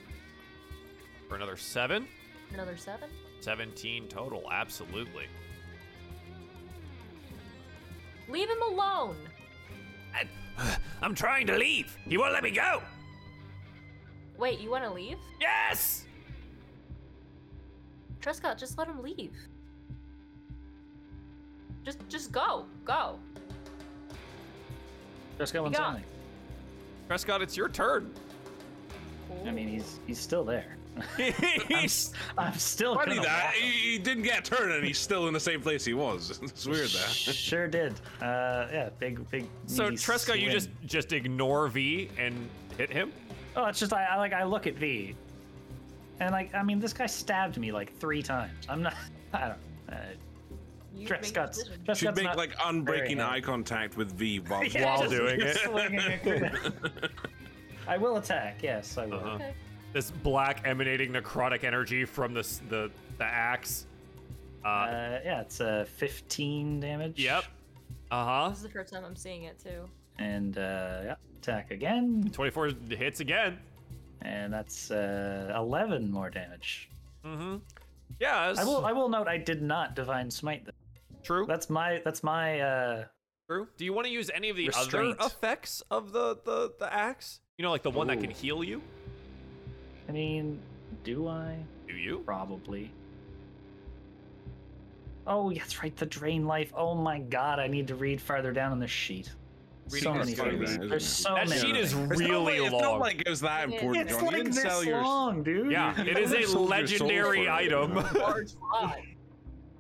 S3: for another seven.
S4: another seven.
S3: 17 total, absolutely.
S4: Leave him alone.
S8: I'm trying to leave. He won't let me go.
S4: Wait, you want to leave?
S8: Yes!
S4: Trescott, just let him leave. Just just go. Go.
S5: Just got one
S4: Yeah.
S5: something.
S3: Prescott, it's your turn.
S5: I mean, he's he's still there.
S3: He's-
S5: I'm still.
S6: Funny
S5: gonna
S6: that
S5: walk him.
S6: he, he didn't get a turn and he's still in the same place he was. It's weird that.
S5: Sure did. Uh, yeah, big big.
S3: so
S5: meaty
S3: Trescott, you
S5: swing.
S3: just just ignore V and hit him.
S5: Oh, it's just I, I like I look at V, and like I mean this guy stabbed me like three times. I'm not. I don't. Uh,
S4: You make the
S5: Trescott's.
S4: decision.
S5: Trescott's
S6: Should make
S5: not,
S6: like unbreaking
S5: nice.
S6: eye contact with V while
S5: Yeah,
S3: while
S5: just-
S3: doing
S5: just
S3: it.
S5: swinging I will attack. Yes, I will.
S4: Okay.
S3: Uh-huh. This black emanating necrotic energy from this the the axe. Uh,
S5: Uh, yeah, it's uh, 15 damage.
S3: yep. Uh huh.
S4: This is the first time I'm seeing it too.
S5: And uh, yeah, attack again,
S3: 24 hits again.
S5: and that's uh, 11 more damage.
S3: Mm-hmm. Yeah, that's
S5: I will. I will note I did not divine smite. This.
S3: true.
S5: That's my. That's my. Uh,
S3: true. Do you want to use any of the
S5: Restraint.
S3: other effects of the the the axe? You know, like the one that can
S5: Ooh.
S3: heal you.
S5: I mean, do I?
S3: Do you?
S5: Probably. Oh, yeah, that's right. The drain life. Oh my god, I need to read farther down on the sheet.
S6: Reading
S5: so
S6: is
S5: many
S6: part of
S5: things.
S6: that, isn't
S5: There's
S6: it?
S5: so
S3: That
S5: many.
S3: sheet is
S5: things.
S6: It's not
S3: really
S6: like-
S3: long.
S6: It's not like it was that
S4: It
S6: important,
S5: It's
S6: John. you
S5: like
S6: didn't sell
S5: this
S6: your.
S5: long, dude.
S3: Yeah, it is a
S6: sold your soul
S3: legendary
S6: for it, you
S3: item.
S6: know?
S4: Large lot.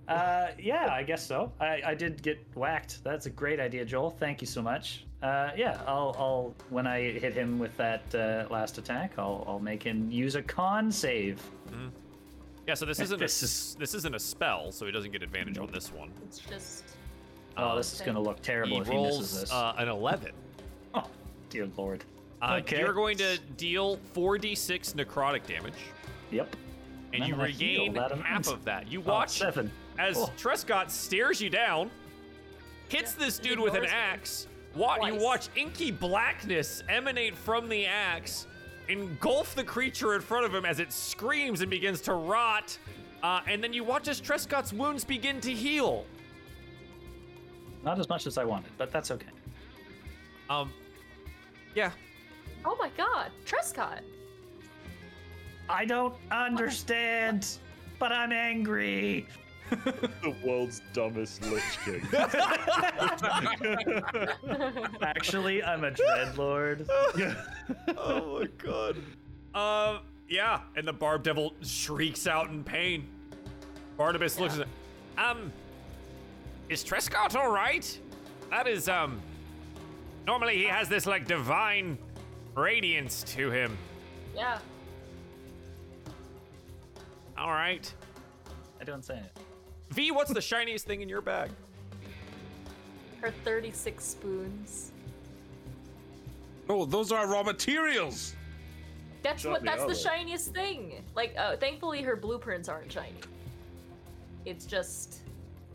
S5: Uh, yeah, I guess so. I, I did get whacked. That's a great idea, Joel. Thank you so much. Uh, yeah, I'll, I'll when I hit him with that uh, last attack, I'll, I'll make him use a con save.
S3: Yeah, so this isn't a,
S5: This
S3: s- this isn't a spell, so he doesn't get advantage on this one.
S4: It's just
S5: Oh, this is gonna look terrible
S3: He
S5: if he misses
S3: rolls
S5: this.
S3: uh, an 11.
S5: oh, dear lord.
S3: Uh,
S5: Okay.
S3: You're going to deal 4d6 necrotic damage,
S5: Yep.
S3: and
S5: I'm
S3: you
S5: gonna heal
S3: regain
S5: that
S3: half
S5: amount.
S3: of that. You
S5: Oh,
S3: watch
S5: seven.
S3: as
S5: Oh.
S3: Trescott stares you down, hits
S4: Yeah,
S3: this
S4: it
S3: dude with an
S4: ignores me
S3: axe. Wa- you
S4: twice.
S3: watch inky blackness emanate from the axe, engulf the creature in front of him as it screams and begins to rot. Uh, and then you watch as Trescott's wounds begin to heal.
S5: Not as much as I wanted, but that's okay.
S3: Um, yeah,
S4: Oh my god, Trescott!
S5: I don't understand, but I'm angry.
S2: The world's dumbest Lich King.
S5: Actually, I'm a dreadlord.
S3: oh my god. Um, yeah, and the barb devil shrieks out in pain. Barnabas looks at Um, is Trescott all right? That is, um, normally he has this, like, divine radiance to him.
S4: Yeah.
S3: All right.
S5: I don't say it.
S3: V, what's the shiniest thing in your bag?
S4: Her 36 spoons.
S6: Oh, those are raw materials.
S4: That's
S2: Shut
S4: what
S2: me
S4: that's the
S2: up.
S4: shiniest thing. Like uh, thankfully her blueprints aren't shiny. It's just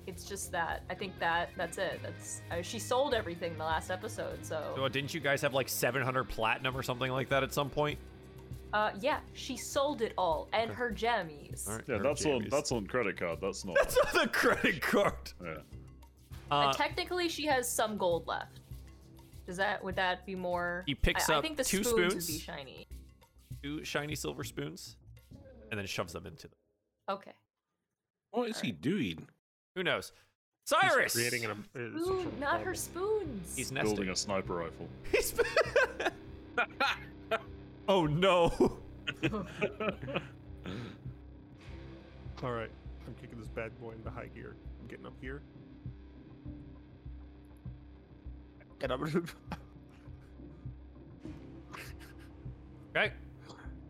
S4: it's just that. I think that that's it. That's uh, she sold everything the last episode, so
S3: Oh, didn't you guys have, like, 700 platinum or something like that at some point?
S4: uh yeah, she sold it all and her jammies.
S2: yeah, that's on that's on credit card. That's not.
S3: on the credit card.
S2: yeah.
S3: Uh,
S4: And technically she has some gold left. Does that would that be more
S3: He picks
S4: I,
S3: up
S4: I think the
S3: two
S4: spoons, would be
S3: spoons.
S4: shiny.
S3: Two shiny silver spoons, and then shoves them into the
S4: Okay.
S6: What is he doing?
S3: Who knows?
S1: He's
S3: Cyrus.
S1: creating an. uh, some sort
S4: Ooh,
S1: of
S4: not
S1: bubble.
S4: her spoons.
S3: He's
S2: Building
S3: nesting.
S2: a sniper rifle.
S3: He's... oh no.
S1: All right, I'm kicking this bad boy into high gear. I'm getting up here, and I'm gonna.
S3: Okay.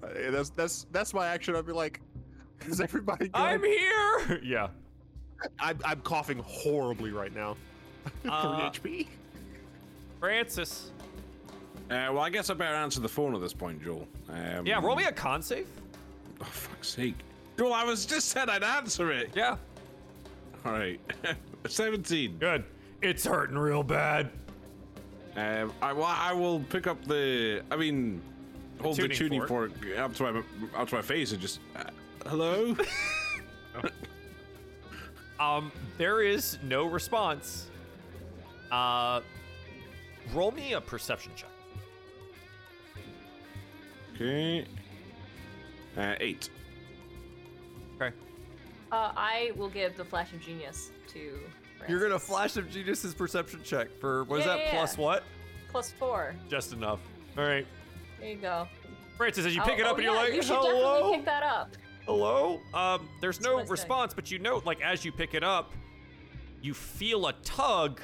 S1: Uh, that's that's that's my action. I'd be like, is everybody? Good?
S3: I'm here. yeah.
S1: I'm, I'm coughing horribly right now.
S3: Uh,
S1: Three HP.
S3: Francis.
S6: Uh, well, I guess I better answer the phone at this point, Joel. Um,
S3: Yeah, roll me a con save.
S6: Oh, fuck's sake. Joel, I was just said I'd answer it.
S3: Yeah.
S6: All right. 17.
S3: Good. It's hurting real bad.
S6: Um, I, well, I will pick up the. I mean, hold the
S3: tuning
S6: tuning fork, up to my up to my face and just. Uh, hello.
S3: Um, there is no response. Uh, roll me a perception check.
S6: okay. Uh, eight.
S3: Okay.
S4: Uh, I will give the flash of genius to.
S7: You're gonna
S4: Francis.
S7: flash of Genius's perception check for what is
S4: Yeah,
S7: that
S4: yeah,
S7: plus
S4: yeah.
S7: what?
S4: Plus four.
S3: Just enough. All right.
S4: There you go.
S3: Francis, as you pick
S4: Oh,
S3: it up
S4: oh,
S3: and
S4: yeah,
S3: you're like,
S4: you should
S3: hello?
S4: definitely pick that up.
S3: Hello? Um, there's no
S4: what I said.
S3: response, but you note, like, as you pick it up, you feel a tug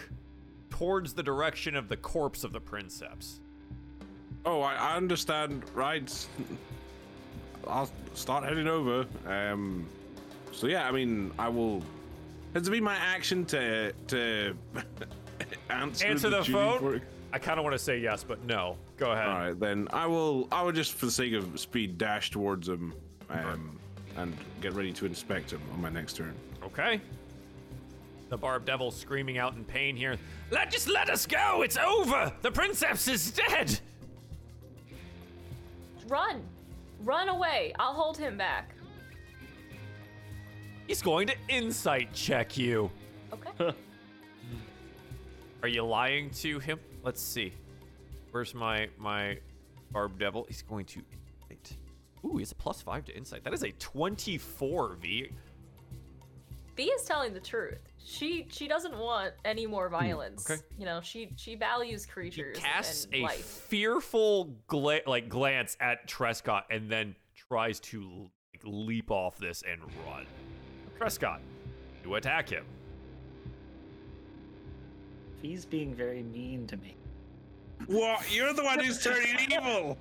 S3: towards the direction of the corpse of the princeps.
S6: Oh, I, I understand. Right. I'll start heading over. Um. So yeah, I mean, I will. Has it been my action to to answer,
S3: Answer the
S6: tuning
S3: phone?
S6: fork?
S3: I kind of want to say yes, but no. Go ahead.
S6: All right, then I will. I will just, for the sake of speed, dash towards him, um, and get ready to inspect him on my next turn.
S3: Okay. The barb devil screaming out in pain here. Let just let us go. It's over. The princeps is dead.
S4: Run, run away. I'll hold him back.
S3: He's going to insight check you.
S4: Okay.
S3: Are you lying to him? Let's see. Where's my my barb devil? He's going to insight. Ooh, he's a plus five to insight. That is a twenty-four V.
S4: Bee is telling the truth. She she doesn't want any more violence.
S3: Hmm, okay.
S4: You know, she she values
S3: He
S4: creatures
S3: casts
S4: and
S3: a
S4: life.
S3: fearful gla- like glance at Trescott and then tries to l- like, leap off this and run. Trescott, you attack him.
S5: He's being very mean to me.
S6: What? You're the one who's turning evil.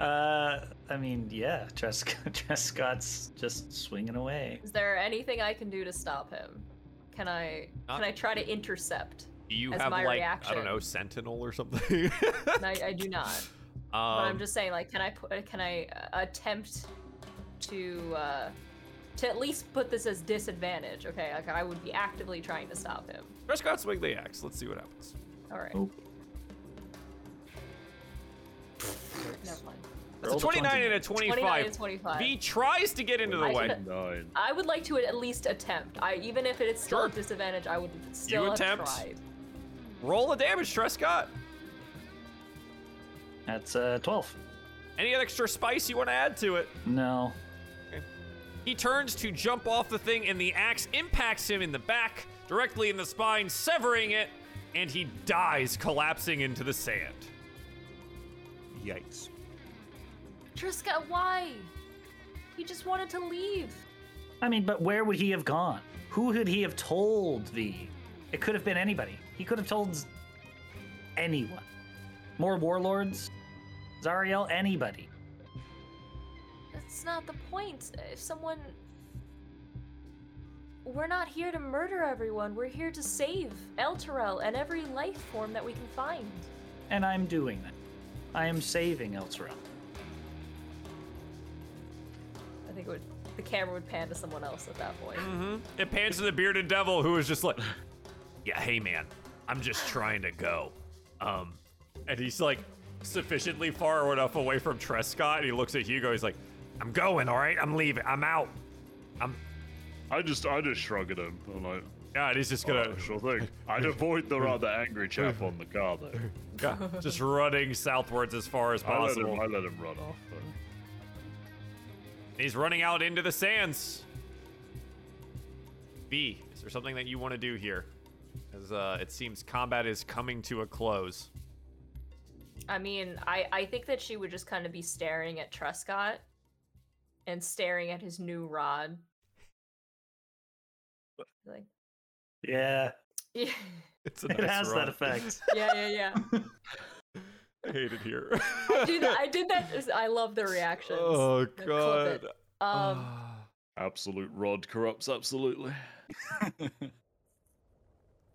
S5: Uh, I mean, yeah, Trescott, Trescott's just swinging away.
S4: Is there anything I can do to stop him? Can I
S3: Not-
S4: can I try to intercept?
S3: Do you
S4: as
S3: have
S4: my
S3: like I
S4: reaction.
S3: don't know, Sentinel or something?
S4: And I, I do not.
S3: um,
S4: but I'm just saying, like, can I put can I uh, attempt to uh, to at least put this as disadvantage? Okay, like I would be actively trying to stop him.
S3: Trescott swing the axe. Let's see what happens.
S4: All right.
S5: Nope.
S4: Never mind.
S3: That's a 29 and a 25.
S4: 29 and 25.
S3: V tries to get into the
S4: I
S3: way.
S4: should've-
S2: Nine.
S4: I would like to at least attempt. I even if it is still
S3: Sure.
S4: a disadvantage, I would still have
S3: attempt?
S4: tried.
S3: Roll the damage, Trescott.
S5: That's uh, 12.
S3: Any extra spice you want to add to it?
S5: No.
S3: He turns to jump off the thing, and the axe impacts him in the back, directly in the spine, severing it, and he dies, collapsing into the sand.
S1: Yikes.
S4: Triska, why? He just wanted to leave.
S5: I mean, but where would he have gone? Who could he have told V? It could have been anybody. He could have told z- anyone. More warlords, Zariel, anybody.
S4: That's not the point. If someone. We're not here to murder everyone. We're here to save Elturel and every life form that we can find.
S5: And I'm doing that. I am saving Elturel.
S4: I think it would, the camera would pan to someone else at that point.
S3: It pans to the bearded devil, who is just like, "Yeah, hey man, I'm just trying to go." Um, and he's like sufficiently far enough away from Trescott, and he looks at Hugo. He's like, "I'm going, all right. I'm leaving. I'm out."
S2: I just I just shrug at him. I'm like,
S3: Yeah, and he's just gonna
S2: oh, sure thing. I'd avoid the rather angry chap on the car though.
S3: yeah, just running southwards as far as
S2: I let
S3: possible.
S2: him I let him run off though.
S3: He's running out into the sands. B, is there something that you want to do here? As uh, it seems combat is coming to a close.
S4: I mean, I, I think that she would just kind of be staring at Trescott and staring at his new rod. Like,
S5: Yeah,
S4: yeah,
S3: It's a
S5: it has that effect.
S4: yeah, yeah.
S3: I hate it here.
S4: Dude, I did that. I love the reactions.
S3: Oh Ah.
S4: Clip it.
S3: god.
S4: Um,
S2: Absolute rod corrupts absolutely.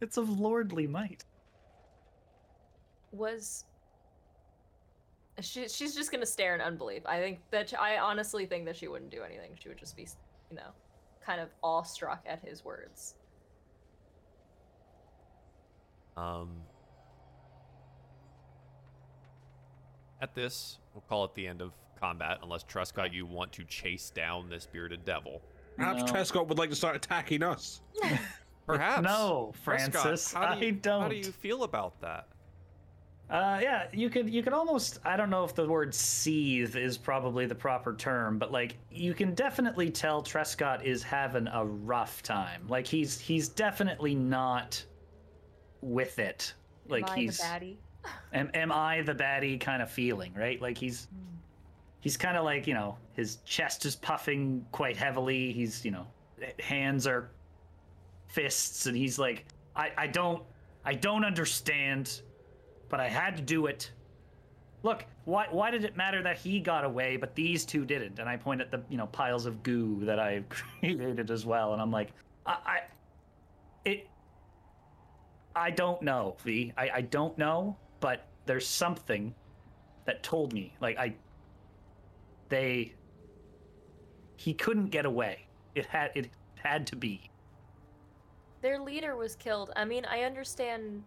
S5: It's of lordly might.
S4: was she, she's just gonna stare in unbelief i think that i honestly think that she wouldn't do anything she would just be you know kind of awestruck at his words
S3: Um, at this, we'll call it the end of combat, unless Trescott, you want to chase down this bearded devil.
S6: Perhaps
S5: No.
S6: Trescott would like to start attacking us.
S3: Perhaps.
S5: No,
S3: Trescott,
S5: Francis,
S3: how do you,
S5: I
S3: How do you
S5: don't.
S3: feel about that?
S5: Uh, yeah, you could you could almost I don't know if the word seethe is probably the proper term, but like you can definitely tell Trescott is having a rough time. Like he's he's definitely not with it. Like
S4: Am I the
S5: he's
S4: baddie?
S5: am, am I the baddie kind of feeling, right? Like he's he's kind of like, you know, his chest is puffing quite heavily. He's, you know, hands are fists and he's like I I don't I don't understand, but I had to do it. Look, why why did it matter that he got away but these two didn't? And I point at the, you know, piles of goo that I created as well and I'm like, I, I it I don't know, V. I, I don't know, but there's something that told me. Like I they he couldn't get away. It had it had to be.
S4: their leader was killed i mean i understand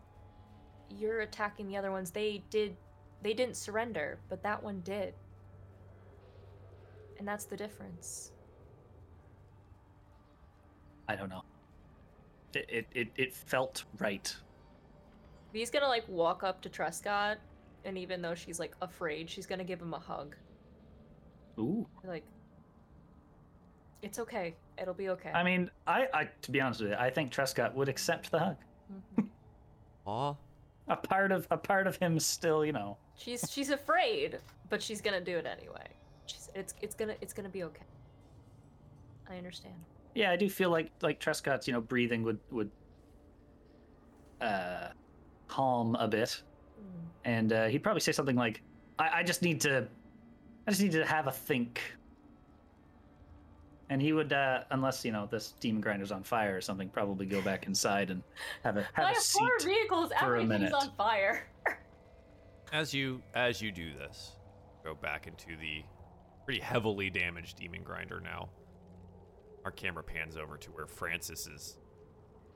S4: you're attacking the other ones they did they didn't surrender but that one did and that's the difference
S5: I don't know. It it, it, it felt right.
S4: V's gonna like walk up to Trescott, and even though she's like afraid, she's gonna give him a hug.
S5: Ooh.
S4: Like, it's okay. It'll be okay.
S5: I mean, I, I to be honest with you, I think Trescott would accept the hug.
S4: Mhm.
S3: Aw.
S5: A part of a part of him still, you know.
S4: she's she's afraid, but she's gonna do it anyway. She's, it's it's gonna it's gonna be okay. I understand.
S5: Yeah, I do feel like like Trescott's, you know, breathing would would uh calm a bit.
S4: Mm.
S5: and uh, he'd probably say something like, I, "I just need to, I just need to have a think." And he would, uh, unless you know this demon grinder's on fire or something, probably go back inside and have a
S4: I
S5: have a
S4: have four
S5: seat.
S4: vehicles.
S5: for a
S4: Everything's
S5: minute.
S4: on fire.
S3: As you as you do this, go back into the pretty heavily damaged demon grinder now. Our camera pans over to where Francis is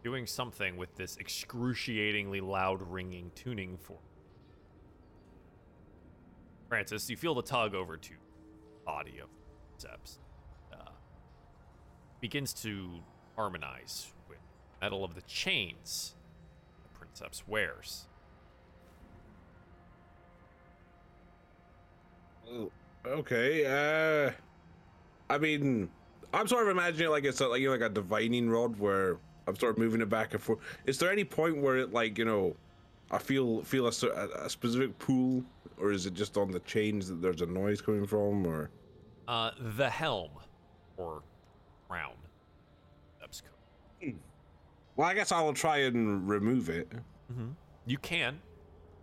S3: doing something with this excruciatingly loud ringing tuning fork. Francis, you feel the tug over to body of Seps. Uh, begins to harmonize with metal of the chains that Princeps wears.
S6: Oh, Okay. Uh, I mean, I'm sort of imagining it like it's a, like you know, like a divining rod where I'm sort of moving it back and forth. Is there any point where it like you know, I feel feel a, cer- a, a specific pool, or is it just on the chains that there's a noise coming from, or
S3: Uh, the helm, or crown. That's cool.
S6: well, I guess I will try and remove it.
S3: You can.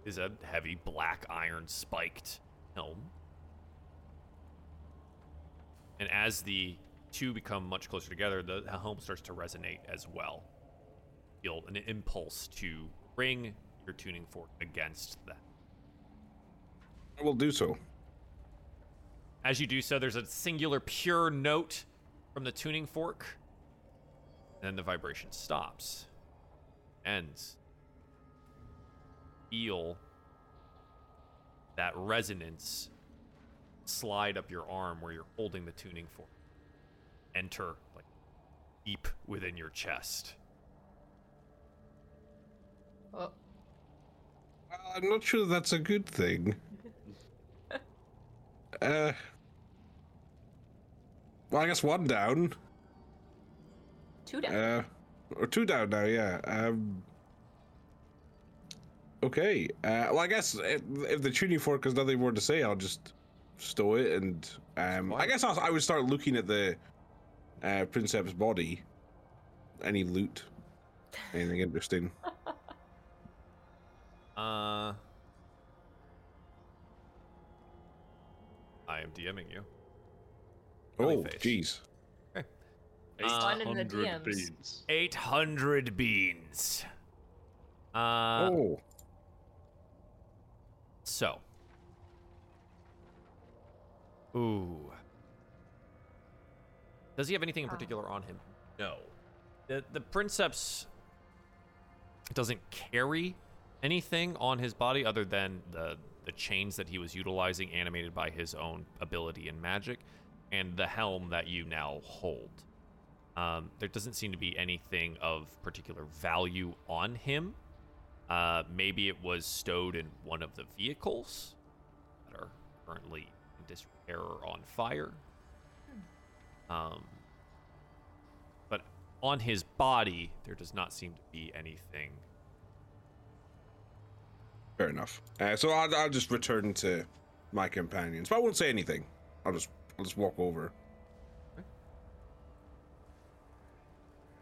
S3: Is a heavy black iron spiked helm. And as the two become much closer together, the helm starts to resonate as well. Feel an impulse to bring your tuning fork against that.
S6: I will do so.
S3: As you do so, there's a singular pure note from the tuning fork. And then the vibration stops. Ends. Feel that resonance slide up your arm where you're holding the tuning fork. Enter like deep within your chest.
S4: Oh,
S6: Well, Uh, I'm not sure that's a good thing. uh, well, I guess one down.
S4: two down.
S6: Uh, or two down now, yeah. Um, okay. Uh, well, I guess if, if the tuning fork has nothing more to say, I'll just stow it and um, I guess I'll, I would start looking at the uh, Princep's body. Any loot? Anything interesting?
S3: Uh. I am DMing you.
S6: oh,
S3: Jellyface.
S6: jeez.
S4: fun in the
S2: 800
S4: DMs.
S2: beans.
S3: 800 beans. Uh,
S6: oh,
S3: So. Ooh. Does he have anything in particular on him? No. The the princeps doesn't carry anything on his body other than the the chains that he was utilizing animated by his own ability and magic and the helm that you now hold. Um, there doesn't seem to be anything of particular value on him. Uh, maybe it was stowed in one of the vehicles that are currently in disrepair or on fire. Um, but on his body, there does not seem to be anything.
S6: fair enough. Uh, so I'll, I'll just return to my companions, but I won't say anything. I'll just I'll just walk over.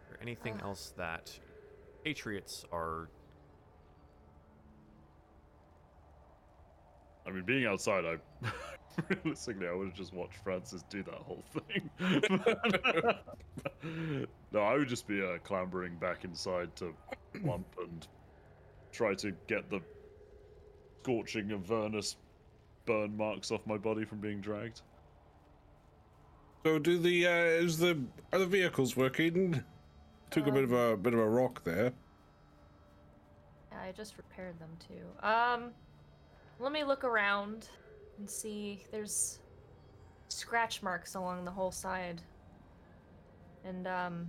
S3: or anything else that patriots are.
S2: I mean, being outside, I realistically I would have just watched Francis do that whole thing. no, I would just be uh, clambering back inside to lump and try to get the scorching Avernus burn marks off my body from being dragged.
S6: So do the uh, is the are the vehicles working? Took a bit of a bit of a rock there.
S4: Yeah, I just repaired them too. Um, let me look around and see. There's scratch marks along the whole side, and um,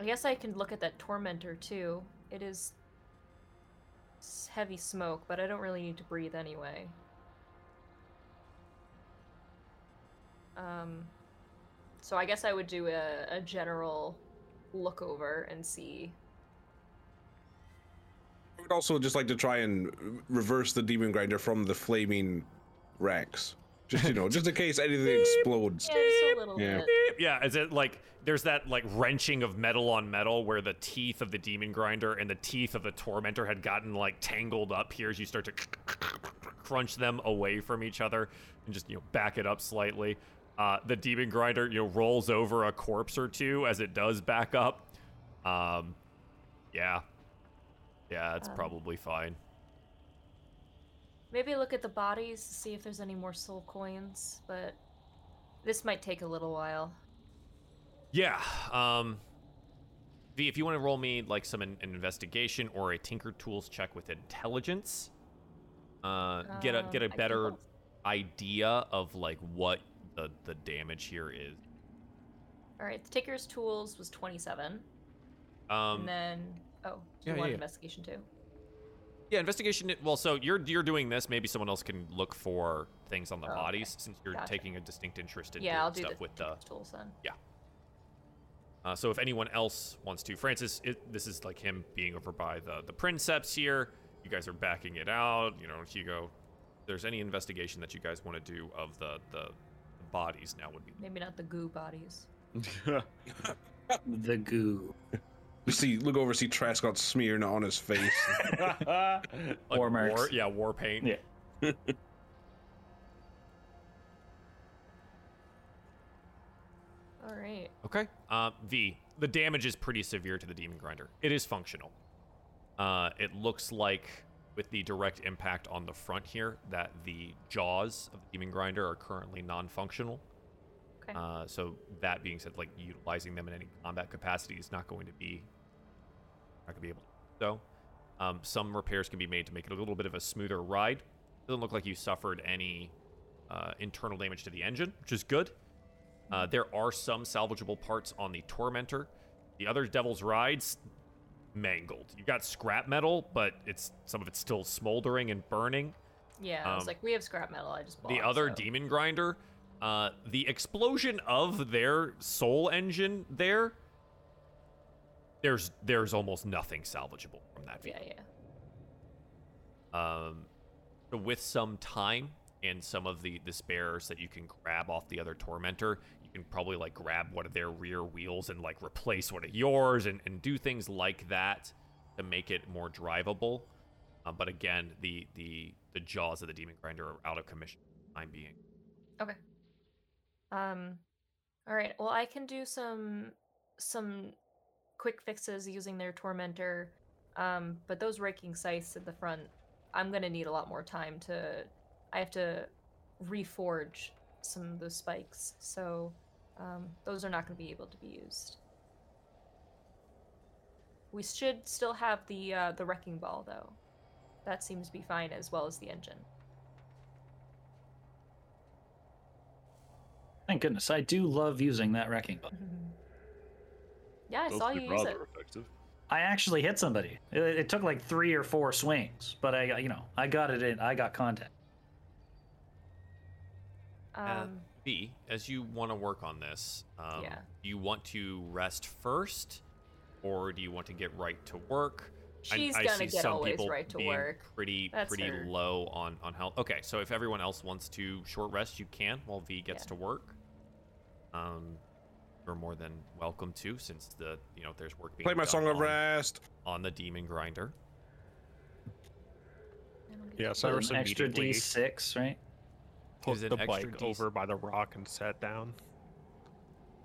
S4: I guess I can look at that tormentor too. It is s- heavy smoke, but I don't really need to breathe anyway. Um, so I guess I would do a, a general look over and see
S6: I would also just like to try and reverse the demon grinder from the flaming racks. Just you know, just in case anything explodes.
S4: Yeah, just a little
S6: Yeah.
S4: bit.
S3: Yeah, is it like there's that like wrenching of metal on metal where the teeth of the demon grinder and the teeth of the tormentor had gotten like tangled up here as you start to crunch them away from each other and just you know back it up slightly. Uh, the demon grinder you know rolls over a corpse or two as it does back up. Um, yeah, yeah, it's probably fine.
S4: Maybe look at the bodies to see if there's any more soul coins, but this might take a little while.
S3: Yeah. Um, V, if you want to roll me like some in- an investigation or a Tinker Tools check with intelligence, uh, get a
S4: Um,
S3: get
S4: I
S3: a
S4: can
S3: better
S4: roll.
S3: idea of like what the the damage here is.
S4: All right, the Taker's Tools was 27.
S3: Um,
S4: and then, oh, do
S3: yeah,
S4: you want
S3: yeah.
S4: investigation too?
S3: yeah, investigation. Well, so you're you're doing this. Maybe someone else can look for things on the
S4: Oh,
S3: bodies since you're
S4: Gotcha.
S3: taking a distinct interest in doing
S4: Yeah, I'll do
S3: stuff
S4: the
S3: with the.
S4: Tinker's Tools then.
S3: Uh, so if anyone else wants to, Francis, it, this is like him being over by the the princeps here. You guys are backing it out. You know, Hugo. If there's any investigation that you guys want to do of the the bodies now would be
S4: Maybe not the goo bodies.
S5: The goo.
S6: We see look over, see Trask got smearing it on his face.
S3: like
S5: War marks.
S3: War, yeah, war paint.
S5: Yeah.
S4: All right.
S3: Okay. Uh, v. The damage is pretty severe to the demon grinder. It is functional. Uh, it looks like with the direct impact on the front here that the jaws of the demon grinder are currently non-functional.
S4: Okay.
S3: Uh, so that being said, like utilizing them in any combat capacity is not going to be not going to be able. To. do So, um, some repairs can be made to make it a little bit of a smoother ride. Doesn't look like you suffered any uh, internal damage to the engine, which is good. Uh, there are some salvageable parts on the Tormentor. The other Devil's Rides mangled. You got scrap metal, but it's some of it's still smoldering and burning.
S4: yeah, I was
S3: um,
S4: like, we have scrap metal. I just bought
S3: The other
S4: so-
S3: demon grinder, uh, the explosion of their soul engine there. There's there's almost nothing salvageable from that
S4: Yeah,
S3: vehicle.
S4: yeah.
S3: Um, so with some time and some of the the spares that you can grab off the other tormentor, you can probably like grab one of their rear wheels and like replace one of yours and and do things like that to make it more drivable. Um, but again, the the the jaws of the demon grinder are out of commission. for the Time being.
S4: Okay. Um, All right. Well, I can do some some quick fixes using their tormentor, um, but those raking scythes at the front, I'm gonna need a lot more time to. I have to reforge some of those spikes, so um, those are not gonna be able to be used. We should still have the uh, the wrecking ball though. That seems to be fine as well as the engine.
S5: Thank goodness, I do love using that wrecking ball.
S4: Yeah, I
S2: Those
S4: saw
S2: be
S4: you use
S2: rather
S4: it.
S2: effective.
S5: I actually hit somebody. It, it took like three or four swings, but I, got- you know, I got it in. I got contact.
S3: Uh,
S4: Um,
S3: B, as you want to work on this, um,
S4: Yeah.
S3: do you want to rest first, or do you want to get right to work? I-
S4: She's
S3: I
S4: gonna
S3: see
S4: get
S3: some
S4: always
S3: people
S4: right to
S3: being
S4: work.
S3: Pretty,
S4: That's
S3: pretty
S4: her.
S3: low on on health. Okay, so if everyone else wants to short rest, you can while V gets
S4: Yeah.
S3: to work. Um, you're more than welcome to, since the you know there's work being
S6: Play my
S3: done
S6: song of
S3: on-
S6: rest.
S3: on the demon grinder.
S4: I don't get
S1: Yeah,
S5: With
S1: Cyrus
S5: an extra
S1: immediately
S5: D6, right?
S1: put
S3: Is it
S1: the
S3: extra
S1: bike
S3: dec-
S1: over by the rock and sat down.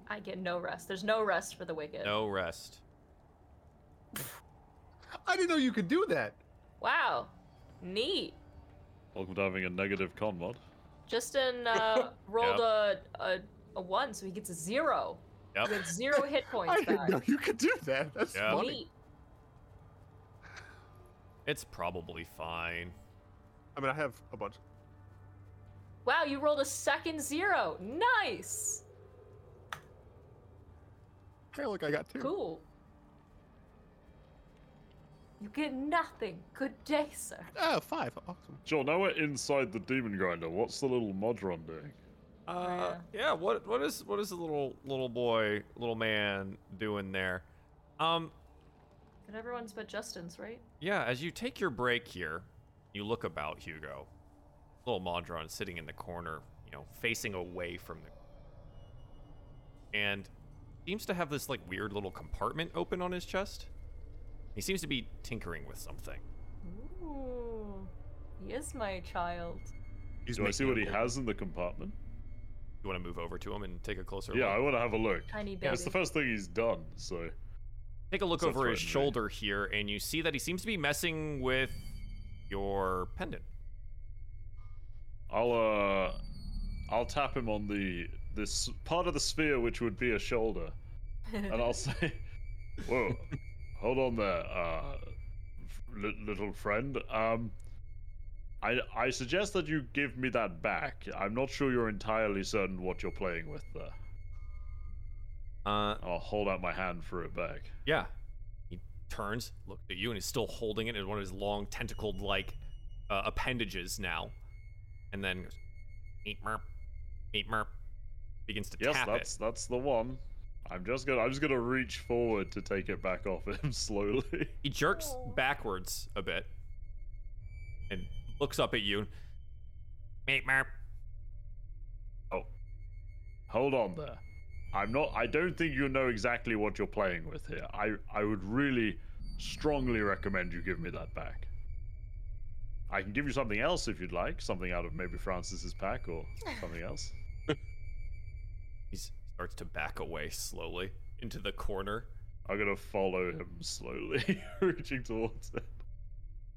S4: I get no rest. There's no rest for the wicked.
S3: No rest.
S9: I didn't know you could do that.
S4: Wow. Neat.
S2: Welcome to having a negative con mod.
S4: Justin uh, rolled a, a a one, so he gets a zero.
S3: Yep.
S4: With zero hit points
S9: I didn't
S4: back.
S9: know you could do that. That's
S3: Yeah.
S9: funny.
S4: Neat.
S3: It's probably fine.
S1: I mean, I have a bunch.
S4: Wow, you rolled a second zero. Nice.
S9: Hey, look, I got two.
S4: Cool. You get nothing. Good day, sir.
S1: Oh,
S9: Ah, five. Awesome.
S2: Joel, now we're inside the demon grinder. What's the little Modron doing?
S3: Uh,
S4: Oh,
S3: yeah. What what is what is the little little boy little man doing there? Um,
S4: And everyone's but Justin's, right?
S3: yeah. As you take your break here, you look about Hugo. Little Mondron sitting in the corner, you know, facing away from the, and seems to have this like weird little compartment open on his chest. He seems to be tinkering with something.
S4: Ooh. He is my child.
S1: He's
S2: Do I see
S1: making
S2: what
S1: a
S2: he
S1: bowl.
S2: has in the compartment?
S3: You want to move over to him and take a closer
S2: Yeah,
S3: look?
S2: I want to have a look.
S4: Tiny baby.
S2: It's the first thing he's done, so.
S3: Take a look
S2: So
S3: over his
S2: threatening.
S3: shoulder here, and you see that he seems to be messing with your pendant.
S2: I'll uh I'll tap him on the this part of the sphere which would be a shoulder. And I'll say Whoa, hold on there, uh li- little friend. Um I I suggest that you give me that back. I'm not sure you're entirely certain what you're playing with there.
S3: Uh,
S2: I'll hold out my hand for it back.
S3: yeah. He turns, looks at you, and is still holding it in one of his long tentacled like uh, appendages now, and then goes, meet merp, meet merp, begins to
S2: Yes,
S3: tap
S2: that's that's the one. I'm just gonna I'm just gonna reach forward to take it back off him slowly.
S3: it. He jerks backwards a bit, and looks up at you. Meet merp.
S2: Hold on there. I'm not. I don't think you know exactly what you're playing with here. I I would really strongly recommend you give me that back. I can give you something else if you'd like, something out of maybe Francis's pack or something else.
S3: He s- starts to back away slowly into the corner.
S2: I'm gonna follow him slowly, reaching towards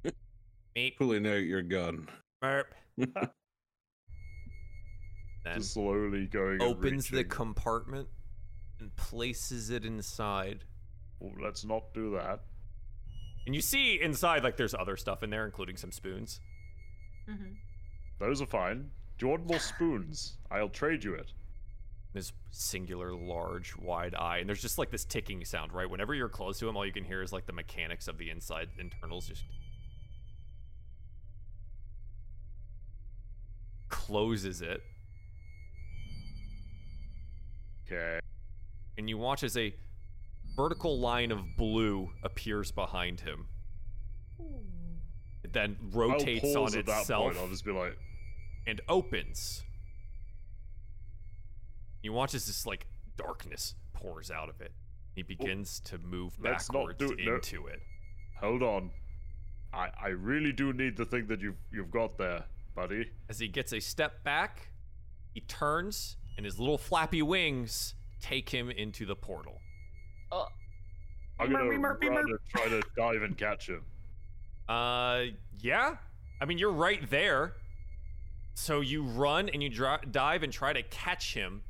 S2: it.
S3: Meet
S6: Pulling out your gun.
S3: merp. then
S2: Just slowly going. and
S3: opens the
S2: reaching.
S3: compartment and places it inside.
S2: Oh, let's not do that.
S3: And you see inside, like, there's other stuff in there, including some spoons.
S4: Mhm.
S2: Those are fine. Do you want more spoons? I'll trade you it.
S3: This singular, large, wide eye. And there's just, like, this ticking sound, right? Whenever you're close to him, all you can hear is, like, the mechanics of the inside internals just. Closes it.
S2: Okay.
S3: and you watch as a vertical line of blue appears behind him. It then rotates
S2: I'll
S3: on
S2: pause at that
S3: itself
S2: point. I'll just be like,
S3: and opens. You watch as this like darkness pours out of it. He begins to move
S2: let's not
S3: backwards
S2: do it, no.
S3: into it.
S2: Hold on. I I really do need the thing that you've you've got there, buddy.
S3: As he gets a step back, he turns and his little flappy wings take him into the portal.
S4: Oh,
S2: I'm gonna run and try to dive and catch him.
S3: Uh, yeah. I mean, you're right there. So you run and you dri- dive and try to catch him.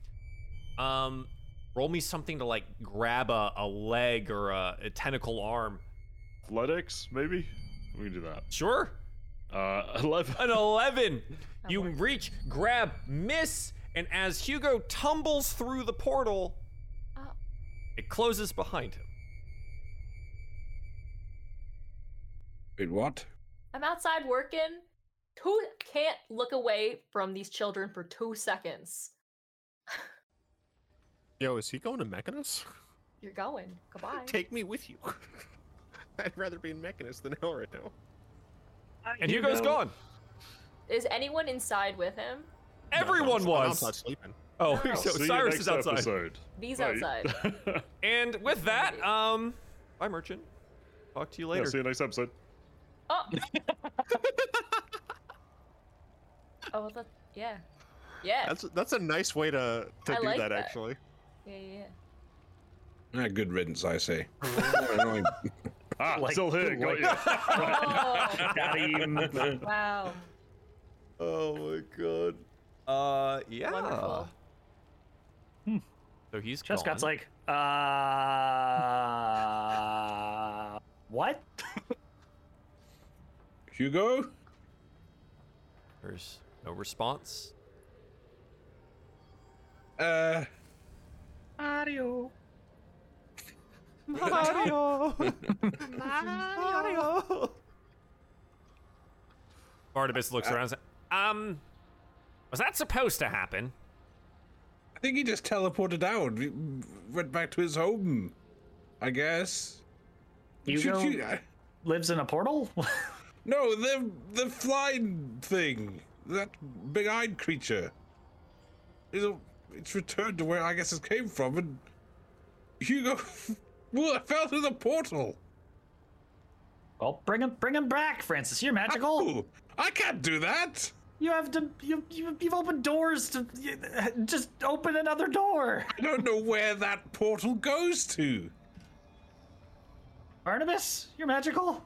S3: Um, roll me something to like grab a, a leg or a, a tentacle arm.
S2: Athletics, maybe? We can do that.
S3: Sure.
S2: Uh, 11.
S3: An 11. You reach, grab, miss, and as Hugo tumbles through the portal,
S4: Oh.
S3: it closes behind him.
S6: Wait, what?
S4: I'm outside working. Who can't look away from these children for two seconds?
S1: Yo, is he going to Mechanus?
S4: You're going. Goodbye.
S1: Take me with you. I'd rather be in Mechanus than hell right now.
S3: And Hugo's gone.
S4: Is anyone inside with him?
S3: Everyone
S1: I'm
S3: was.
S1: outside sleeping.
S3: Oh,
S4: No.
S3: so
S4: See
S2: See you
S3: Cyrus
S2: next
S3: is outside.
S2: Episode.
S4: Bees
S2: Right.
S4: outside.
S3: And with that, um, bye, merchant. Talk to you
S2: yeah,
S3: later.
S2: see you next episode.
S4: Oh. oh, that, yeah. Yeah.
S1: That's that's a nice way to to
S4: I
S1: do
S4: like
S1: that,
S4: that.
S1: actually.
S4: yeah, yeah, yeah.
S6: Ah, good riddance, I say. Annoying.
S2: Ah,
S5: Like,
S2: still here.
S5: good
S2: Got
S5: lord.
S2: you.
S4: Oh,
S5: Got him.
S4: wow.
S1: Oh my god.
S7: Uh, yeah.
S6: Oh.
S4: Wonderful.
S3: So he's gone.
S5: Chestcott's like, uh, what?
S6: Hugo?
S3: There's no response.
S6: Uh,
S3: Mario! Mario! Barnabas
S2: Uh,
S3: looks around and says, Um, was that supposed to happen?
S6: I think he just teleported out. We- Went back to his home, I guess.
S5: Hugo
S6: Shoot, shoot, I-
S5: lives in a portal?
S6: No, the the flying thing, that big-eyed creature. It's, a- it's returned to where I guess it came from, and Hugo, well, it fell through the portal.
S5: well, bring him, bring him back, Francis. You're magical.
S6: Oh, I can't do that.
S5: You have to. You, you you've opened doors to. You, just open another door.
S6: I don't know where that portal goes to.
S5: Barnabas, you're magical.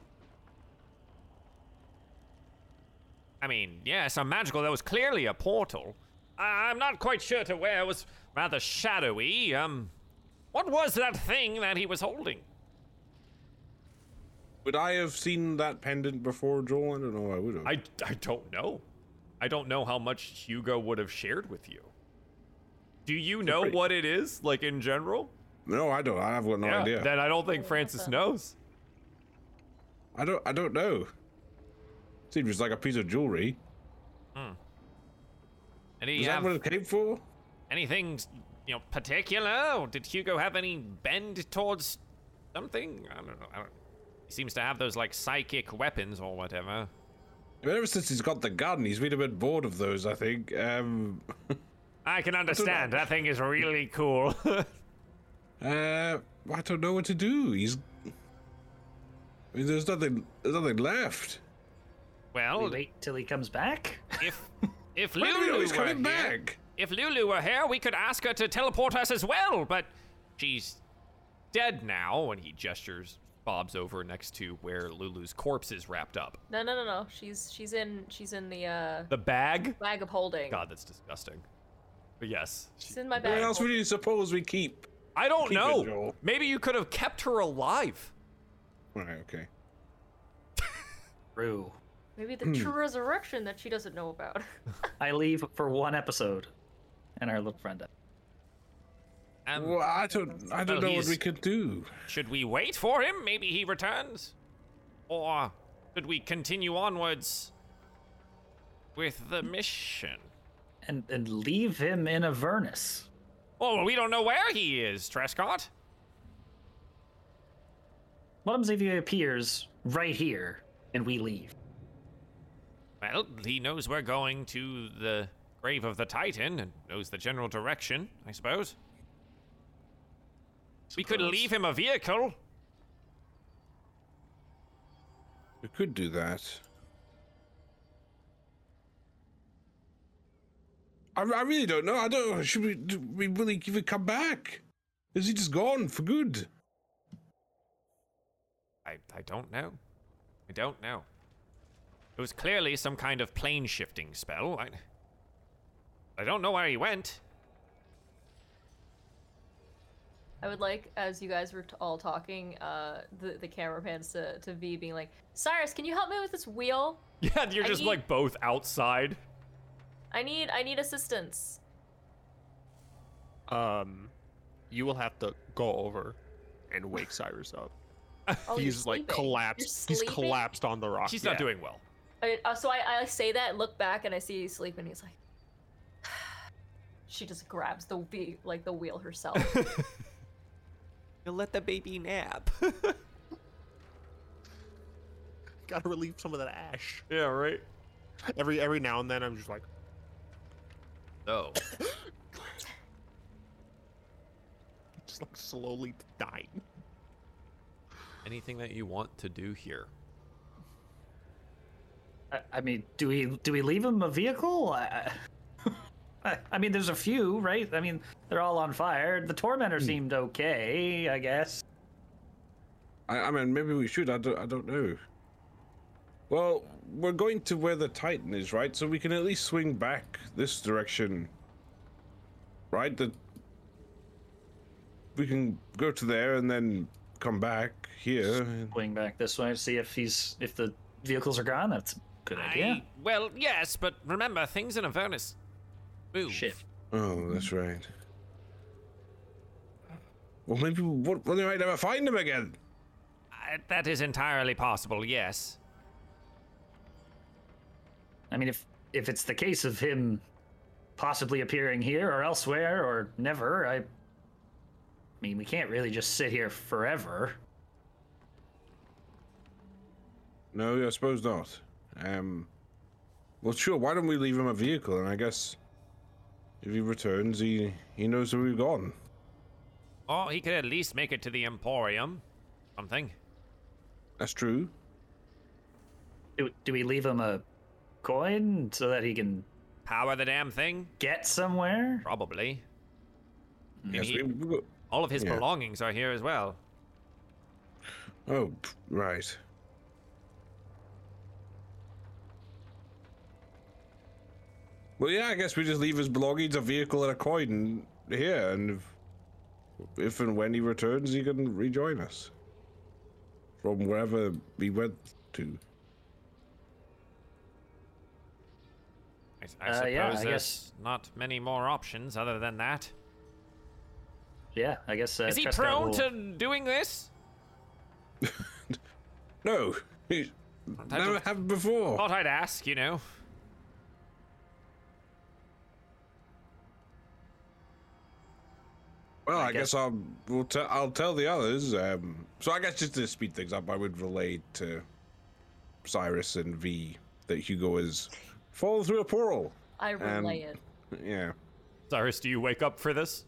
S3: I mean, yes, I'm magical. That was clearly a portal. I- I'm not quite sure to where. It was rather shadowy. Um, what was that thing that he was holding?
S6: Would I have seen that pendant before, Joel? I don't know. I would have.
S3: I, I don't know. I don't know how much Hugo would have shared with you. Do you know
S6: pretty-
S3: what it is, like in general?
S6: No, I don't. I've got no idea.
S3: Then I don't think Francis knows.
S6: I don't. I don't know. Seems just like a piece of jewelry.
S3: Did he
S6: Is
S3: have
S6: that what it came for?
S3: um, anything, s- you know, particular? Or did Hugo have any bend towards something? I don't know. I don't. He seems to have those like psychic weapons or whatever.
S6: But ever since he's got the gun, he's been a bit bored of those. I think. Um,
S3: I can understand. that thing is really cool.
S6: uh, I don't know what to do. He's. I mean, there's nothing. There's nothing left.
S5: We
S3: well,
S5: wait till he comes back.
S3: if if
S6: Wait a minute,
S3: Lulu
S6: he's
S3: were
S6: coming
S3: here,
S6: back.
S3: if Lulu were here, we could ask her to teleport us as well. But she's dead now, and he gestures Bob's over next to where Lulu's corpse is wrapped up.
S4: No, no, no, no. She's she's in she's in the uh
S3: The bag.
S4: bag of holding.
S3: God, that's disgusting. But yes, she-
S4: She's in my
S6: What
S4: bag.
S6: else would you suppose we keep?
S3: I don't
S6: Keep it,
S3: know.
S6: Joel.
S3: Maybe you could have kept her alive.
S6: Right. Okay.
S5: True.
S4: Maybe
S6: Hmm.
S4: the true resurrection that she doesn't know about.
S5: I leave for one episode, and our little friend.
S3: Um,
S6: Well, I don't. I don't
S3: Well,
S6: know what
S3: he's-
S6: we could do.
S3: should we wait for him? Maybe he returns, or should we continue onwards with the mission?
S5: and and leave him in Avernus.
S3: Oh, well, we don't know where he is, Trescott.
S5: What happens if he appears right here and we leave?
S3: Well, he knows we're going to the grave of the Titan and knows the general direction, I suppose. We could leave him a vehicle.
S6: We could do that. I, I really don't know. I don't. Should we? do we will he even come back? Is he just gone for good?
S3: I, I don't know. I don't know. It was clearly some kind of plane shifting spell. I, I don't know where he went.
S4: I would like, as you guys were t- all talking, uh, the the camera pans to, to V, being like, "Cyrus, can you help me with this wheel?
S3: Yeah, you're
S4: I
S3: just
S4: need-
S3: like both outside.
S4: I need I need assistance."
S1: Um, you will have to go over and wake Cyrus up.
S4: Oh, you're
S1: he's like
S4: sleeping.
S1: collapsed.
S4: You're
S1: He's
S4: sleeping?
S1: collapsed on the rock.
S3: She's
S1: Yeah.
S3: not doing well.
S4: I, uh, so I, I say that, look back, and I see he's sleeping. He's like, she just grabs the whe- like the wheel herself.
S7: You'll let the baby nap.
S1: Gotta relieve some of that ash.
S3: Yeah, right.
S1: Every every now and then, I'm just like,
S3: Oh.
S1: just like slowly dying.
S3: Anything that you want to do here?
S5: I, I mean, do we do we leave him a vehicle? I, I, I mean, there's a few, right? I mean, they're all on fire. The tormentor seemed okay, I guess.
S6: I, I mean, maybe we should. I don't. I don't know. Well, we're going to where the Titan is, right? So we can at least swing back this direction, right? The we can go to there and then come back here.
S5: Going back this way to see if he's if the vehicles are gone. That's a good idea.
S3: well, yes, but remember, things in Avernus move.
S5: Shift.
S6: Oh, that's right. Well, maybe what? Well, they might never find him again.
S3: Uh, that is entirely possible, yes.
S5: I mean, if if it's the case of him possibly appearing here or elsewhere or never, I, I mean, we can't really just sit here forever.
S6: No, I suppose not. Um, well, sure. Why don't we leave him a vehicle? And I guess if he returns, he he knows where we've gone.
S3: Or he could at least make it to the Emporium. Something.
S6: That's true.
S5: Do, do we leave him a coin so that he can
S3: Power the damn thing?
S5: get somewhere?
S3: Probably.
S5: Hmm.
S6: Yes,
S3: he-
S6: we, we go-
S3: All of his
S6: Yeah.
S3: belongings are here as well.
S6: Oh, p- right. Well, yeah, I guess we just leave his belongings, a vehicle, and a coin here, and if, if and when he returns, he can rejoin us from wherever he went to.
S3: I, I
S5: Uh,
S3: suppose
S5: yeah, I
S3: there's
S5: guess-
S3: not many more options other than that.
S5: Yeah, I guess. Uh,
S3: Is he
S5: Trescott
S3: prone
S5: will-
S3: to doing this?
S6: No, he
S3: I
S6: never
S3: just
S6: have before.
S3: thought I'd ask, you know.
S6: Well, I,
S5: I
S6: guess,
S5: guess-
S6: I'll we'll te- I'll tell the others. Um, so I guess just to speed things up, I would relate to Cyrus and V that Hugo has fallen through a portal.
S4: I relay
S6: Um,
S4: it.
S6: Yeah.
S3: Cyrus, do you wake up for this?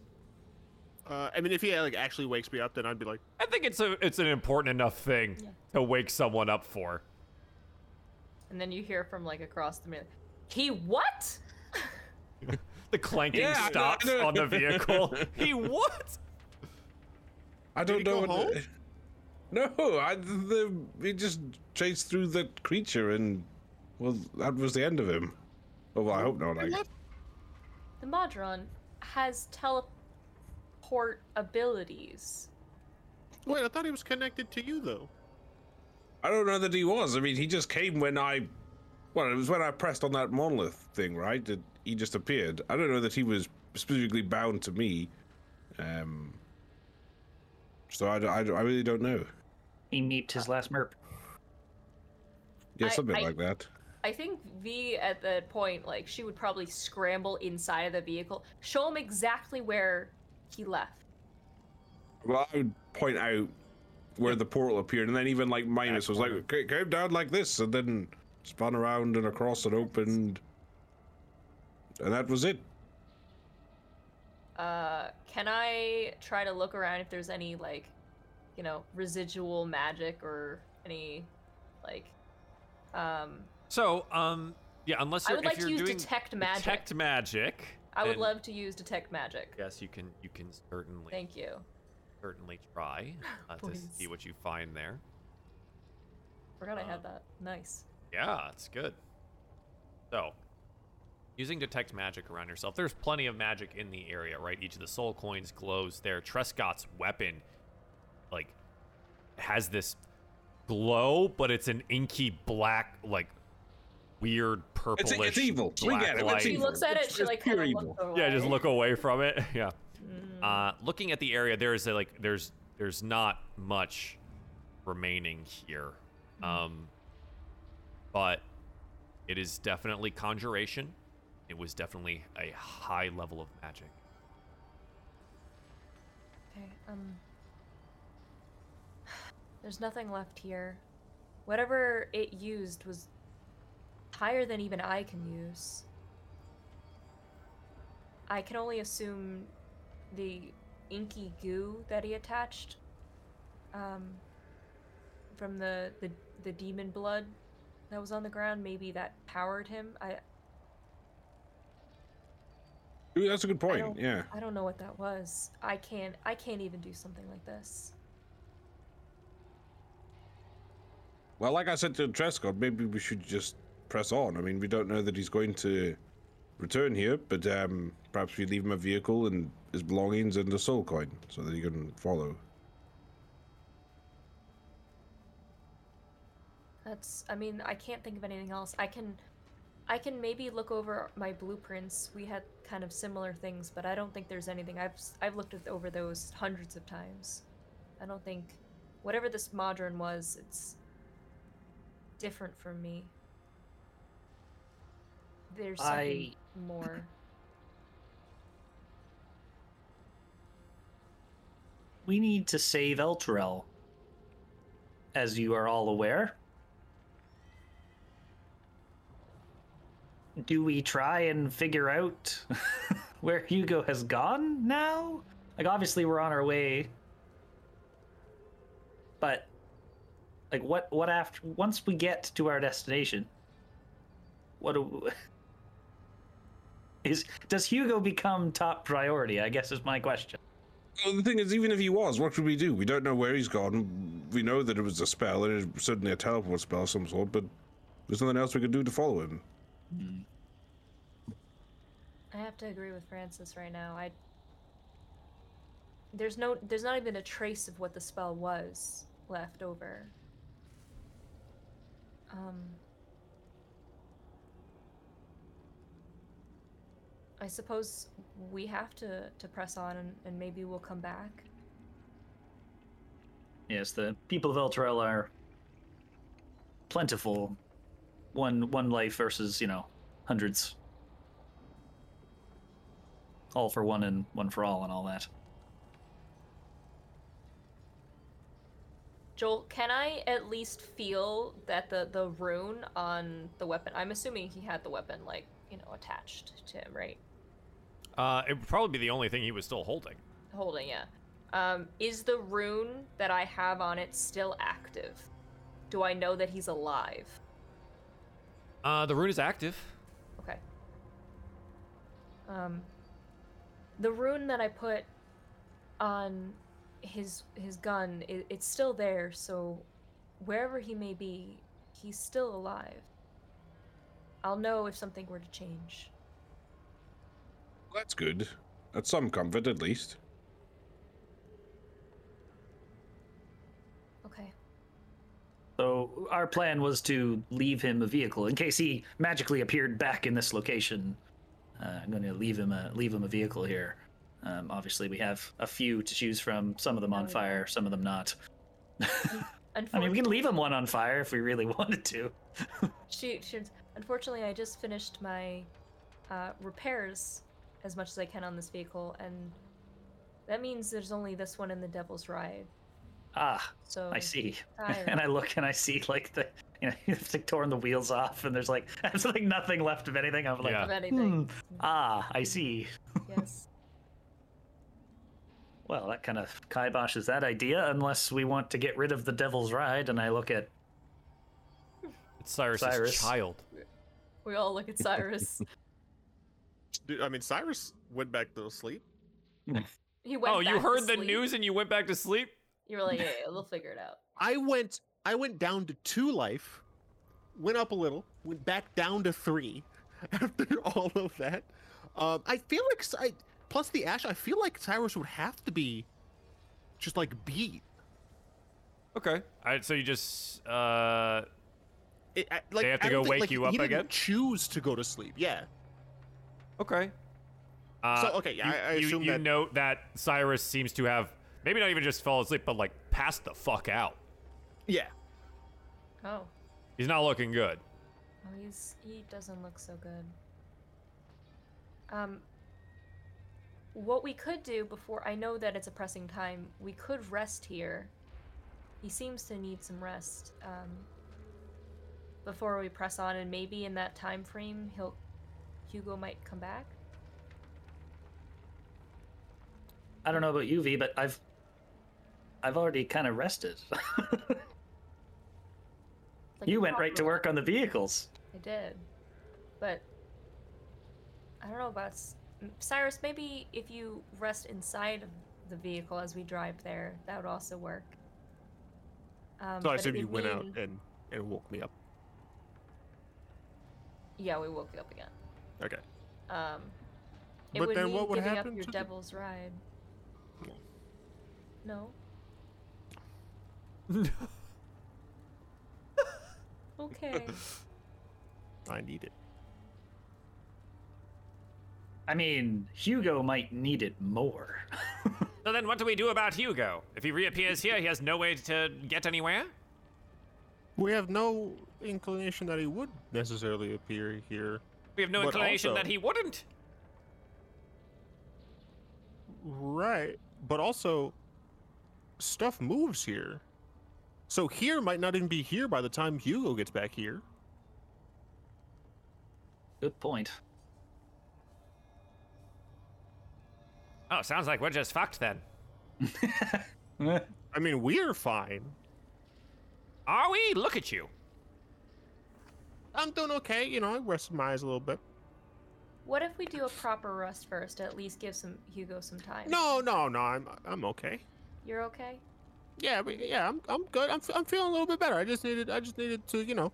S1: Uh, I mean, if he like actually wakes me up, then I'd be like,
S3: I think it's a it's an important enough thing to wake someone up for.
S4: And then you hear from like across the mirror, he what?
S3: The clanking
S6: Yeah, I know, I
S3: stops
S6: know.
S3: on the vehicle. he what?
S6: I don't
S1: he
S6: know.
S1: go
S6: What
S1: home?
S6: no, I the he just chased through that creature and well, that was the end of him. Oh, well, I hope not. I,
S4: The Modron has teleport abilities.
S1: wait, I thought he was connected to you though.
S6: I don't know that he was. I mean, he just came when I. Well, it was when I pressed on that monolith thing, right? That he just appeared. I don't know that he was specifically bound to me. Um. So I, don't- I, don't- I really don't know.
S5: He meeped his last merp.
S6: Yeah,
S4: I-
S6: something
S4: I-
S6: like that.
S4: I think V at that point, like she would probably scramble inside of the vehicle, show him exactly where he left.
S6: Well, I would point out where the portal appeared, and then even like Minus was like, "Okay, came down like this, and then spun around and across and opened, and that was it.
S4: Uh, can I try to look around if there's any like, you know, residual magic or any, like, um,
S3: So, um, yeah, unless
S4: I
S3: you're
S4: would
S3: if
S4: like to
S3: you're
S4: use
S3: doing
S4: detect magic.
S3: detect magic,
S4: I would
S3: And-
S4: love to use detect magic.
S3: Yes, you can. You can certainly
S4: Thank you.
S3: certainly try uh, to see
S4: Please.
S3: what you find there.
S4: Forgot I had
S3: Uh,
S4: that. Nice.
S3: Yeah, it's good. So, using detect magic around yourself, there's plenty of magic in the area, right? Each of the soul coins glows there. Trescott's weapon, like, has this glow, but it's an inky black, like, weird purplish.
S6: it's evil. We
S3: black
S6: get it. It's
S3: light.
S6: evil.
S4: She looks at
S6: It's-
S4: it. She
S6: it's
S4: like
S6: pure
S4: kind of
S6: evil.
S4: looks away. Mm.
S3: Yeah, just look away from it. Yeah. Uh, looking at the area, there is a, like there's there's not much remaining here, um, but it is definitely conjuration. It was definitely a high level of magic.
S4: Okay. Um. There's nothing left here. Whatever it used was higher than even I can use. I can only assume the inky goo that he attached um, from the, the the demon blood that was on the ground. Maybe that powered him. I
S6: Ooh, that's a good
S4: I
S6: point.
S4: don't-
S6: Yeah.
S4: I don't know what that was. I can't. I can't even do something like this.
S6: Well, like I said to Trescott, maybe we should just press on. I mean, we don't know that he's going to return here, but um, perhaps we leave him a vehicle and his belongings and a soul coin so that he can follow.
S4: That's I mean, I can't think of anything else. I can I can maybe look over my blueprints. We had kind of similar things, but I don't think there's anything. I've s- I've looked at, over those hundreds of times. I don't think whatever this modern was, it's different from me. There's something more.
S5: We need to save Elturel. As you are all aware. Do we try and figure out where Hugo has gone now? Like, obviously, we're on our way. But, like, what, what after, once we get to our destination, what do, is, does Hugo become top priority? I guess is my question.
S6: Well, the thing is, even if he was, what should we do? We don't know where he's gone. We know that it was a spell, and it was certainly a teleport spell of some sort, but there's nothing else we could do to follow him.
S4: I have to agree with Francis right now. I There's no there's not even a trace of what the spell was left over. Um I suppose we have to, to press on and, and maybe we'll come back.
S5: Yes, the people of Elturel are plentiful. One one life versus, you know, hundreds. All for one and one for all and all that.
S4: Joel, can I at least feel that the, the rune on the weapon I'm assuming he had the weapon like, you know, attached to him, right?
S3: Uh, it would probably be the only thing he was still holding.
S4: holding yeah um is the rune that i have on it still active do i know that he's alive
S3: Uh, the rune is active.
S4: okay um the rune that i put on his his gun i it's still there so wherever he may be he's still alive i'll know if something were to change
S6: That's good. That's some comfort, at least.
S4: okay
S5: So our plan was to leave him a vehicle in case he magically appeared back in this location. Uh, I'm going to leave him a leave him a vehicle here. Um, obviously, we have a few to choose from. Some of them on
S4: yeah.
S5: fire, some of them not. I mean,
S4: unfortunately
S5: we can leave him one on fire if we really wanted to.
S4: She, she, unfortunately, I just finished my uh, repairs as much as I can on this vehicle, and that means there's only this one in the Devil's Ride.
S5: Ah,
S4: So
S5: I see.
S4: tired.
S5: And I look and I see like the you know you have to torn the wheels off and there's like there's like nothing left of anything. I'm like,
S4: Of
S3: Yeah.
S4: anything,
S5: "Hmm, ah, I see.
S4: yes.
S5: Well, that kind of kiboshes that idea unless we want to get rid of the Devil's Ride. And I look at
S3: It's Cyrus's
S5: Cyrus.
S3: child.
S4: We all look at Cyrus.
S1: Dude, I mean, Cyrus went back to sleep.
S4: He went.
S3: Oh, you
S4: back to
S3: heard the
S4: sleep.
S3: news and you went back to sleep?
S4: You were like, yeah, yeah, we'll figure it out.
S9: I went I went down to two life, went up a little, went back down to three after all of that. Um, I feel like I, plus the ash, I feel like Cyrus would have to be just like beat.
S3: Okay. All right, so you just uh
S9: It, I, like,
S3: They have to
S9: I
S3: go
S9: don't think-
S3: wake
S9: like,
S3: you
S9: he
S3: up
S9: didn't
S3: again?
S9: Choose to go to sleep. Yeah.
S3: okay. Uh,
S1: So, okay, yeah,
S3: you,
S1: I- I
S3: you,
S1: assume
S3: you
S1: that-
S3: note that Cyrus seems to have maybe not even just fall asleep, but like passed the fuck out.
S9: Yeah.
S4: Oh,
S3: He's not looking good.
S4: oh, he's he doesn't look so good. Um, what we could do before I know that it's a pressing time, we could rest here. He seems to need some rest. Um, before we press on, and maybe in that time frame, he'll Hugo might come back.
S5: I don't know about you, V, but I've I've already kind of rested.
S4: Like,
S5: you
S4: I'm
S5: went
S4: not
S5: right to
S4: really-
S5: work on the vehicles.
S4: I did. But I don't know about S- m- Cyrus. Maybe if you rest inside of the vehicle as we drive there, that would also work. Um,
S1: So I
S4: but it
S1: assume
S4: would
S1: you went out
S4: mean-
S1: and and woke me up.
S4: Yeah, we woke you up again.
S1: Okay.
S4: Um, it
S1: But
S4: would
S1: then
S4: mean
S1: what would
S4: giving up
S1: happen
S4: your
S1: to the-
S4: devil's ride. No. No. okay.
S1: I need it.
S5: I mean, Hugo might need it more.
S3: So then what do we do about Hugo? If he reappears here, he has no way to get anywhere?
S1: We have no inclination that he would necessarily appear here.
S3: We have no
S1: But
S3: inclination
S1: also-
S3: that he wouldn't.
S1: Right. But also, stuff moves here. So here might not even be here by the time Hugo gets back here.
S5: Good point.
S3: Oh, sounds like we're just fucked then.
S1: I mean, we're fine.
S3: Are we? Look at you.
S1: I'm doing okay. You know, I rested my eyes a little bit.
S4: What if we do a proper rest first to at least give some Hugo some time?
S1: No, no, no. I'm I'm okay.
S4: You're okay?
S1: Yeah, but yeah. I'm I'm good. I'm, f- I'm feeling a little bit better. I just needed I just needed to you know,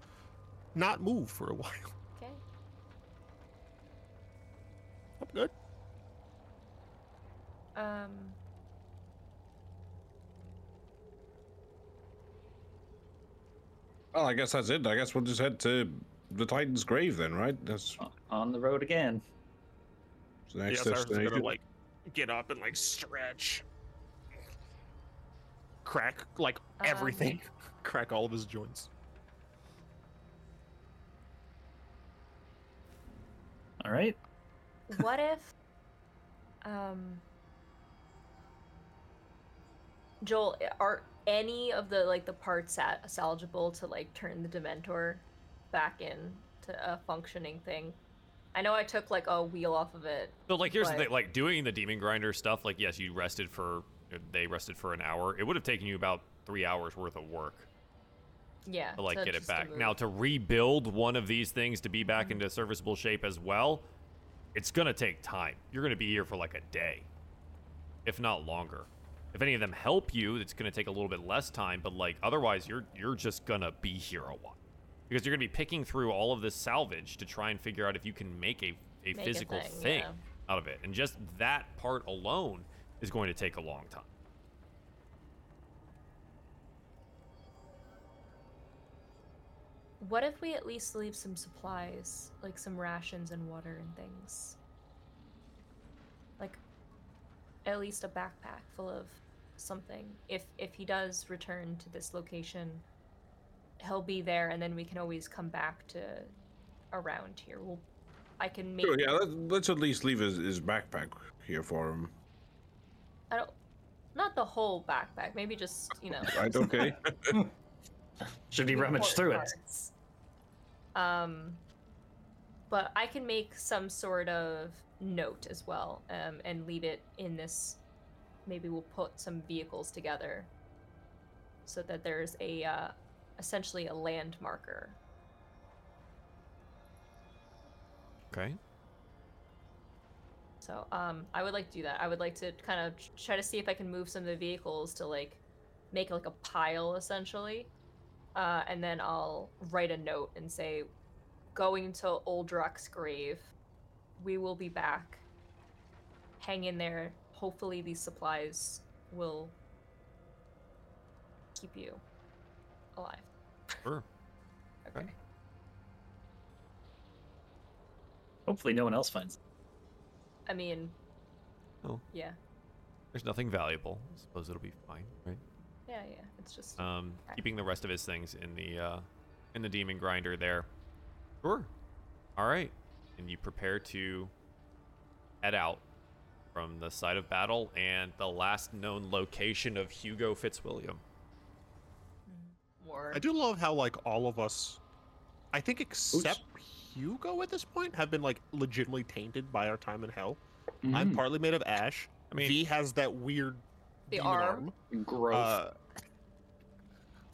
S1: not move for a while.
S4: Okay.
S1: I'm good.
S4: Um.
S6: Well, I guess that's it. I guess we'll just head to the Titan's grave then, right? That's
S5: on the road again.
S6: the next
S1: yeah, Cyrus is
S6: destination.
S1: gonna like get up and like stretch, crack like everything, crack all of his joints.
S5: All right.
S4: What if. Um. Joel, i- are any of the like the parts sal- salvageable to like turn the Dementor back in to a functioning thing? I know I took like a wheel off of it.
S3: So like here's the
S4: But-
S3: thing, like doing the demon grinder stuff, like yes, you rested for they rested for an hour. It would have taken you about three hours worth of work
S4: Yeah.
S3: to like
S4: to-
S3: get it
S4: just to
S3: back.
S4: move.
S3: Now to rebuild one of these things to be back into serviceable shape as well, it's gonna take time. You're gonna be here for like a day. If not longer. If any of them help you, it's gonna take a little bit less time, but like otherwise you're you're just gonna be here a while. Because you're gonna be picking through all of this salvage to try and figure out if you can make a, a
S4: Make a
S3: physical
S4: thing,
S3: thing
S4: yeah.
S3: out of it. And just that part alone is going to take a long time.
S4: What if we at least leave some supplies, like some rations and water and things? Like at least a backpack full of something. If if he does return to this location, he'll be there and then we can always come back to around here. We'll I can make
S6: Sure, yeah, let, let's at least leave his, his backpack here for him.
S4: I don't not the whole backpack, maybe just, you know,
S6: Right? Okay.
S5: Should be rummaged
S4: important
S5: through it.
S4: parts. Um, but I can make some sort of note as well, um, and leave it in this. Maybe we'll put some vehicles together, so that there's a uh, essentially a landmarker.
S3: Okay.
S4: So um, I would like to do that. I would like to kind of try to see if I can move some of the vehicles to like make like a pile essentially, uh, and then I'll write a note and say, "Going to Oldrock's grave. We will be back. Hang in there. Hopefully these supplies will keep you alive."
S3: Sure.
S4: Okay.
S5: Hopefully, no one else finds. It.
S4: I mean.
S3: Oh.
S4: Yeah.
S3: There's nothing valuable. I suppose it'll be fine, right?
S4: Yeah. Yeah. It's just.
S1: Uh,
S3: Um,
S4: Okay.
S3: keeping the rest of his things in the uh, in the demon grinder there. Sure. All right. And you prepare to head out from the site of battle and the last known location of Hugo Fitzwilliam.
S4: War.
S1: I do love how like all of us, I think except Hugo at this point, have been like legitimately tainted by our time in hell.
S5: Mm-hmm.
S1: I'm partly made of ash.
S3: I mean-
S1: V has that weird
S4: The
S1: demon
S4: arm.
S5: Growth.
S1: Uh,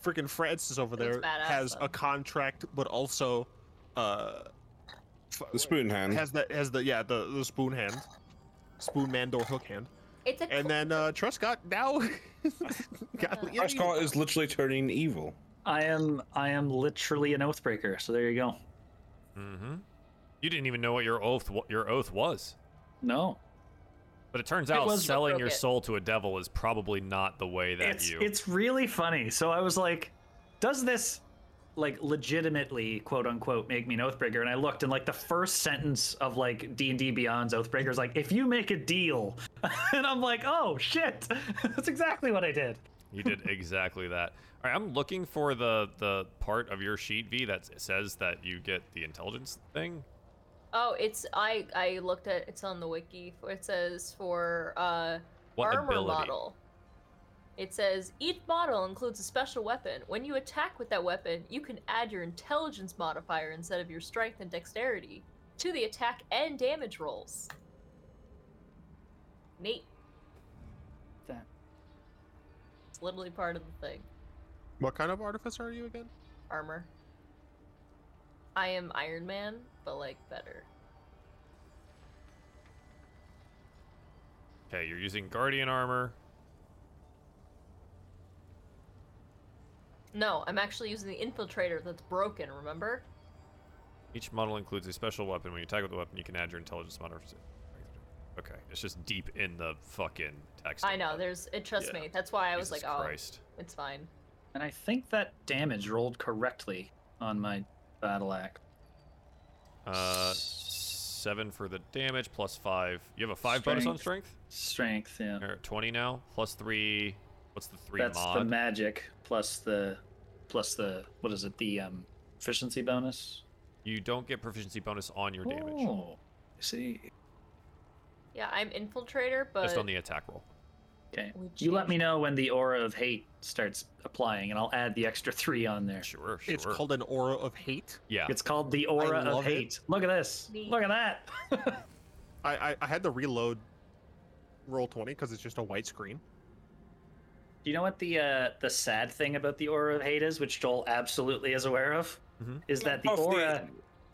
S1: freaking Francis over
S4: That's
S1: there
S4: badass,
S1: has
S4: though.
S1: a contract, but also, uh,
S6: The spoon hand.
S1: has that has the yeah the the spoon hand, spoon man door hook hand,
S4: It's a.
S1: and then uh Truscott now. Godly
S6: Our Scott
S1: enemy.
S6: is literally turning evil.
S5: I am. I am literally an oathbreaker. So there you go.
S3: Mm-hmm. You didn't even know what your oath wa- your oath was,
S5: No,
S3: but it turns out
S5: was-
S3: selling your
S4: Broke it.
S3: soul to a devil is probably not the way that
S5: it's
S3: you.
S5: it's really funny. So I was like, does this like legitimately quote unquote make me an oathbreaker? And I looked, and like the first sentence of like D and D Beyond's oathbreaker is like, if you make a deal, and I'm like, oh shit, that's exactly what I did.
S3: You did exactly that. All right, I'm looking for the the part of your sheet V that s- says that you get the intelligence thing.
S4: Oh, it's I I looked at it's on the wiki. For, it says for uh
S3: What
S4: armor
S3: ability?
S4: model. It says each model includes a special weapon. When you attack with that weapon, you can add your intelligence modifier instead of your strength and dexterity to the attack and damage rolls. Neat.
S5: Damn.
S4: It's literally part of the thing.
S1: What kind of artificer are you again?
S4: Armor. I am Iron Man, but like better.
S3: Okay, you're using guardian armor.
S4: No, I'm actually using the infiltrator that's broken, remember?
S3: Each model includes a special weapon. When you attack with the weapon, you can add your intelligence modifier. Okay, it's just deep in the fucking text.
S4: I
S3: of
S4: know,
S3: that.
S4: there's it trust
S3: Yeah.
S4: me. That's why I was
S3: Jesus
S4: like, oh
S3: Christ.
S4: it's fine.
S5: And I think that damage rolled correctly on my battle act.
S3: Uh, seven for the damage plus five. You have a five bonus on strength.
S5: Strength, yeah.
S3: You're at twenty now. Plus three. What's the three
S5: That's
S3: mod?
S5: the magic plus the plus the what is it? The um efficiency bonus.
S3: you don't get proficiency bonus on your damage.
S5: Oh, I see.
S4: Yeah, I'm infiltrator, but
S3: Just on the attack roll.
S5: Okay.
S4: We
S5: You let
S4: changed-
S5: me know when the aura of hate starts applying, and I'll add the extra three on there.
S3: Sure, sure.
S1: It's called an aura of hate.
S3: Yeah.
S5: It's called the aura of
S1: love it.
S5: hate. Look at this.
S4: Neat.
S5: Look at that.
S1: I I, I had to reload roll twenty because it's just a white screen.
S5: Do you know what the uh, the sad thing about the aura of hate is, which Joel absolutely is aware of,
S3: Mhm.
S5: is that the
S6: Buff the-
S5: aura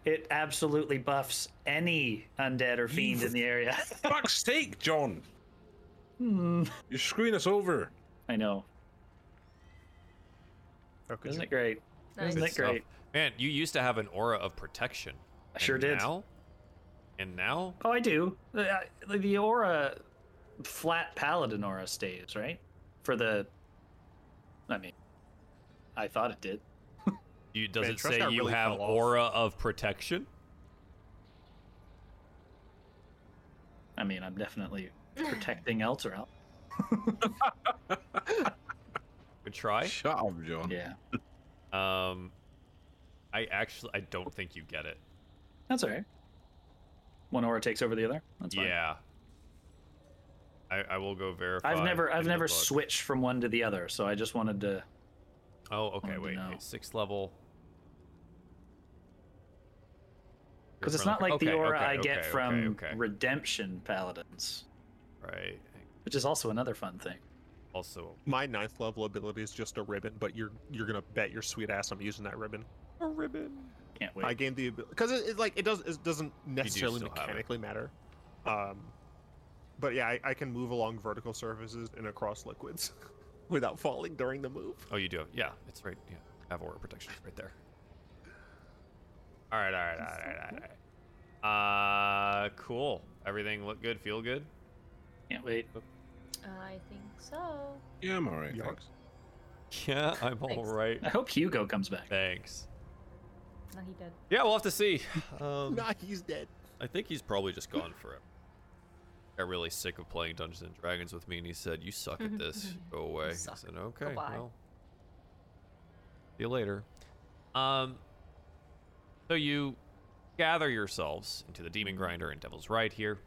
S5: it absolutely buffs any undead or fiend in the area.
S6: Fuck's sake, John!
S5: Hmm.
S6: You're screwing us over.
S5: I know.
S1: Okay.
S5: Isn't it great?
S4: Nice.
S5: Isn't it
S3: stuff.
S5: great?
S3: Man, you used to have an aura of protection.
S5: I sure
S3: and
S5: did.
S3: Now, and now,
S5: Oh, I do. The, uh, the aura, flat paladin aura stays, right? For the. I mean, I thought it did.
S3: you, does
S1: Man,
S3: it
S1: trust
S3: say
S1: that
S3: you
S1: really
S3: have
S1: fell off.
S3: aura of protection?
S5: I mean, I'm definitely protecting Elturel.
S3: Good try.
S6: Shut up, John.
S5: Yeah.
S3: Um, I actually, I don't think you get it.
S5: That's all right. One aura takes over the other. That's fine.
S3: yeah. I, I will go verify.
S5: I've never
S3: in
S5: I've
S3: the
S5: never
S3: book.
S5: switched from one to the other, so I just wanted to
S3: Oh,
S5: wanted
S3: okay.
S5: to
S3: Wait,
S5: know.
S3: wait. Sixth level. You're
S5: because it's
S3: friendly-
S5: not like the
S3: okay,
S5: aura
S3: okay,
S5: I get
S3: okay,
S5: from
S3: okay, okay.
S5: redemption paladins,
S3: right.
S5: which is also another fun thing.
S3: Also,
S1: My ninth level ability is just a ribbon, but you're you're gonna bet your sweet ass I'm using that ribbon.
S3: a ribbon.
S5: Can't
S1: I
S5: wait.
S1: gained the ability because it, it like it does it doesn't necessarily
S3: still have it.
S1: mechanically matter. Um, But yeah, I, I can move along vertical surfaces and across liquids without falling during the move.
S3: Oh, you do. Yeah, it's right. Yeah, have aura protection It's right there. All right, all right, all right, all right. All right. Uh, cool. Everything look good, feel good.
S5: Can't wait.
S4: I think so.
S6: Yeah, I'm alright.
S1: Yeah.
S6: Thanks.
S3: Yeah, I'm all
S4: Thanks.
S3: right.
S5: I hope Hugo comes back.
S3: Thanks.
S4: No, he did.
S3: Yeah, we'll have to see. Um,
S9: Nah, he's dead.
S3: I think he's probably just gone forever. Got really sick of playing Dungeons and Dragons with me, and he said, "You suck at this. Go away." I
S4: Mm-hmm. suck.
S3: said, "Okay,
S4: Goodbye."
S3: well, see you later." Um, so you gather yourselves into the Demon Grinder and Devil's Ride here,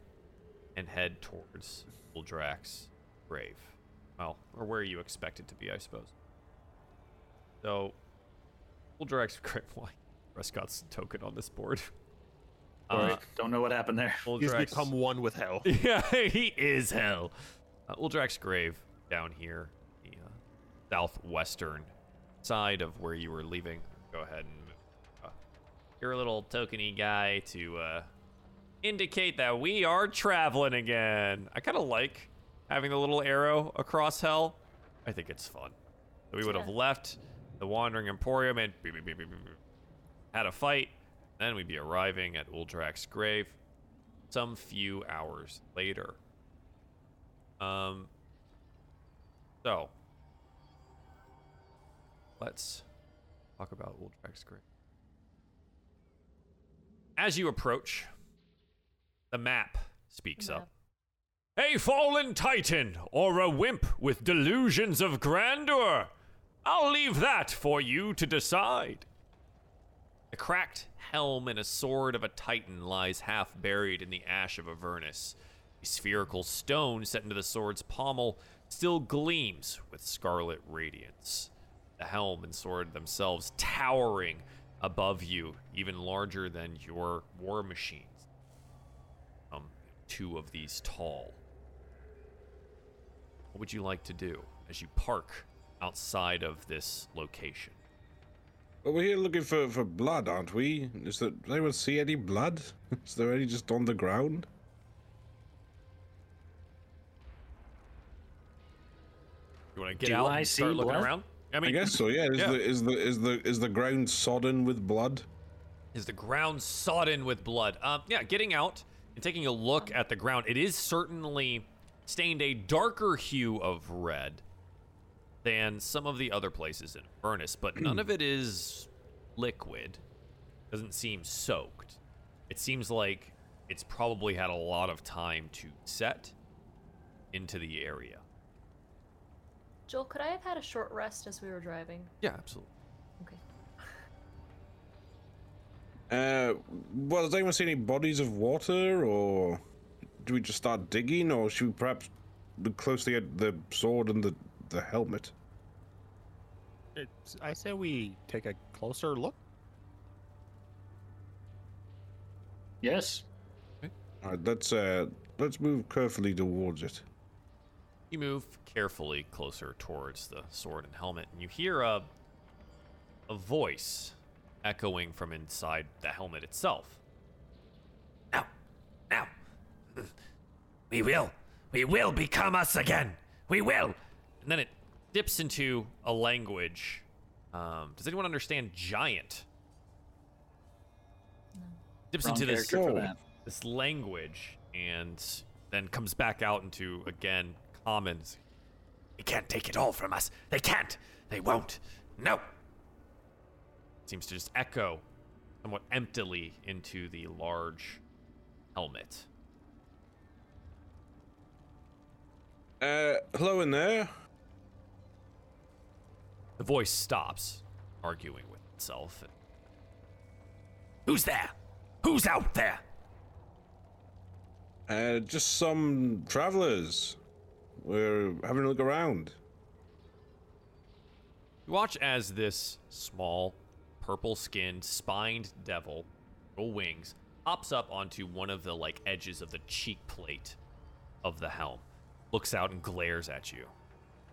S3: and head towards Uldrax's grave. Well, or where you expect it to be, I suppose. So, Uldrax's grave. Why? Prescott's token on this board. Uh, Um,
S5: Alright, Don't know what happened there.
S1: He's
S3: Uldrax-
S1: become one with hell.
S3: yeah, he is hell. Uh, Uldrax's grave down here, the uh, southwestern side of where you were leaving. Go ahead and move. Uh, your little tokeny guy to uh, indicate that we are traveling again. I kind of like having the little arrow across hell. I think it's fun. So we would have left the Wandering Emporium and beep, beep, beep, beep, beep, beep, had a fight. Then we'd be arriving at Uldrax's grave some few hours later. Um, so let's talk about Uldrax Grave. As you approach, the map speaks up. A fallen titan or a wimp with delusions of grandeur. I'll leave that for you to decide. A cracked helm and a sword of a titan lies half buried in the ash of Avernus. A spherical stone set into the sword's pommel still gleams with scarlet radiance. The helm and sword themselves towering above you, even larger than your war machines. Um, two of these tall. What would you like to do as you park outside of this location?
S6: Well, we're here looking for, for blood, aren't we? Is there, does anyone see any blood? Is there any just on the ground?
S3: You want to get
S5: Do
S3: out
S5: I
S3: and start
S5: see
S3: looking
S5: blood?
S3: around? I
S6: I
S3: mean,
S6: guess so. Yeah. Is,
S3: Yeah.
S6: The, is the is the is the ground sodden with blood?
S3: is the ground sodden with blood? Um, yeah, getting out and taking a look at the ground, it is certainly stained a darker hue of red than some of the other places in Furnace, but none of it is liquid. Doesn't seem soaked. It seems like it's probably had a lot of time to set into the area.
S4: Joel, could I have had a short rest as we were driving?
S3: Yeah, absolutely.
S4: Okay.
S6: Uh, well, does anyone see any bodies of water, or do we just start digging, or should we perhaps look closely at the sword and the the helmet?
S9: It's, I say we take a closer look.
S5: Yes.
S6: All right, let's uh let's move carefully towards it.
S3: You move carefully closer towards the sword and helmet, and you hear a, a voice echoing from inside the helmet itself.
S8: Now, now. We will. We will become us again. We will.
S3: And then it dips into a language. Um, does anyone understand giant? Dips
S5: Wrong
S3: into this
S5: character for
S6: sword.
S5: that.
S3: this language and then comes back out into again commons.
S8: They can't take it all from us. They can't. They won't. No.
S3: seems to just echo somewhat emptily into the large helmet.
S6: Uh, hello in there.
S3: The voice stops, arguing with itself.
S8: Who's there? Who's out there?
S6: Uh, just some travelers. We're having a look around.
S3: You watch as this small, purple skinned, spined devil, little wings, hops up onto one of the like edges of the cheek plate of the helm, looks out and glares at you.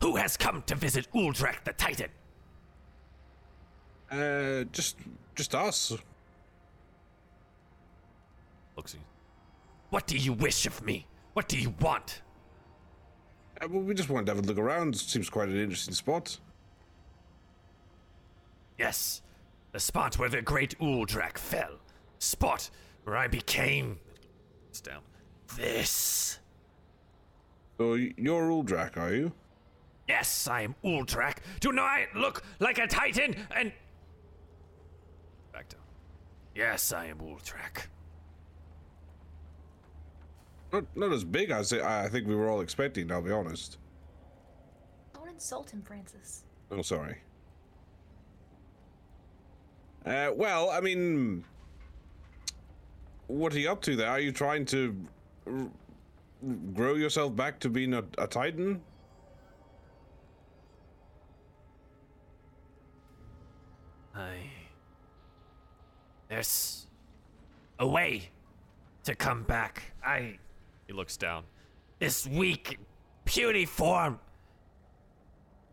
S8: Who has come to visit Uldrak the Titan?
S6: Uh, just just us. Uh,
S3: Looks at you.
S8: What do you wish of me?
S3: What do you want?
S6: Uh, well, we just wanted to have a look around. seems quite an interesting spot.
S3: Yes, the spot where the great Uldrak fell. Spot where I became. It's down. This.
S6: So y- you're Uldrak, are you?
S3: Yes, I am Uldrak. Do not I look like a titan and.
S2: Back down.
S3: Yes, I am Uldrak.
S6: Not, not as big as I I think we were all expecting. I'll be honest.
S4: Don't insult him, Francis.
S6: Oh, sorry. Uh, well, I mean, what are you up to there? Are you trying to r- grow yourself back to being a, a titan?
S3: I. There's a way to come back. I.
S2: He looks down.
S3: This weak, puny form.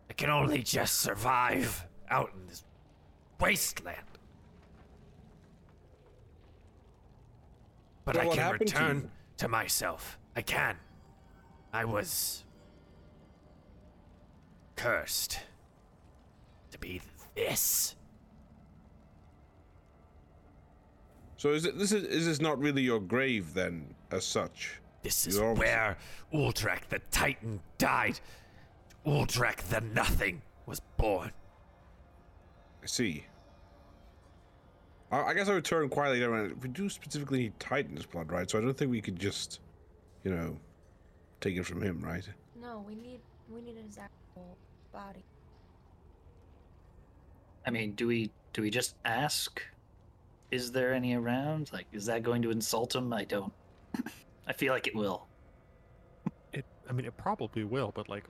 S3: I can only just survive out in this wasteland. But
S6: So
S3: I
S6: what
S3: can
S6: happened to
S3: return
S6: you?
S3: to myself. I can. I was cursed to be this.
S6: So is it, this is, is this not really your grave then, as such?
S3: This is
S6: You almost-
S3: where Uldrak the Titan died. Uldrak the Nothing was born.
S6: I see. I, I guess I would turn quietly down. and- We do specifically need Titan's blood, right? So I don't think we could just, you know, take it from him, right?
S4: No, we need we need his actual body.
S5: I mean, do we do we just ask? Is there any around? Like, is that going to insult him? I don't. I feel like it will.
S1: It, I mean, it probably will, but like,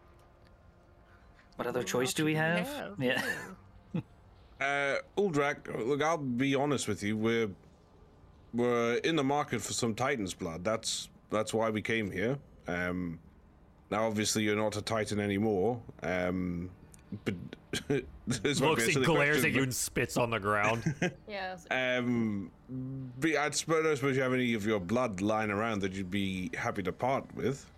S5: What other
S1: What
S5: choice do
S1: option
S5: we
S1: do we
S5: have?
S1: have?
S5: Yeah.
S6: Uh, Uldrak, look, I'll be honest with you. We're we're in the market for some Titan's blood. That's that's why we came here. Um, now obviously you're not a Titan anymore. Um, but this might be a
S2: Looks, he
S6: silly
S2: glares
S6: question,
S2: at you and spits on the ground.
S4: Yeah. I was
S6: but,
S4: like,
S6: Um, be, I suppose, I don't suppose you have any of your blood lying around that you'd be happy to part with.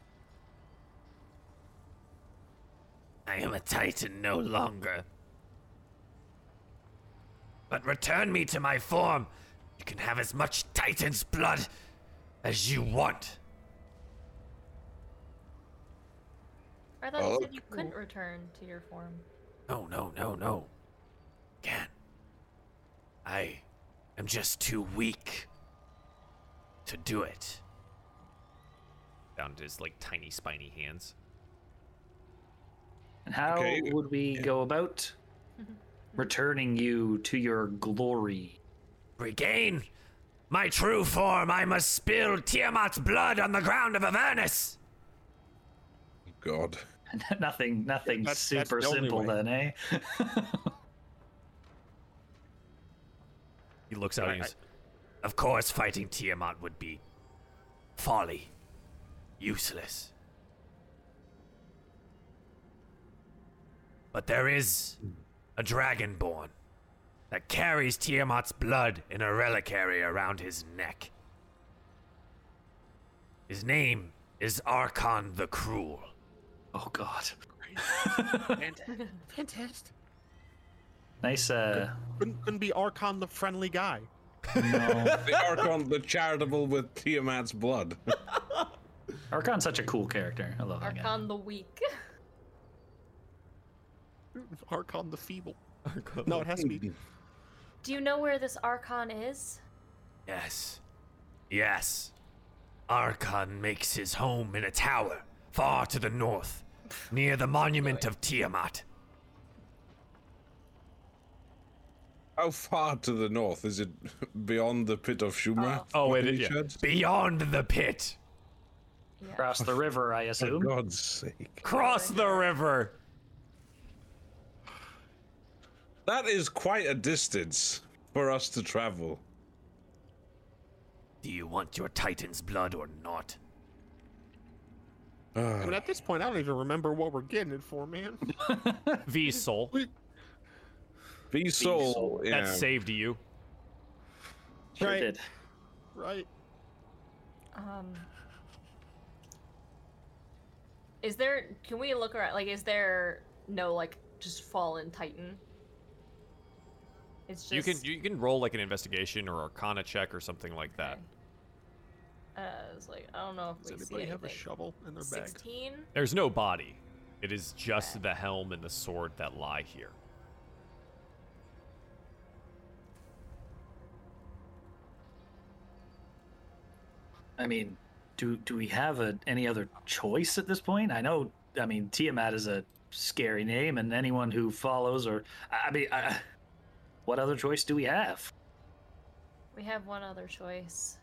S3: I am a Titan no longer. But return me to my form. You can have as much Titan's blood as you want.
S4: I thought you
S6: Oh,
S4: said you couldn't return to your form.
S3: No, no, no, no. Can. I am just too weak to do it.
S2: down to his like tiny spiny hands.
S5: And how
S6: Okay.
S5: would we go about returning you to your glory?
S3: Regain my true form, I must spill Tiamat's blood on the ground of Avernus.
S6: God.
S5: nothing, nothing
S1: That's- that's
S5: super
S1: the only
S5: simple
S1: way.
S5: then, eh?
S2: He looks out and he's
S3: Of course, fighting Tiamat would be folly, useless. But there is a dragonborn that carries Tiamat's blood in a reliquary around his neck. His name is Archon the Cruel.
S5: Oh God.
S10: Fantastic.
S5: Nice. Uh,
S1: couldn't, couldn't be Archon the friendly guy.
S6: the Archon, the charitable with Tiamat's blood.
S5: Archon's such a cool character. I love that guy.
S4: Archon the weak.
S1: Archon the feeble. No, it has to be.
S4: Do you know where this Archon is?
S3: Yes. Yes. Archon makes his home in a tower far to the north, near the monument of Tiamat.
S6: How far to the north is it? Beyond the pit of Shumra?
S2: Oh, it is,
S6: By any
S2: yeah.
S6: chance?
S3: Beyond the pit.
S5: Across the river, I
S6: For
S5: assume.
S6: God's sake.
S2: cross the river.
S6: That is quite a distance for us to travel.
S3: Do you want your Titan's blood or not?
S6: Ah.
S1: I mean, at this point, I don't even remember what we're getting it for, man.
S2: V soul.
S6: Be soul. Yeah.
S2: That saved you.
S5: Sure
S1: Right.
S5: did.
S1: Right.
S4: Um. Is there? Can we look around? Like, is there no like just fallen titan? It's just
S3: You can you can roll like an investigation or arcana check or something like that.
S4: Uh, it's like I don't know if we
S9: Does
S4: see
S9: anybody have a
S4: anything.
S9: shovel in their bag?
S4: Sixteen.
S3: There's no body. It is just the helm and the sword that lie here.
S5: I mean, do do we have a, any other choice at this point? I know. I mean, Tiamat is a scary name, and anyone who follows, or I I mean, I, what other choice do we have?
S4: We have one other choice.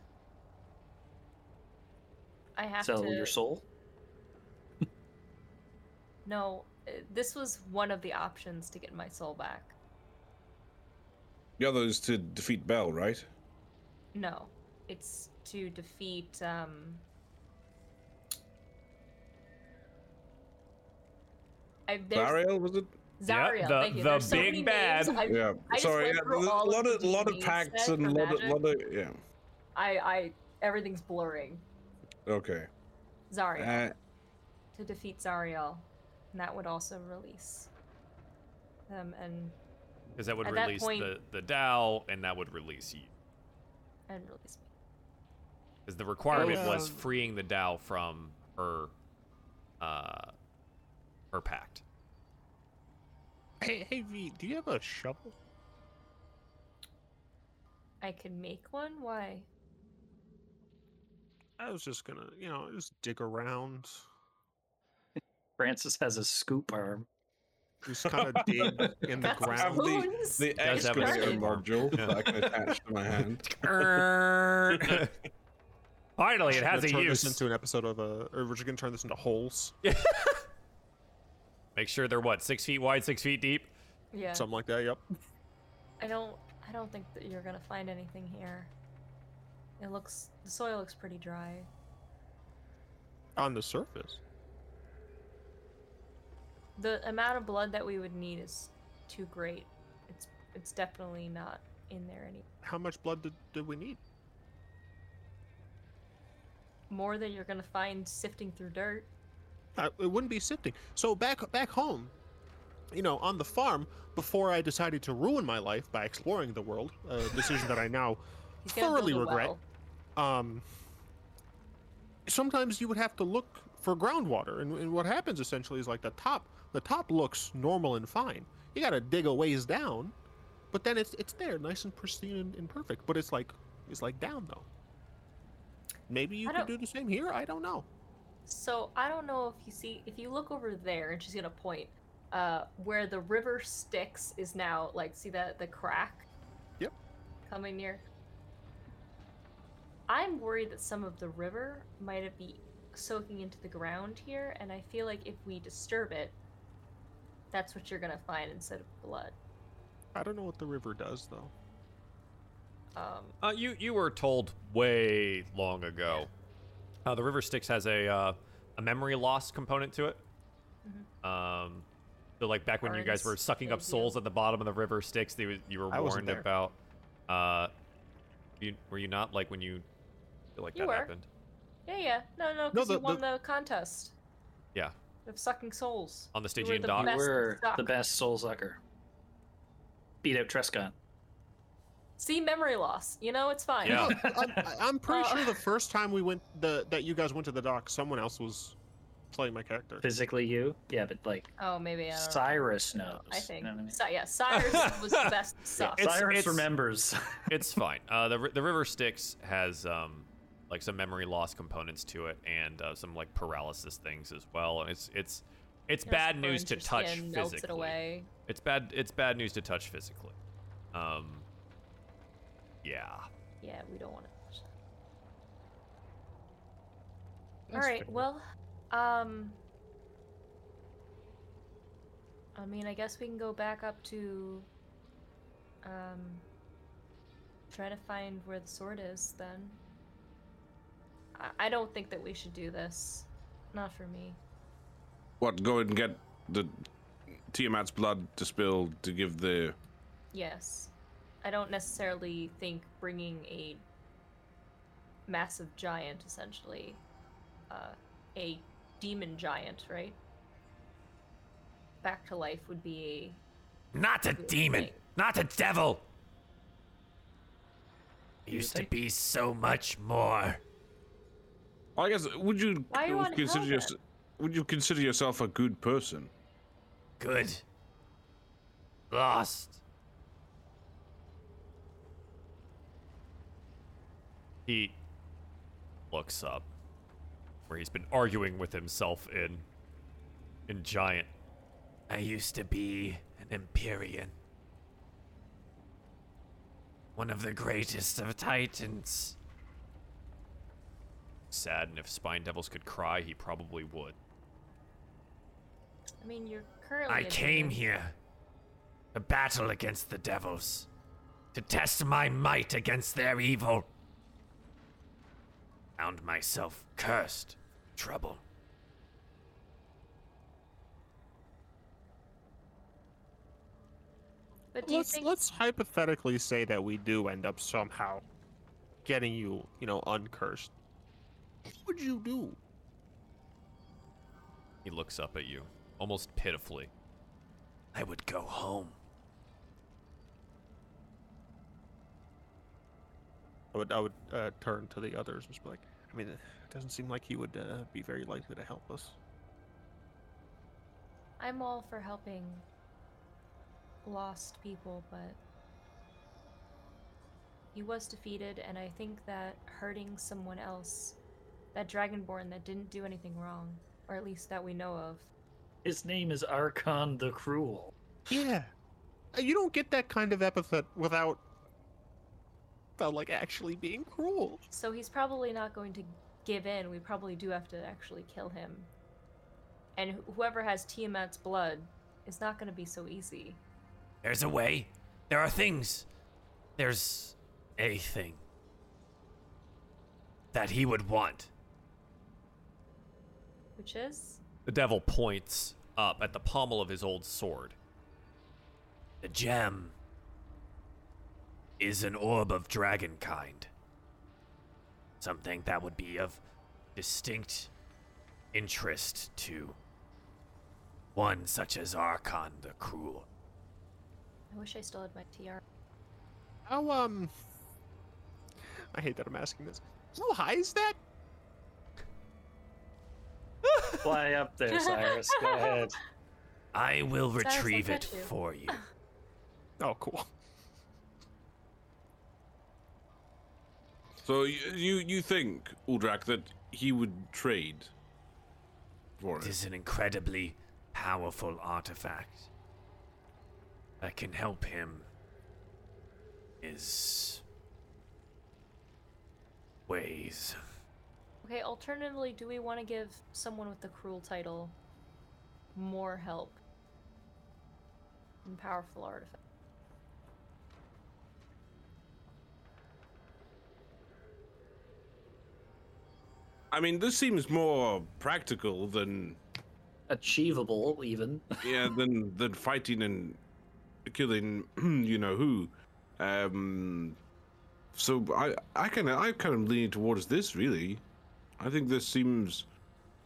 S4: I have
S5: Sell
S4: to.
S5: your soul.
S4: No, uh, this was one of the options to get my soul back.
S6: The other is to defeat Bell, right?
S4: No, it's to defeat. Um, I, there's
S6: Bariel, was it?
S4: Zariel.
S3: the-
S4: thank you.
S3: the
S4: There's so
S3: big
S4: many
S3: bad.
S4: Names. I,
S6: Yeah.
S4: I just
S6: Sorry,
S4: went
S6: yeah,
S4: through
S6: there's a
S4: all
S6: lot
S4: the
S6: of lot of
S4: DDs
S6: pacts
S4: set
S6: and
S4: for
S6: a lot of
S4: magic.
S6: lot of yeah.
S4: I, I, everything's blurring.
S6: Okay.
S4: Zariel
S6: Uh,
S4: to defeat Zariel, and that would also release. Um, and
S3: Because that would
S4: At that
S3: release
S4: point-
S3: the, the Dow and that would release you.
S4: and release me.
S3: Because the requirement
S1: Oh,
S3: was
S9: um,
S3: freeing the Dow from her uh her pact.
S1: Hey, hey, V, do you have a shovel?
S4: I can make one. Why?
S1: I was just gonna, you know, just dig around,
S5: Francis has a scoop arm.
S1: just kind of dig in the
S4: Got some
S1: ground.
S6: the-
S4: spoons?
S6: the
S3: does have a
S6: excavator
S3: scoop arm.
S6: module that I can attach to my hand.
S3: Err. Finally, it
S1: We're
S3: has
S1: gonna
S3: a
S1: turn
S3: use.
S1: this into an episode of a, or we're just gonna turn this into holes,
S3: Make sure they're what six feet wide, six feet deep.
S4: Yeah.
S1: something like that. Yep.
S4: I don't. I don't think that you're gonna find anything here. It looks. The soil looks pretty dry.
S1: On the surface.
S4: The amount of blood that we would need is too great. It's. It's definitely not in there any
S1: How much blood did, did we need?
S4: more than you're gonna find sifting through dirt.
S1: I, Uh, it wouldn't be sifting. So back back home, you know, on the farm, before I decided to ruin my life by exploring the world, a decision that I now
S4: He's gonna
S1: thoroughly
S4: build a
S1: regret.
S4: well.
S1: um, sometimes you would have to look for groundwater and, and what happens essentially is like the top the top looks normal and fine you gotta dig a ways down but then it's it's there nice and pristine and, and perfect but it's like it's like down though maybe you
S4: I
S1: could
S4: don't-
S1: do the same here i don't know
S4: So I don't know if you see if you look over there and she's gonna point, uh, where the river Styx is now like see that the crack.
S1: Yep.
S4: Coming near. I'm worried that some of the river might have be soaking into the ground here, and I feel like if we disturb it, that's what you're gonna find instead of blood.
S1: i don't know what the river does though
S4: Um,
S3: Uh, you you were told way long ago. Uh, the River Styx has a uh, a memory loss component to it. Um, so like back when you guys
S4: Burns,
S3: were sucking up
S4: Mm-hmm. thank you.
S3: souls at the bottom of the River Styx, they, was- you were
S1: I
S3: warned
S1: wasn't there.
S3: about. Uh, you, were you not like when you like
S4: You
S3: that
S4: were.
S3: happened?
S4: yeah, yeah, no, no, because
S1: the-
S4: you won the... contest
S3: Yeah, Um,
S4: of sucking souls
S3: on the
S4: You were
S3: Stygian
S4: the
S3: dock.
S4: Best
S5: We're
S4: suck.
S5: the best soul sucker. Beat out Trescott.
S4: See, memory loss. You know, it's fine.
S3: Yeah.
S1: No, I'm, I'm pretty
S4: Uh,
S1: sure the first time we went the that you guys went to the dock someone else was playing my character
S5: Physically, you. Yeah, but like
S4: Oh, maybe I don't know.
S5: Cyrus knows.
S4: I think.
S5: You know what I mean?
S4: Cy- yeah, Cyrus was the best suck.
S3: It's-
S5: Cyrus
S3: it's-
S5: remembers.
S3: it's fine. Uh, the ri- the River Styx has um like some memory loss components to it and uh, some like paralysis things as well. And it's it's it's
S4: You know,
S3: bad
S4: burns
S3: news to
S4: your
S3: touch
S4: skin,
S3: physically.
S4: melts it away.
S3: It's bad. It's bad news to touch physically. Um. Yeah.
S4: Yeah, we don't want to touch that. All
S1: That's
S4: right.
S1: fair.
S4: Well, um, I mean, I guess we can go back up to, um, try to find where the sword is. Then. I, I don't think that we should do this. Not for me.
S6: What? Go and get the Tiamat's blood to spill to give the.
S4: Yes. I don't necessarily think bringing a massive giant, essentially, uh, a demon giant, right? Back to life would be
S8: Not a demon. Not a devil.
S5: You
S8: Used to
S5: think?
S8: be so much more.
S6: I guess would you
S4: Why you wanna
S6: consider
S4: help
S6: yours-
S4: it?
S6: would you consider yourself a good person?
S8: Good. Lost.
S3: He looks up where he's been arguing with himself in in giant.
S8: I used to be an Empyrean. One of the greatest of Titans.
S3: Sad, and if spine devils could cry, he probably would.
S4: I mean, you're currently.
S8: I
S4: a
S8: came
S4: demon.
S8: here to battle against the devils, to test my might against their evil. Found myself cursed, trouble.
S4: But do you
S1: let's
S4: think?
S1: let's hypothetically say that we do end up somehow getting you, you know, uncursed. What would you do?
S3: He looks up at you, almost pitifully.
S8: I would go home.
S1: I would I would uh, turn to the others and just be like, I mean, it doesn't seem like he would uh, be very likely to help us.
S4: I'm all for helping lost people, but he was defeated, and I think that hurting someone else, that dragonborn that didn't do anything wrong, or at least that we know of,
S5: His name is Archon the Cruel.
S1: Yeah, Uh, you don't get that kind of epithet without
S9: uh,
S1: without like actually being cruel.
S4: So he's probably not going to give in. We probably do have to actually kill him. And wh- whoever has Tiamat's blood is not going to be so easy.
S8: There's a way. There are things. There's a thing that he would want.
S4: Which is?
S3: The devil points up at the pommel of his old sword.
S8: The gem is an orb of dragon kind. Something that would be of distinct interest to one such as Archon the Cruel.
S4: I wish I still had my TR.
S1: How um, I hate that I'm asking this. How high is that?
S5: Fly up there, Cyrus. Go ahead.
S8: I will
S4: Cyrus, I'll
S8: retrieve it
S4: catch you.
S8: for you.
S1: Oh, cool.
S6: So you you, you think Uldrak that he would trade for
S8: It
S6: it?
S8: is an incredibly powerful artifact that can help him. Is ways.
S4: Okay, alternatively, do we want to give someone with the cruel title more help? And powerful artifact.
S6: I mean, this seems more practical than
S5: Achievable, even.
S6: yeah than than fighting and killing you know who. Um, so I I kind of I kind of leaning towards this really. I think this seems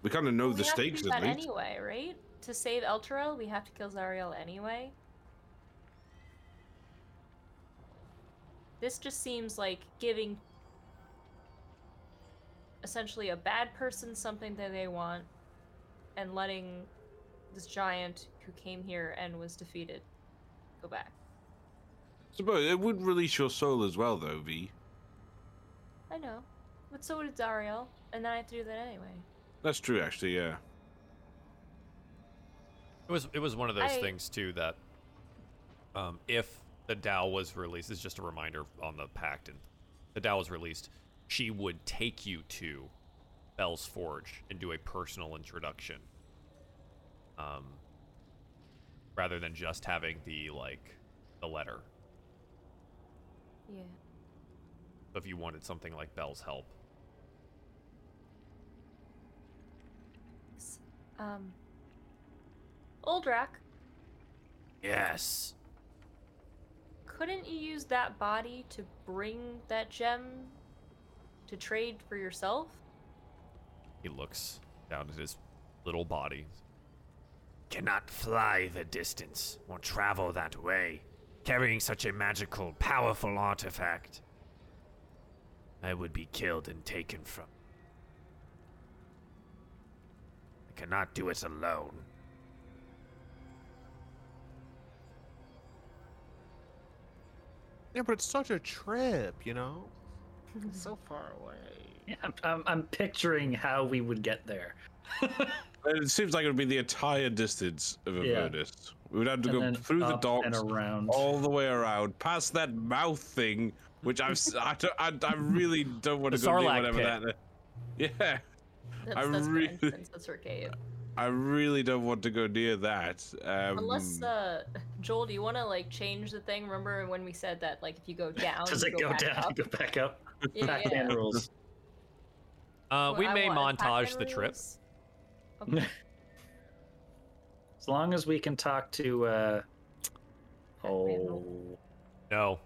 S6: we kind of know Oh, the
S4: we have to do
S6: stakes at
S4: that
S6: least.
S4: anyway, right? To save Elturel, we have to kill Zariel anyway. This just seems like giving essentially a bad person something that they want and letting this giant who came here and was defeated go back.
S6: Suppose it would release your soul as well, though, V.
S4: I know. But so did Zariel, and then I have to do that anyway.
S6: That's true, actually. Yeah.
S3: It was it was one of those
S4: I-
S3: things too that um, if the Dow was released, this is just a reminder on the pact, and the Dow was released, she would take you to Bell's Forge and do a personal introduction, um, rather than just having the like the letter.
S4: Yeah.
S3: If you wanted something like Bell's help,
S4: Um Oldrak,
S8: Yes.
S4: couldn't you use that body to bring that gem to trade for yourself?
S3: he looks down at his little body.
S8: cannot fly the distance or travel that way, carrying such a magical, powerful artifact. I would be killed and taken from. I cannot do it alone.
S1: Yeah, but it's such a trip, you know.
S9: so far away.
S5: Yeah, I'm, I'm, I'm picturing how we would get there.
S6: It seems like it would be the entire distance of
S5: Yeah.
S6: Avernus. We would have to
S5: And
S6: go
S5: then
S6: through the
S5: up and
S6: docks,
S5: around.
S6: all the way around, past that mouth thing, which I've, s- I, don't- I, I really don't want to
S3: The
S6: go near
S3: Sarlacc
S6: whatever
S3: pit.
S6: that. Yeah,
S4: That's,
S6: I
S4: that's
S6: really-
S4: really... That's her cave.
S6: I really don't want to go near that. Um,
S4: Unless, uh, Joel, do you want to like change the thing? Remember when we said that, like, if you go down,
S5: Does
S4: you
S5: it go
S4: back
S5: down?
S4: up?
S5: Go back up.
S4: Yeah, yeah.
S5: Pac-Man rules.
S3: Uh, we
S4: I
S3: may
S4: want
S3: montage
S4: Pac-Man
S3: the trip.
S4: rules. Okay.
S5: As long as we can talk to. uh Oh.
S3: No.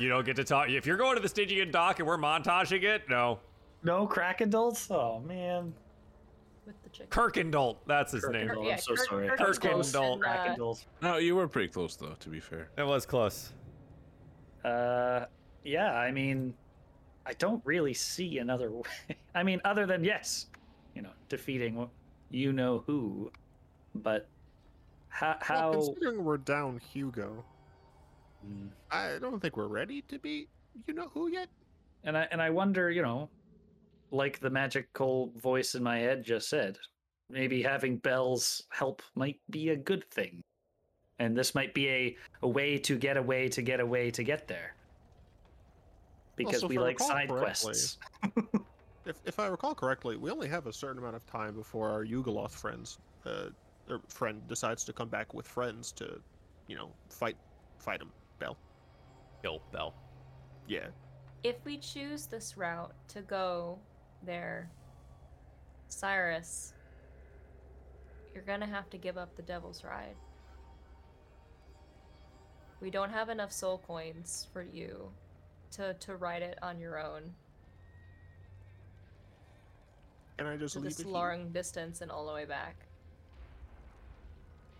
S3: You don't get to talk. If you're going to the Stygian dock and we're montaging it, no.
S5: No crack adults? Oh, man.
S4: With the chicken.
S3: Kirkendalt, that's his name.
S5: Kirkendall,
S4: yeah,
S5: I'm so
S4: Kirk-
S5: sorry.
S4: Kirk
S3: Kirk
S4: Close
S3: Kendall.
S4: and,
S5: Crack
S4: uh,
S5: adults.
S6: no, you were pretty close though. To be fair,
S3: It was close.
S5: Uh, yeah, I mean, I don't really see another way. I mean, other than yes, you know, defeating you know who, but how how
S9: Well, considering we're down Hugo,
S5: Mm.
S9: I don't think we're ready to be you know who yet.
S5: and I and I wonder, you know, like the magical voice in my head just said, maybe having Bell's help might be a good thing, and this might be a a way to get away to get away to get there. Because
S9: Also, if
S5: we
S9: I
S5: like
S9: recall
S5: side
S9: correctly-
S5: quests.
S9: If, if I recall correctly, we only have a certain amount of time before our Yugoloth friends, uh, or friend decides to come back with friends to, you know, fight, fight him. Bell.
S3: Kill Bell.
S9: Yeah.
S4: if we choose this route to go there, Cyrus, you're gonna have to give up the Devil's Ride. We don't have enough soul coins for you to to ride it on your own
S9: And I just
S4: to
S9: leave it
S4: this
S9: here?
S4: long distance and all the way back.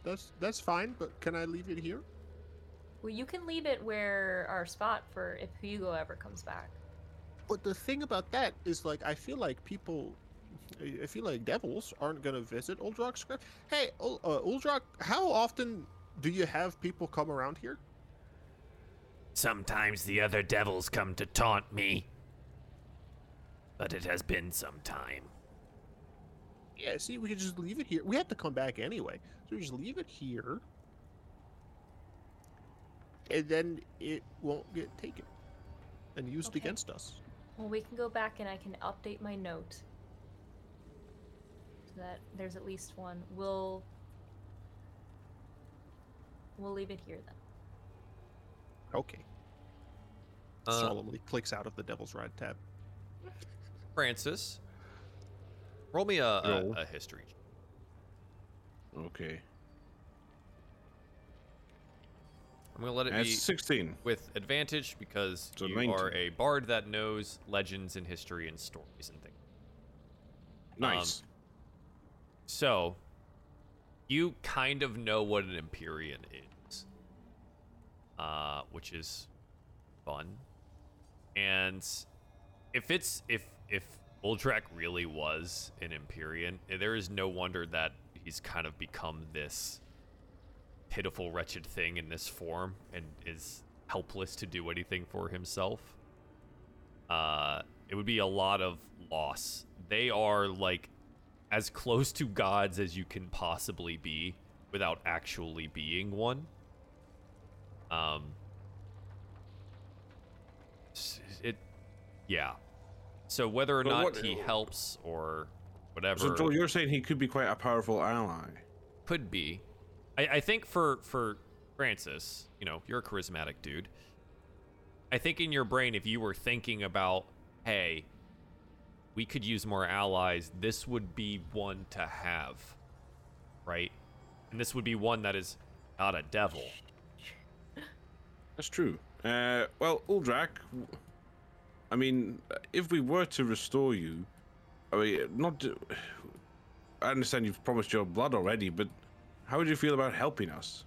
S9: That's that's fine, but can I leave it here?
S4: Well, you can leave it where our spot for if Hugo ever comes back.
S9: But the thing about that is, like, I feel like people, I I feel like devils aren't gonna visit Uldrock's scrap. Hey, Ul- uh, Uldrock, how often do you have people come around here?
S8: Sometimes the other devils come to taunt me. But it has been some time.
S9: Yeah, see, we could just leave it here. We have to come back anyway, so we just leave it here, and then it won't get taken and used
S4: Okay.
S9: against us.
S4: Well, we can go back and I can update my note. So that there's at least one. We'll we'll leave it here then.
S9: Okay.
S3: Uh,
S9: Solemnly clicks out of the Devil's Ride tab.
S3: Francis, roll me a, a,
S6: Roll.
S3: a history. check.
S6: okay.
S3: I'm going to let it
S6: That's
S3: be
S6: sixteen.
S3: with advantage because
S6: So
S3: you
S6: 19.
S3: are a bard that knows legends and history and stories and things.
S6: Nice.
S3: So, you kind of know what an Empyrean is, uh, which is fun. And if it's if if Ultrak really was an Empyrean, eh, there is no wonder that he's kind of become this pitiful, wretched thing in this form, and is helpless to do anything for himself uh, it would be a lot of loss. They are like as close to gods as you can possibly be without actually being one. Um, s- it, yeah. So whether or
S6: But
S3: not
S6: what-
S3: he helps or whatever
S6: so Joel, you're saying he could be quite a powerful ally.
S3: could be. I, I think for for Francis, you know, you're a charismatic dude. I think in your brain, if you were thinking about, hey, we could use more allies, this would be one to have, right? And this would be one that is not a devil.
S6: That's true. Uh, well, Uldrak, uh, I mean, if we were to restore you, I mean, not. uh, I understand you've promised your blood already, but how would you feel about helping us?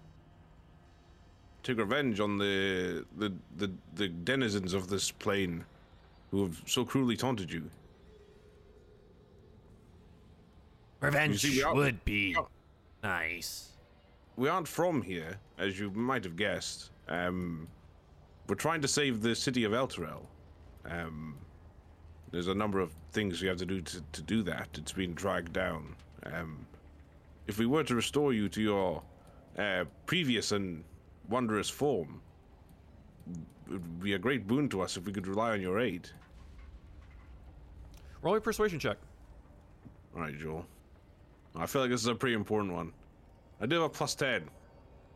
S6: Take revenge on the the the, the denizens of this plane who have so cruelly taunted you.
S8: Revenge
S6: see, we are-
S8: would be
S3: Oh.
S6: are-
S8: nice.
S6: we aren't from here, as you might have guessed. Um, we're trying to save the city of Elturel. Um, there's a number of things you have to do to, to do that. It's been dragged down. Um, if we were to restore you to your uh, previous and wondrous form, it would be a great boon to us if we could rely on your aid.
S3: Roll your persuasion check.
S6: All right, Joel. I feel like this is a pretty important one. I do have a plus 10.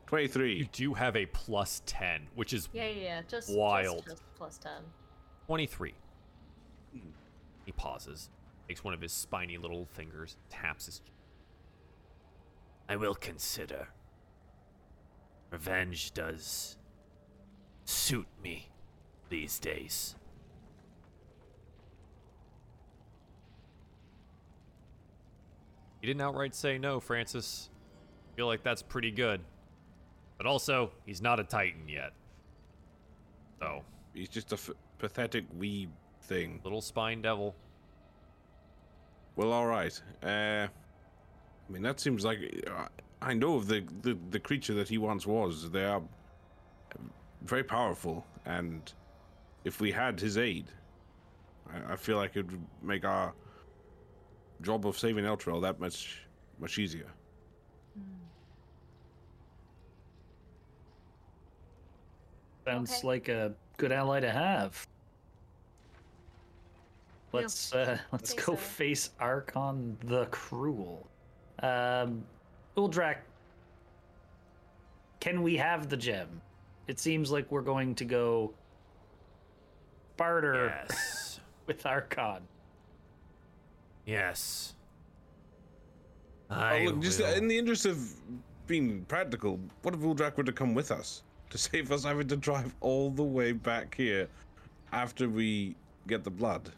S6: 23.
S3: You do have a plus 10, which is
S4: Yeah, yeah, yeah. Just
S3: Wild.
S4: Just, just plus ten.
S3: 23. He pauses, takes one of his spiny little fingers, taps his.
S8: I will consider. Revenge does suit me these days.
S3: He didn't outright say no, Francis. I feel like that's pretty good. But also, he's not a Titan yet. So,
S6: He's just a f- pathetic wee thing.
S3: little spine devil.
S6: Well, all right. Uh, I mean, that seems like uh, I know of the, the the creature that he once was. They are very powerful, and if we had his aid, I, I feel like it would make our job of saving Eltrell that much much easier.
S4: Hmm.
S5: Sounds
S4: Okay.
S5: like a good ally to have. Let's uh, let's
S4: think
S5: go
S4: so.
S5: face Archon the Cruel. Um, Uldrak, can we have the gem? It seems like we're going to go barter
S8: Yes.
S5: with Archon.
S8: yes.
S6: Oh,
S8: I
S6: look, just
S8: will-
S6: in the interest of being practical, what if Uldrak were to come with us to save us having to drive all the way back here after we get the blood?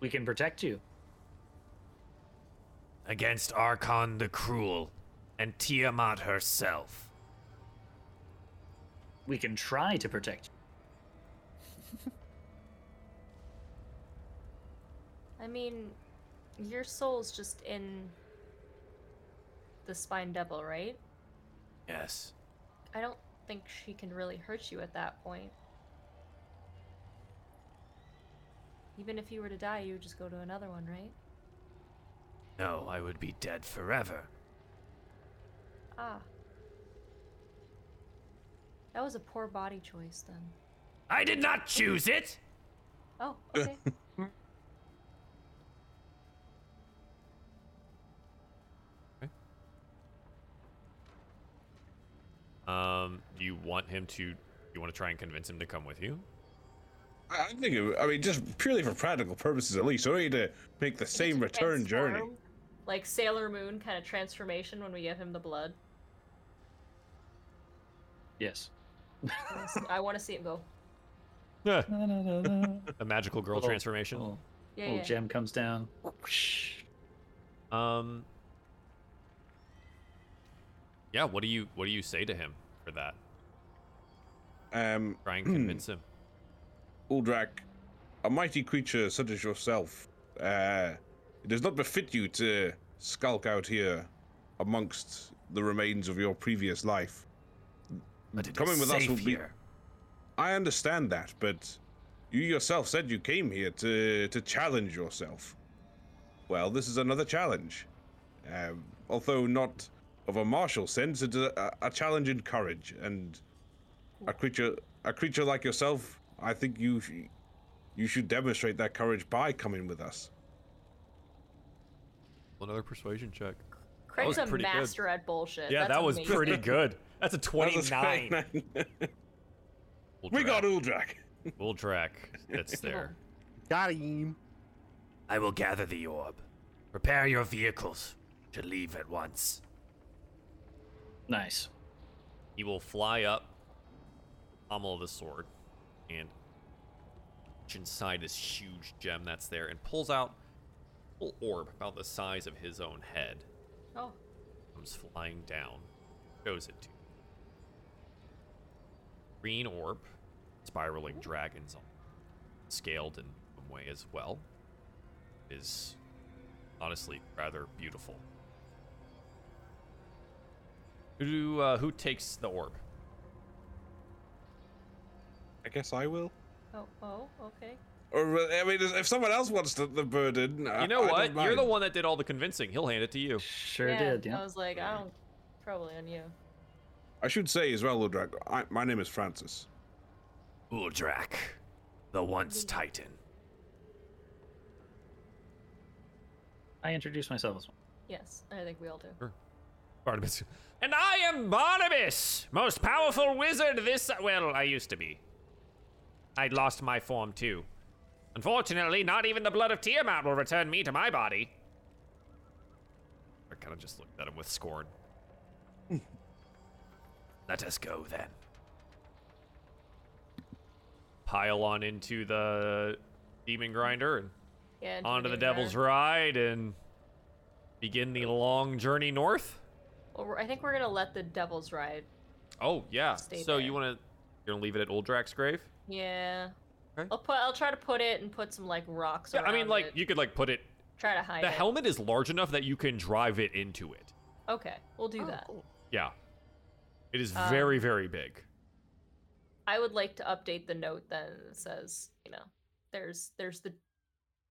S5: We can protect you.
S8: against Archon the Cruel and Tiamat herself.
S5: We can try to protect you.
S4: I mean, your soul's just in the spine devil, right?
S8: Yes.
S4: I don't think she can really hurt you at that point. Even if you were to die, you would just go to another one, right?
S8: No, I would be dead forever.
S4: Ah. That was a poor body choice then.
S8: I did not choose it!
S4: Oh, okay.
S3: Um, do you want him to. You want to try and convince him to come with you?
S6: I I think, it, I mean, just purely for practical purposes, at least, so we need to make the same return journey.
S4: Transform, Like Sailor Moon kind of transformation when we give him the blood.
S5: Yes.
S4: I wanna see- I want to see him go.
S3: Yeah.
S5: Na, na, na, na.
S3: A magical girl
S5: Little-
S3: transformation.
S5: little,
S4: Yeah,
S3: Oh,
S5: little
S4: yeah.
S5: Oh, gem comes down.
S3: Um. Yeah, what do you what do you say to him for that?
S6: Um,
S3: Try and convince him.
S6: Uldrak, a mighty creature such as yourself, uh, it does not befit you to skulk out here amongst the remains of your previous life.
S8: But it is
S6: Coming with us
S8: safe
S6: will be-
S8: here.
S6: I understand that, but you yourself said you came here to to challenge yourself. Well, this is another challenge, um, although not of a martial sense. It's a, a challenge in courage, and a creature a creature like yourself, I think you sh- you should demonstrate that courage by coming with us.
S3: Another persuasion check.
S4: Craig's a
S3: pretty good.
S4: master at bullshit.
S3: Yeah,
S4: That's
S3: that was
S4: amazing.
S3: pretty good. That's a
S6: That
S3: twenty-nine.
S6: was we got Uldrak.
S3: We'll track. That's there.
S9: Got him.
S8: I will gather the orb. Prepare your vehicles to leave at once.
S5: Nice.
S3: He will fly up, pommel of the sword, and reach inside this huge gem that's there and pulls out a little orb about the size of his own head.
S4: Oh,
S3: Comes flying down, shows it to you. Green orb, spiraling dragons on scaled in some way as well, is honestly rather beautiful. Who uh, who takes the orb?
S6: I guess I will.
S4: oh, oh, okay.
S6: Or uh, I mean, if someone else wants the, the burden,
S3: You
S6: I-
S3: know
S6: I don't
S3: what? You're the
S6: mind.
S3: one that did all the convincing. He'll hand it to you.
S5: Sure
S4: yeah,
S5: did. Yeah.
S4: I was like, I don't. Probably on you.
S6: I should say as well, Ludrak. I, my name is Francis.
S8: Uldrak, the once titan.
S5: I introduced myself as well.
S4: Yes, I think we all do.
S3: Barnabas. And I am Barnabas, most powerful wizard this. Well, I used to be. I lost my form too. Unfortunately, not even the blood of Tiamat will return me to my body. I kind of just looked at him with scorn.
S8: Let us go then.
S3: Pile on into the demon grinder and
S4: Yeah. into
S3: onto the
S4: new
S3: devil's
S4: ground.
S3: ride and begin the long journey north.
S4: Well, we're- I think we're gonna let the devil's ride.
S3: Oh yeah.
S4: Stay
S3: so
S4: there.
S3: you want to? You're gonna leave it at Uldrak's grave?
S4: Yeah.
S3: Okay.
S4: I'll put. I'll try to put it and put some like rocks.
S3: Yeah. I mean,
S4: around
S3: like
S4: it,
S3: you could like put it
S4: try to hide
S3: The
S4: it.
S3: helmet is large enough that you can drive it into it.
S4: Okay, we'll
S6: Oh,
S4: do that.
S3: Yeah. It is
S4: Um,
S3: very, very big.
S4: I would like to update the note then that says, you know, there's there's the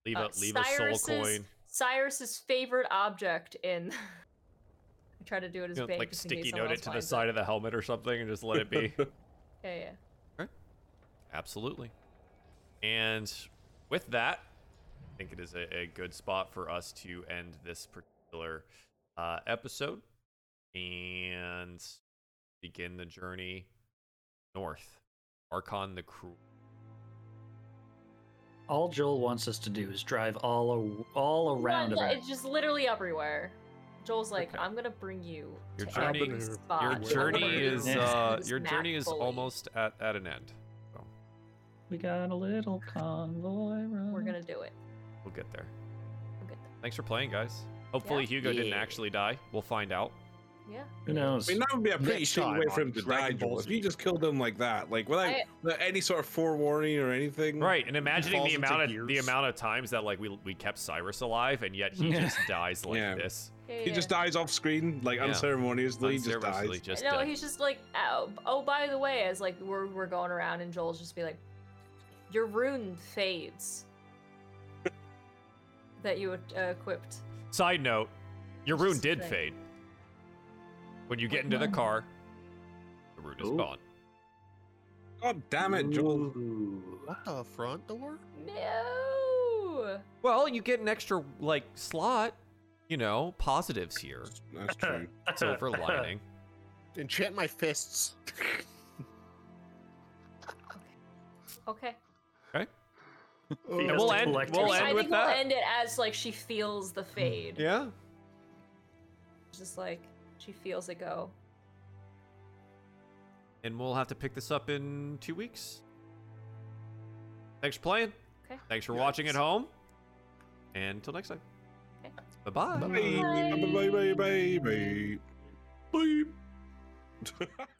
S3: Leave
S4: uh,
S3: a leave a soul coin.
S4: Cyrus's favorite object in. I try to do it as
S3: You know,
S4: big,
S3: like
S4: just in case
S3: sticky
S4: someone
S3: note it
S4: else
S3: to the
S4: finds
S3: side of the helmet or something and just let it be.
S4: Yeah, yeah.
S3: Absolutely. And with that, I think it is a, a good spot for us to end this particular uh, episode and begin the journey north. Archon the Cruel.
S5: All Joel wants us to do is drive all a, all around
S4: No,
S5: about.
S4: it's just literally everywhere. Joel's like,
S3: Okay.
S4: I'm gonna bring you.
S3: Your
S4: to
S3: journey-
S4: every
S9: Your
S4: spot.
S3: Your
S4: I'm gonna
S3: journey
S4: bring
S3: is
S4: you to
S3: uh,
S4: Ah, this
S3: your
S4: map
S3: journey is
S4: fully.
S3: almost at, at an end.
S5: We got a little convoy. Run.
S4: We're gonna do it.
S3: We'll get there.
S4: We'll get there.
S3: Thanks for playing, guys. Hopefully
S4: Yeah.
S3: Hugo didn't
S9: Yeah.
S3: actually die. We'll find out.
S4: Yeah.
S5: Who knows?
S6: I mean, that would be a pretty
S9: Next
S6: shitty
S9: time
S6: way for
S9: on
S6: him to die,
S9: Dragon Ball
S6: Joel. If you
S9: Z.
S6: just killed him like that, like without,
S4: I-
S6: without any sort of forewarning or anything.
S3: Right, and imagining
S9: Mm. falls
S3: the
S9: into
S3: amount of the
S9: gears.
S3: amount of times that like we we kept Cyrus alive, and yet he
S5: Yeah.
S3: just dies like
S6: Yeah.
S3: this.
S4: Yeah,
S6: He
S4: yeah.
S6: just dies off screen, like
S3: Yeah.
S6: unceremoniously. He just
S3: Unceremoniously
S6: dies.
S3: just
S4: no,
S3: dead.
S4: he's just like, oh, oh, by the way, as like we're we're going around, and Joel's just be like, your rune fades that you uh, equipped.
S3: Side note, your rune
S4: Just
S3: did
S4: saying.
S3: fade. When you get
S4: Wait,
S3: into the
S4: no.
S3: car, the rune is
S5: Ooh.
S3: gone.
S6: God damn it, Joel.
S5: Ooh.
S9: What the front door?
S4: No.
S3: Well, you get an extra like slot, you know, positives here.
S6: That's true.
S3: Silver lining.
S9: Enchant my fists.
S4: Okay.
S5: Yeah,
S3: And
S5: Just
S3: we'll
S5: to
S3: end.
S5: collect
S3: We'll
S5: your
S4: I
S3: end
S4: think
S3: with
S4: we'll
S3: that.
S4: end it as like she feels the fade.
S3: Yeah.
S4: Just like she feels it go.
S3: and we'll have to pick this up in two weeks. Thanks for playing.
S4: Okay.
S3: Thanks for watching at home. And until next time.
S4: Okay.
S3: Bye bye.
S6: Bye. Bye. Bye. Bye. Bye. Bye.